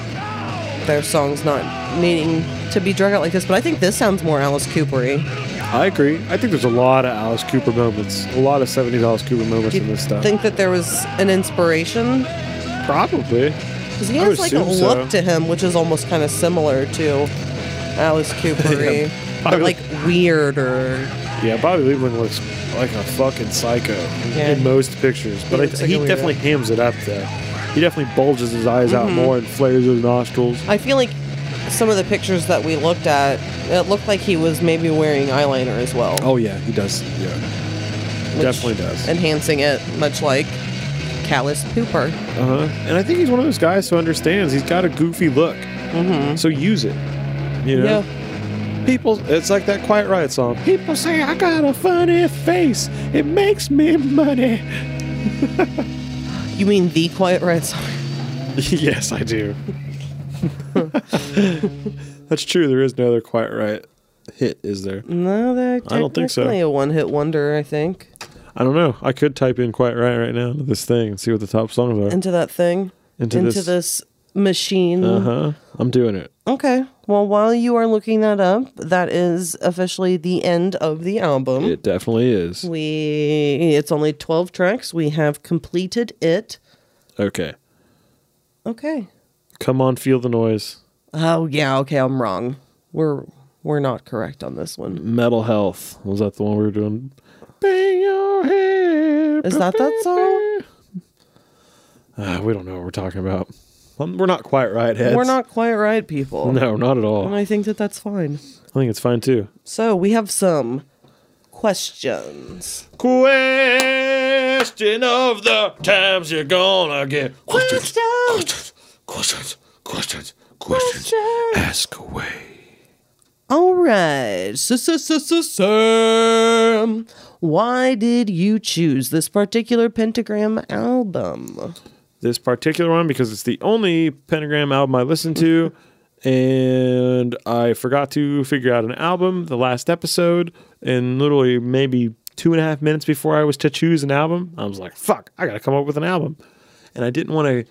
[SPEAKER 2] their songs not needing to be drug out like this. But I think this sounds more Alice Coopery.
[SPEAKER 1] I agree. I think there's a lot of Alice Cooper moments, a lot of '70s Alice Cooper moments
[SPEAKER 2] Do
[SPEAKER 1] in
[SPEAKER 2] you
[SPEAKER 1] this stuff.
[SPEAKER 2] think that there was an inspiration?
[SPEAKER 1] Probably.
[SPEAKER 2] Because he
[SPEAKER 1] I
[SPEAKER 2] has
[SPEAKER 1] would
[SPEAKER 2] like a
[SPEAKER 1] assume
[SPEAKER 2] look
[SPEAKER 1] so.
[SPEAKER 2] to him, which is almost kind of similar to Alice Coopery, but
[SPEAKER 1] Probably.
[SPEAKER 2] like weirder.
[SPEAKER 1] Yeah, Bobby Liebling looks like a fucking psycho in-
[SPEAKER 2] Yeah.
[SPEAKER 1] in most pictures, but I,
[SPEAKER 2] looks like
[SPEAKER 1] he
[SPEAKER 2] a weirdo.
[SPEAKER 1] definitely hams it up though. He definitely bulges his eyes out
[SPEAKER 2] Mm-hmm.
[SPEAKER 1] more and flares his nostrils.
[SPEAKER 2] I feel like some of the pictures that we looked at, it looked like he was maybe wearing eyeliner as well.
[SPEAKER 1] Oh yeah, he does. Yeah,
[SPEAKER 2] which-
[SPEAKER 1] definitely does.
[SPEAKER 2] Enhancing it, much like Callous Pooper.
[SPEAKER 1] Uh-huh. And I think he's one of those guys who understands he's got a goofy look.
[SPEAKER 2] Mm-hmm.
[SPEAKER 1] So use it. You know? People, it's like that Quiet Riot song. People say, I got a funny face. It makes me money.
[SPEAKER 2] You mean the Quiet Riot song?
[SPEAKER 1] yes, I do. That's true. There is no other Quiet Riot hit, is there?
[SPEAKER 2] No, they're
[SPEAKER 1] I don't think so.
[SPEAKER 2] technically a one-hit wonder, I think,
[SPEAKER 1] I don't know. I could type in Quiet Riot right now into this thing and see what the top songs are.
[SPEAKER 2] into Uh-huh. that thing,
[SPEAKER 1] Into this-
[SPEAKER 2] machine.
[SPEAKER 1] Uh huh. I'm doing it.
[SPEAKER 2] Okay. Well, while you are looking that up, that is officially the end of the album.
[SPEAKER 1] It definitely is.
[SPEAKER 2] we it's only 12 tracks. We have completed it.
[SPEAKER 1] Okay.
[SPEAKER 2] Okay.
[SPEAKER 1] Come on, feel the noise.
[SPEAKER 2] Oh yeah, okay, I'm wrong. We're we're not correct on this one.
[SPEAKER 1] Metal Health. Was that the one we were doing? Bang your head.
[SPEAKER 2] Is that that song?
[SPEAKER 1] Uh, we don't know what we're talking about. Um, we're not quite right, heads.
[SPEAKER 2] We're not quite right, people.
[SPEAKER 1] No, not at all.
[SPEAKER 2] And
[SPEAKER 1] I
[SPEAKER 2] I think that that's fine.
[SPEAKER 1] think it's fine too.
[SPEAKER 2] So we have some questions.
[SPEAKER 4] Question of the times you're gonna get.
[SPEAKER 2] Questions.
[SPEAKER 1] Oh,
[SPEAKER 5] Questions, questions, questions. Ask away.
[SPEAKER 2] All right. So, so, so, so, Sam, why did you choose this particular pentagram album?
[SPEAKER 1] This particular one because it's the only Pentagram album I listened to, and I forgot to figure out an album the last episode, and literally maybe two and a half minutes before I was to choose an album, I was like, "Fuck, I gotta come up with an album," and I didn't want to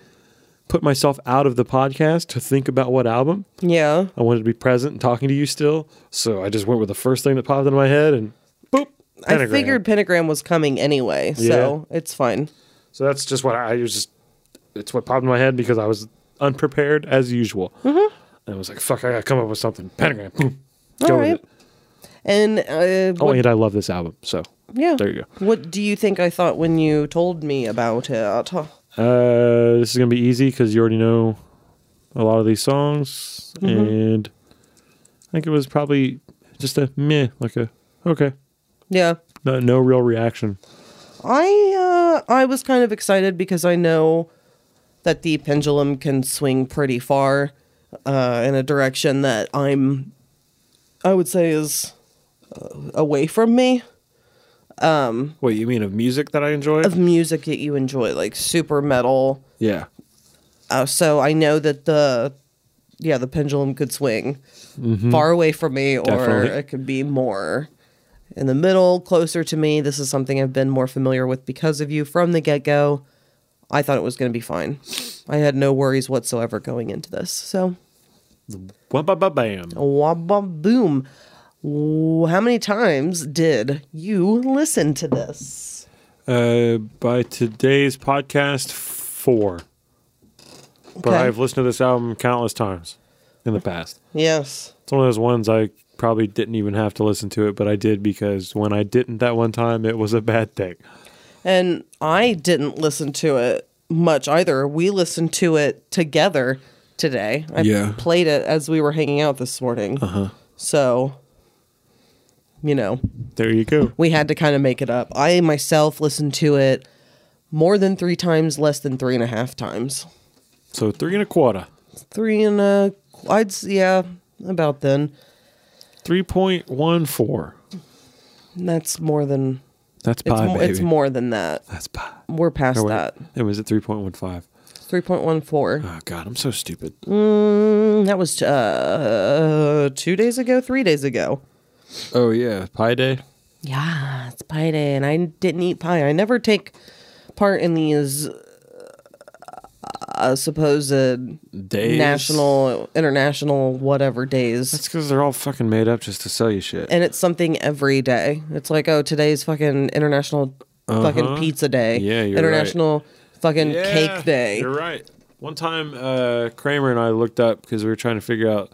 [SPEAKER 1] put myself out of the podcast to think about what album.
[SPEAKER 2] Yeah.
[SPEAKER 1] I wanted to be present and talking to you still. So I just went with the first thing that popped into my head and boop.
[SPEAKER 2] I figured pentagram was coming anyway, so it's fine.
[SPEAKER 1] So that's just what I, I was just, it's what popped in my head because I was unprepared as usual. Mm-hmm. And I was like, fuck, I gotta come up with something. Pentagram. Boom.
[SPEAKER 2] All
[SPEAKER 1] Go
[SPEAKER 2] right.
[SPEAKER 1] with it.
[SPEAKER 2] And uh,
[SPEAKER 1] Oh,
[SPEAKER 2] what- Oh.
[SPEAKER 1] and I love this album. So
[SPEAKER 2] yeah,
[SPEAKER 1] there you go.
[SPEAKER 2] What do you think I thought when you told me about it? Huh.
[SPEAKER 1] Uh, this is gonna be easy because you already know a lot of these songs,
[SPEAKER 2] Mm-hmm.
[SPEAKER 1] and I think it was probably just a meh, like a okay,
[SPEAKER 2] Yeah,
[SPEAKER 1] no, no real reaction.
[SPEAKER 2] I uh, I was kind of excited because I know that the pendulum can swing pretty far uh, in a direction that I'm I would say is uh, away from me
[SPEAKER 1] Wait, you mean of music that I enjoy?
[SPEAKER 2] of music that you enjoy, like super metal.
[SPEAKER 1] yeah,
[SPEAKER 2] Uh, so I know that the yeah the pendulum could swing far away from me, or
[SPEAKER 1] Definitely.
[SPEAKER 2] it could be more in the middle, closer to me. This is something I've been more familiar with because of you from the get go. I thought it was going to be fine. I had no worries whatsoever going into this. So
[SPEAKER 1] Wah-ba-ba-bam.
[SPEAKER 2] wabba boom. Wh- How many times did you listen to this?
[SPEAKER 1] Uh, by today's podcast, four. But
[SPEAKER 2] Okay.
[SPEAKER 1] I've listened to this album countless times in the past.
[SPEAKER 2] Yes.
[SPEAKER 1] It's one of those ones I probably didn't even have to listen to it, but I did because when I didn't that one time, it was a bad thing.
[SPEAKER 2] And I didn't listen to it much either. We listened to it together today. I
[SPEAKER 4] Yeah.
[SPEAKER 2] played it as we were hanging out this morning. Uh-huh. So, you know,
[SPEAKER 1] There you go.
[SPEAKER 2] we had to kind of make it up. I myself listened to it more than three times, less than three and a half times.
[SPEAKER 1] So three and a quarter.
[SPEAKER 2] Three and a, I'd s- yeah, about then.
[SPEAKER 1] 3.14.
[SPEAKER 2] That's more than.
[SPEAKER 1] That's
[SPEAKER 2] It's,
[SPEAKER 1] pie,
[SPEAKER 2] mo-
[SPEAKER 1] baby.
[SPEAKER 2] it's more than that.
[SPEAKER 1] That's pie.
[SPEAKER 2] We're past
[SPEAKER 1] Or wait,
[SPEAKER 2] that.
[SPEAKER 1] It was at 3.15.
[SPEAKER 2] Three point one four.
[SPEAKER 1] Oh, God, I'm so stupid.
[SPEAKER 2] That was uh, two days ago, three days ago.
[SPEAKER 1] Oh, yeah. Pie Day?
[SPEAKER 2] Yeah, it's pie day, and I didn't eat pie. I never take part in these uh, supposed
[SPEAKER 1] Days?
[SPEAKER 2] national, international, whatever days.
[SPEAKER 1] That's because they're all fucking made up just to sell you shit.
[SPEAKER 2] and it's something every day. It's like, oh, today's fucking international fucking pizza day.
[SPEAKER 1] Yeah, you're right.
[SPEAKER 2] international fucking cake day.
[SPEAKER 1] You're right. One time, uh, Kramer and I looked up because we were trying to figure out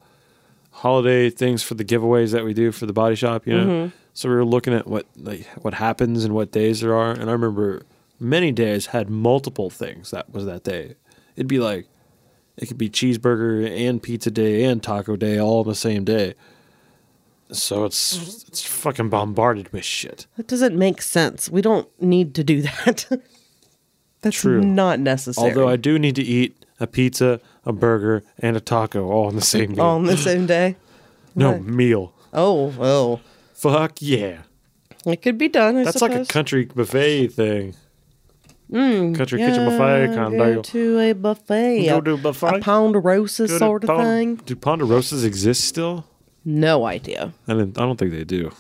[SPEAKER 1] holiday things for the giveaways that we do for the body shop. You know,
[SPEAKER 2] Mm-hmm.
[SPEAKER 1] so we were looking at what like what happens and what days there are. And I remember many days had multiple things that was that day. It'd be like it could be cheeseburger and pizza day and taco day all on the same day. So it's it's fucking bombarded with shit.
[SPEAKER 2] That doesn't make sense. We don't need to do that. That's
[SPEAKER 1] True.
[SPEAKER 2] not necessary.
[SPEAKER 1] Although I do need to eat a pizza, a burger, and a taco all on the same meal.
[SPEAKER 2] on the same day.
[SPEAKER 1] no
[SPEAKER 2] Right.
[SPEAKER 1] meal.
[SPEAKER 2] Oh well,
[SPEAKER 1] Fuck yeah.
[SPEAKER 2] it could be done. I
[SPEAKER 1] That's like a
[SPEAKER 2] suppose.
[SPEAKER 1] country buffet thing. country kitchen buffet kind
[SPEAKER 2] go
[SPEAKER 1] of
[SPEAKER 2] to a buffet.
[SPEAKER 1] Go
[SPEAKER 2] a-
[SPEAKER 1] to a buffet?
[SPEAKER 2] A ponderosa
[SPEAKER 1] deal.
[SPEAKER 2] sort of
[SPEAKER 1] Pon-
[SPEAKER 2] thing.
[SPEAKER 1] Do ponderosas exist still?
[SPEAKER 2] No idea.
[SPEAKER 1] I didn't, I don't think they do.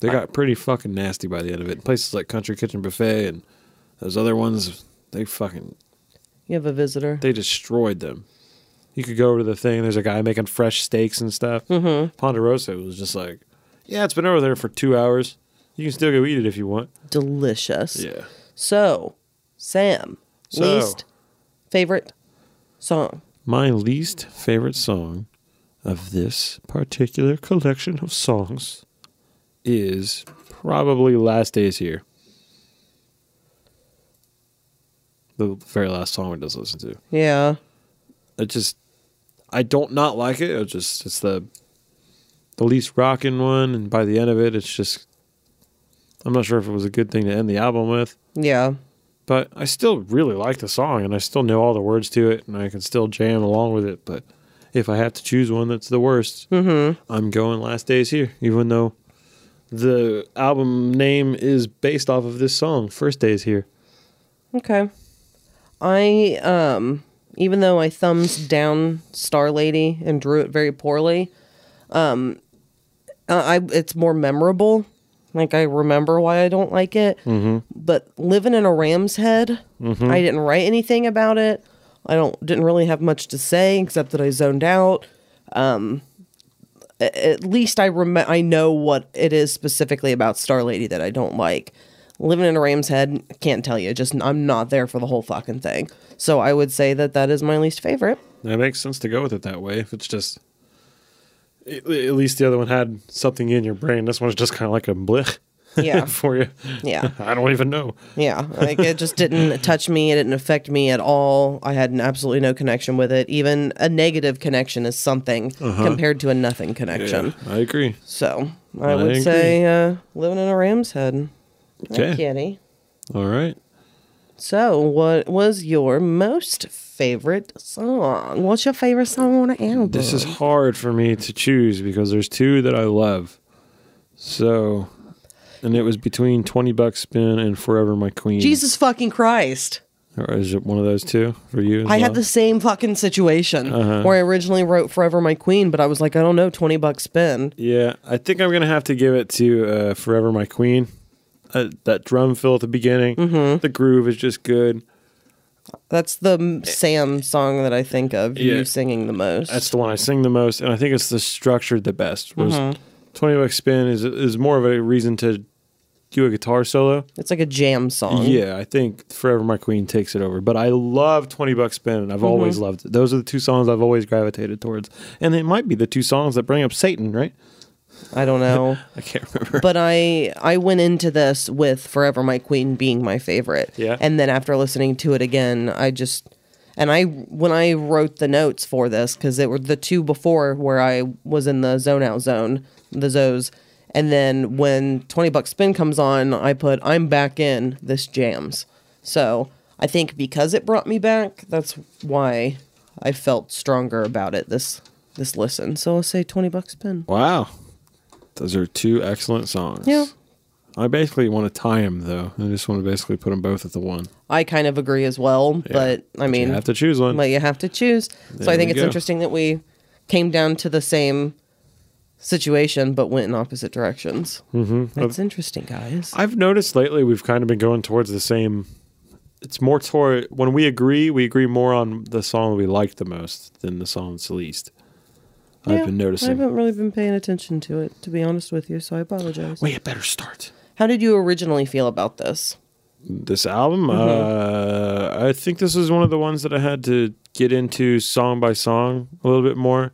[SPEAKER 1] They got pretty fucking nasty by the end of it. Places like Country Kitchen Buffet and those other ones, they fucking
[SPEAKER 2] You have a visitor.
[SPEAKER 1] they destroyed them. You could go over to the thing. There's a guy making fresh steaks and stuff. Mm-hmm. Ponderosa was just like, yeah, it's been over there for two hours. You can still go eat it if you want.
[SPEAKER 2] Delicious. So, Sam,
[SPEAKER 1] So-
[SPEAKER 2] least favorite song.
[SPEAKER 1] My least favorite song of this particular collection of songs is probably Last Days Here. The very last song we just listened to.
[SPEAKER 2] Yeah.
[SPEAKER 1] it just I don't not like it. It's just it's the the least rocking one, and by the end of it, it's just I'm not sure if it was a good thing to end the album with,
[SPEAKER 2] Yeah.
[SPEAKER 1] but I still really like the song, and I still know all the words to it, and I can still jam along with it. But if I have to choose one that's the worst, I'm going Last Days Here, even though the album name is based off of this song, First Days Here.
[SPEAKER 2] Okay. I um even though I thumbs down Star Lady and drew it very poorly, um uh, I it's more memorable. Like I remember why I don't like it. Mm-hmm. But living in a ram's head, I didn't write anything about it. I don't didn't really have much to say except that I zoned out. Um a- at least I rem- I know what it is specifically about Star Lady that I don't like living in a ram's head can't tell you just i'm not there for the whole fucking thing so i would say that that is my least favorite
[SPEAKER 1] That makes sense to go with it that way. If it's just, at at least the other one had something in your brain. This one's just kind of like a blech
[SPEAKER 2] yeah
[SPEAKER 1] for you.
[SPEAKER 2] yeah
[SPEAKER 1] I don't even know.
[SPEAKER 2] yeah like it just didn't touch me it didn't affect me at all i had absolutely no connection with it even a negative connection is something
[SPEAKER 1] Uh-huh.
[SPEAKER 2] compared to a nothing connection
[SPEAKER 1] I agree.
[SPEAKER 2] so i,
[SPEAKER 1] I
[SPEAKER 2] would
[SPEAKER 1] agree.
[SPEAKER 2] say uh, living in a ram's head
[SPEAKER 1] Okay.
[SPEAKER 2] kitty
[SPEAKER 1] All right.
[SPEAKER 2] so what was your most favorite song what's your favorite song on the album
[SPEAKER 1] This is hard for me to choose because there's two that I love. So, and it was between 20 Bucks Spin and Forever My Queen.
[SPEAKER 2] jesus fucking christ
[SPEAKER 1] Or is it one of those two for you? as
[SPEAKER 2] I had
[SPEAKER 1] well?
[SPEAKER 2] the same fucking situation
[SPEAKER 1] Uh-huh.
[SPEAKER 2] where I originally wrote Forever My Queen, but I was like, I don't know, 20 bucks spin.
[SPEAKER 1] Yeah, I think I'm gonna have to give it to uh, "Forever My Queen." Uh, that drum fill at the beginning,
[SPEAKER 4] Mm-hmm.
[SPEAKER 1] the groove is just good.
[SPEAKER 2] That's the m- Sam song that I think of
[SPEAKER 1] Eh. Yeah.
[SPEAKER 2] you singing the most.
[SPEAKER 1] That's the one I sing the most, and I think it's the structured the best. Whereas
[SPEAKER 4] Mm-hmm.
[SPEAKER 1] Twenty Bucks Spin is is more of a reason to do a guitar solo.
[SPEAKER 2] it's like a jam song.
[SPEAKER 4] Mm-hmm.
[SPEAKER 1] Yeah, I think "Forever My Queen" takes it over. But I love Twenty Bucks Spin, and I've
[SPEAKER 4] Mm-hmm.
[SPEAKER 1] always loved it. Those are the two songs I've always gravitated towards, and it might be the two songs that bring up Satan, right?
[SPEAKER 2] I don't know.
[SPEAKER 4] I can't remember.
[SPEAKER 2] but I I went into this with Forever My Queen being my favorite.
[SPEAKER 1] Yeah.
[SPEAKER 2] And then after listening to it again, I just and I when I wrote the notes for this because it were the two before where I was in the zone out zone, the zoes, and then when Twenty Buck Spin comes on, I put I'm back in this jams. So I think because it brought me back, that's why I felt stronger about it this this listen. So I'll say Twenty Buck Spin.
[SPEAKER 4] Wow. Those are two excellent songs.
[SPEAKER 2] Yeah.
[SPEAKER 4] I basically want to tie them though. I just want to basically put them both at the one.
[SPEAKER 2] I kind of agree as well, but I mean,
[SPEAKER 4] You have to choose one.
[SPEAKER 2] but you have to choose. so I
[SPEAKER 4] There
[SPEAKER 2] think
[SPEAKER 4] we
[SPEAKER 2] it's
[SPEAKER 4] go.
[SPEAKER 2] interesting that we came down to the same situation but went in opposite directions. Mm-hmm. That's interesting, guys.
[SPEAKER 1] I've noticed lately we've kind of been going towards the same. It's more toward when we agree, we agree more on the song we like the most than the song that's least.
[SPEAKER 2] Yeah,
[SPEAKER 4] I've been
[SPEAKER 2] I
[SPEAKER 4] noticing.
[SPEAKER 2] haven't really been paying attention to it, to be honest with you. So I apologize.
[SPEAKER 4] Wait, it better start.
[SPEAKER 2] How did you originally feel about this?
[SPEAKER 4] This album,
[SPEAKER 2] Mm-hmm.
[SPEAKER 4] uh, I think this is one of the ones that I had to get into song by song a little bit more,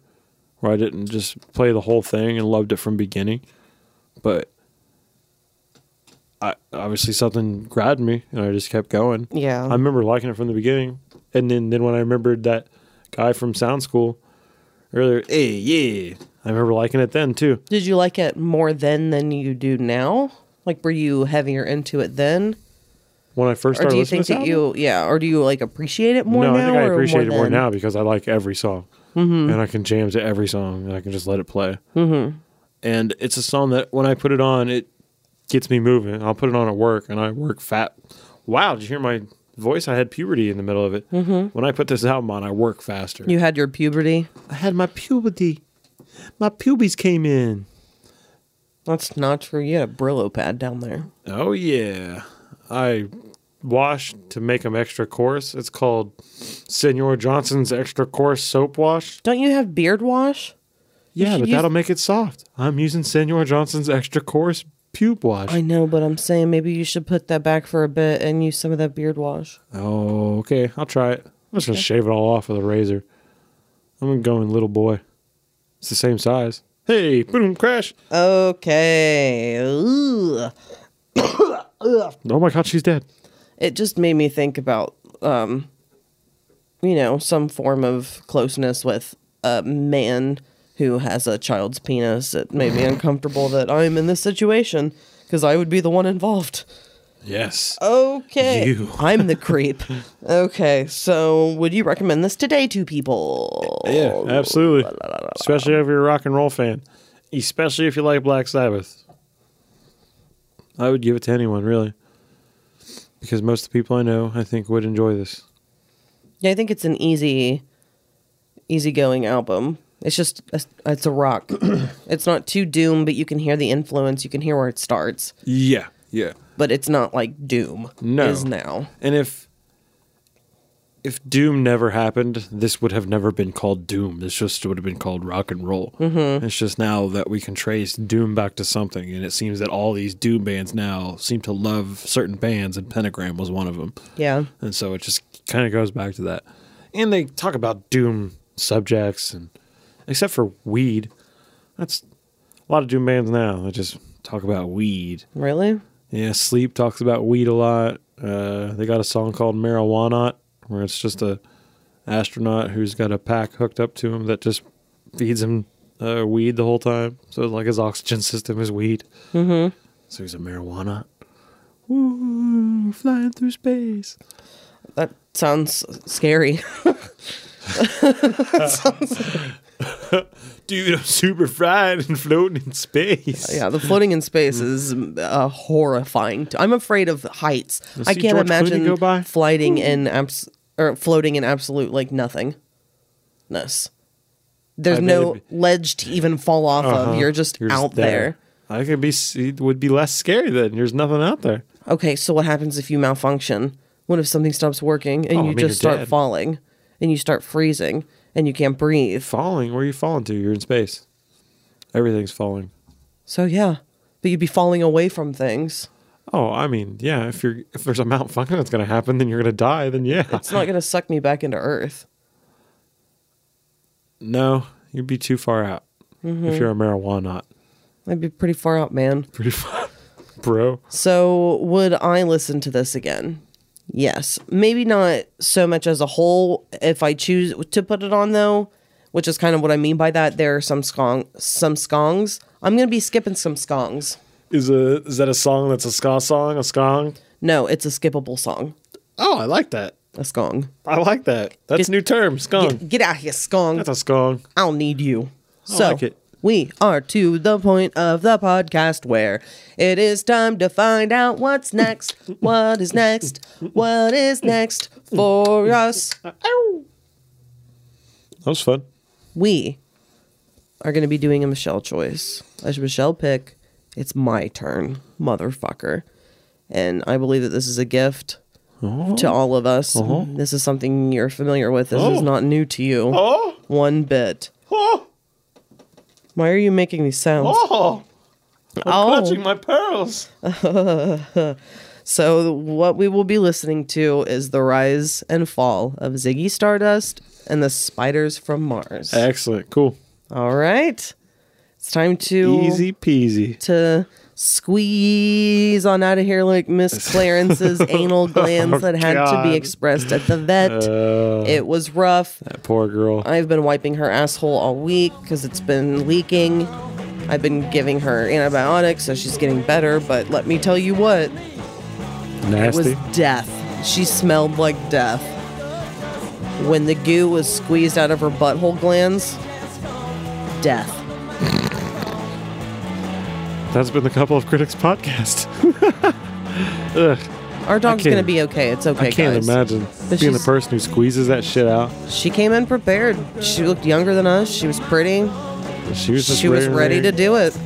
[SPEAKER 4] where I didn't just play the whole thing and loved it from beginning. But I, obviously, something grabbed me, and I just kept going.
[SPEAKER 2] Yeah,
[SPEAKER 1] I remember liking it from the beginning, and then then when I remembered that guy from Sound School earlier, hey
[SPEAKER 4] eh,
[SPEAKER 1] yeah, I remember liking it then too.
[SPEAKER 2] Did you like it more then than you do now? Like, were you heavier into it then,
[SPEAKER 1] When I first
[SPEAKER 2] or
[SPEAKER 1] started
[SPEAKER 2] do you
[SPEAKER 1] listening
[SPEAKER 2] think
[SPEAKER 1] to
[SPEAKER 2] that
[SPEAKER 1] this album,
[SPEAKER 2] you, yeah, or do you like appreciate it more
[SPEAKER 1] no,
[SPEAKER 2] now?
[SPEAKER 1] I think I
[SPEAKER 2] or
[SPEAKER 1] appreciate it more
[SPEAKER 2] then? Mm-hmm.
[SPEAKER 1] now because I like every song, and I can jam to every song, and I can just let it play.
[SPEAKER 4] and it's a song that when I put it on, it
[SPEAKER 1] Gets me moving. I'll put it on at work, and I work fat. Wow, did you hear my voice? I had puberty in the middle of it.
[SPEAKER 2] Mm-hmm.
[SPEAKER 1] When I put this album on, I work faster.
[SPEAKER 2] You had your puberty.
[SPEAKER 1] I had my puberty. My pubes came in.
[SPEAKER 2] That's not true. You had a Brillo pad down there.
[SPEAKER 4] oh yeah,
[SPEAKER 1] I washed to make them extra coarse. It's called Senor Johnson's Extra Coarse Soap Wash.
[SPEAKER 2] Don't you have beard wash?
[SPEAKER 1] Yeah,
[SPEAKER 2] should
[SPEAKER 1] but
[SPEAKER 2] use-
[SPEAKER 1] that'll make it soft. I'm using Senor Johnson's Extra Coarse Pube Wash.
[SPEAKER 2] I know, but I'm saying maybe you should put that back for a bit and use some of that beard wash.
[SPEAKER 1] Oh, okay. I'll try it. I'm just going to shave it all off with a razor. I'm going little boy. It's the same size. Hey, boom, crash.
[SPEAKER 2] Okay. Ooh.
[SPEAKER 1] Oh my God, she's dead.
[SPEAKER 2] It just made me think about, um, you know, some form of closeness with a man who has a child's penis. It made me uncomfortable that I'm in this situation because I would be the one involved.
[SPEAKER 4] yes.
[SPEAKER 2] Okay.
[SPEAKER 4] You.
[SPEAKER 2] I'm the creep. Okay, so would you recommend this today to people?
[SPEAKER 4] Oh,
[SPEAKER 1] Yeah, absolutely. Especially if you're a rock and roll fan. Especially if you like Black Sabbath. I would give it to anyone, really. Because most of the people I know, I think, would enjoy this.
[SPEAKER 2] Yeah, I think it's an easy, easygoing album. It's just a, it's a rock. it's not too doom, but you can hear the influence. You can hear where it starts,
[SPEAKER 4] Yeah, yeah.
[SPEAKER 2] but it's not like doom.
[SPEAKER 4] No.
[SPEAKER 2] is now.
[SPEAKER 4] And if if Doom never happened, this would have never been called Doom. This just would have been called rock and roll. Mm-hmm. It's just now that we can trace Doom back to something, and it seems that all these Doom bands now seem to love certain bands, and Pentagram was one of them.
[SPEAKER 2] Yeah,
[SPEAKER 4] And so it just kind
[SPEAKER 1] Kind of goes back to that. And they talk about Doom subjects, and except for weed. That's a lot of Doom bands now. They just talk about weed.
[SPEAKER 2] really.
[SPEAKER 1] Yeah, Sleep talks about weed a lot. Uh, they got a song called Marijuana, where it's just a astronaut who's got a pack hooked up to him that just feeds him uh, weed the whole time. So like his oxygen system is weed. Mm-hmm. So he's a marijuana. Woo, flying through space.
[SPEAKER 2] That sounds scary.
[SPEAKER 1] Dude, I'm super fried and floating in space.
[SPEAKER 2] yeah, the floating in space
[SPEAKER 1] Mm.
[SPEAKER 2] is uh, horrifying. i I'm afraid of heights. I
[SPEAKER 1] see
[SPEAKER 2] can't
[SPEAKER 1] George Clooney
[SPEAKER 2] imagine
[SPEAKER 1] go by?
[SPEAKER 2] flighting in abs- or floating in absolute like nothingness. There's
[SPEAKER 1] I bet
[SPEAKER 2] no
[SPEAKER 1] it'd
[SPEAKER 2] ledge to even fall off
[SPEAKER 1] Uh-huh.
[SPEAKER 2] of. You're just
[SPEAKER 1] You're just
[SPEAKER 2] out there.
[SPEAKER 1] I could be. s- It would be less scary then. There's nothing out there.
[SPEAKER 2] Okay, so what happens if you malfunction? What if something stops working and
[SPEAKER 1] Oh, I
[SPEAKER 2] you
[SPEAKER 1] mean,
[SPEAKER 2] just
[SPEAKER 1] you're
[SPEAKER 2] start
[SPEAKER 1] dead.
[SPEAKER 2] falling and you start freezing and you can't breathe?
[SPEAKER 1] Falling. Where are you falling to? You're in space. Everything's falling.
[SPEAKER 2] So yeah, but you'd be falling away from things.
[SPEAKER 1] Oh, I mean, yeah. If you're if there's a malfunction that's gonna happen, then you're gonna die. Then yeah,
[SPEAKER 2] It's not going to suck me back into Earth.
[SPEAKER 1] Mm-hmm. no, you'd be too far out if you're a marijuana.
[SPEAKER 2] I'd be pretty far out, man.
[SPEAKER 1] Pretty fun, bro.
[SPEAKER 2] So, would I listen to this again? Yes. Maybe not so much as a whole. If I choose to put it on, though, which is kind of what I mean by that, there are some skong, some skongs. I'm gonna be skipping some skongs.
[SPEAKER 1] Is a is that a song that's a ska song? A skong?
[SPEAKER 2] No, it's a skippable song.
[SPEAKER 1] Oh, I like that.
[SPEAKER 2] A skong.
[SPEAKER 1] I like that. That's a new term, skong.
[SPEAKER 2] Get out here, skong.
[SPEAKER 1] Oh. that's a skong.
[SPEAKER 2] I'll need you. so
[SPEAKER 1] like it.
[SPEAKER 2] we are to the point of the podcast where it is time to find out what's next. what is next? What is next for us?
[SPEAKER 1] That was fun.
[SPEAKER 2] We are going to be doing a Michelle choice. As Michelle pick, it's my turn, motherfucker. And I believe that this is a gift
[SPEAKER 1] Uh-huh.
[SPEAKER 2] to all of us. This is something you're familiar with. This is not new to you
[SPEAKER 1] Oh,
[SPEAKER 2] one bit.
[SPEAKER 1] oh,
[SPEAKER 2] Why are you making these sounds?
[SPEAKER 1] oh!
[SPEAKER 2] Oh.
[SPEAKER 1] Clutching my pearls.
[SPEAKER 2] So what we will be listening to is the rise and fall of Ziggy Stardust and the spiders from Mars.
[SPEAKER 1] Excellent. Cool.
[SPEAKER 2] All right. It's time to
[SPEAKER 1] Easy peasy.
[SPEAKER 2] to squeeze on out of here like Miss Clarence's anal glands that had to
[SPEAKER 1] Oh, God.
[SPEAKER 2] be expressed at the vet. it was rough.
[SPEAKER 1] Uh, That poor girl.
[SPEAKER 2] I've been wiping her asshole all week because it's been leaking. I've been giving her antibiotics, so she's getting better. But let me tell you what, it was
[SPEAKER 1] Nasty.
[SPEAKER 2] death. She smelled like death. When the goo was squeezed out of her butthole glands, death.
[SPEAKER 1] That's been the Couple of Critics podcast. Ugh,
[SPEAKER 2] Our dog's
[SPEAKER 1] can't-
[SPEAKER 2] gonna be okay. It's okay,
[SPEAKER 1] I can't
[SPEAKER 2] guys.
[SPEAKER 1] imagine
[SPEAKER 2] But
[SPEAKER 1] being the
[SPEAKER 2] she's-
[SPEAKER 1] person who squeezes that shit out.
[SPEAKER 2] She came in prepared. She looked younger than us. She was pretty.
[SPEAKER 1] She was just
[SPEAKER 2] She was ready to do it.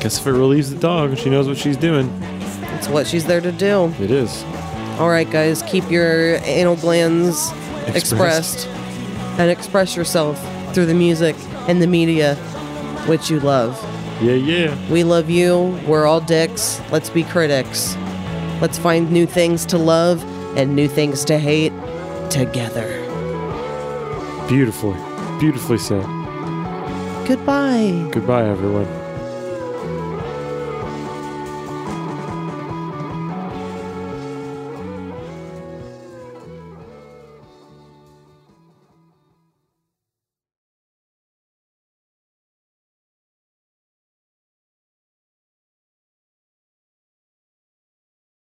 [SPEAKER 1] Guess if it relieves the dog, she knows what she's doing.
[SPEAKER 2] It's what she's there to do.
[SPEAKER 1] It is.
[SPEAKER 2] All right, guys, keep your anal glands expressed,
[SPEAKER 1] Expressed.
[SPEAKER 2] and express yourself through the music and the media, which you love.
[SPEAKER 1] Yeah, yeah.
[SPEAKER 2] We love you. We're all dicks. Let's be critics. Let's find new things to love and new things to hate together.
[SPEAKER 1] Beautifully, beautifully said.
[SPEAKER 2] Goodbye.
[SPEAKER 1] Goodbye, everyone.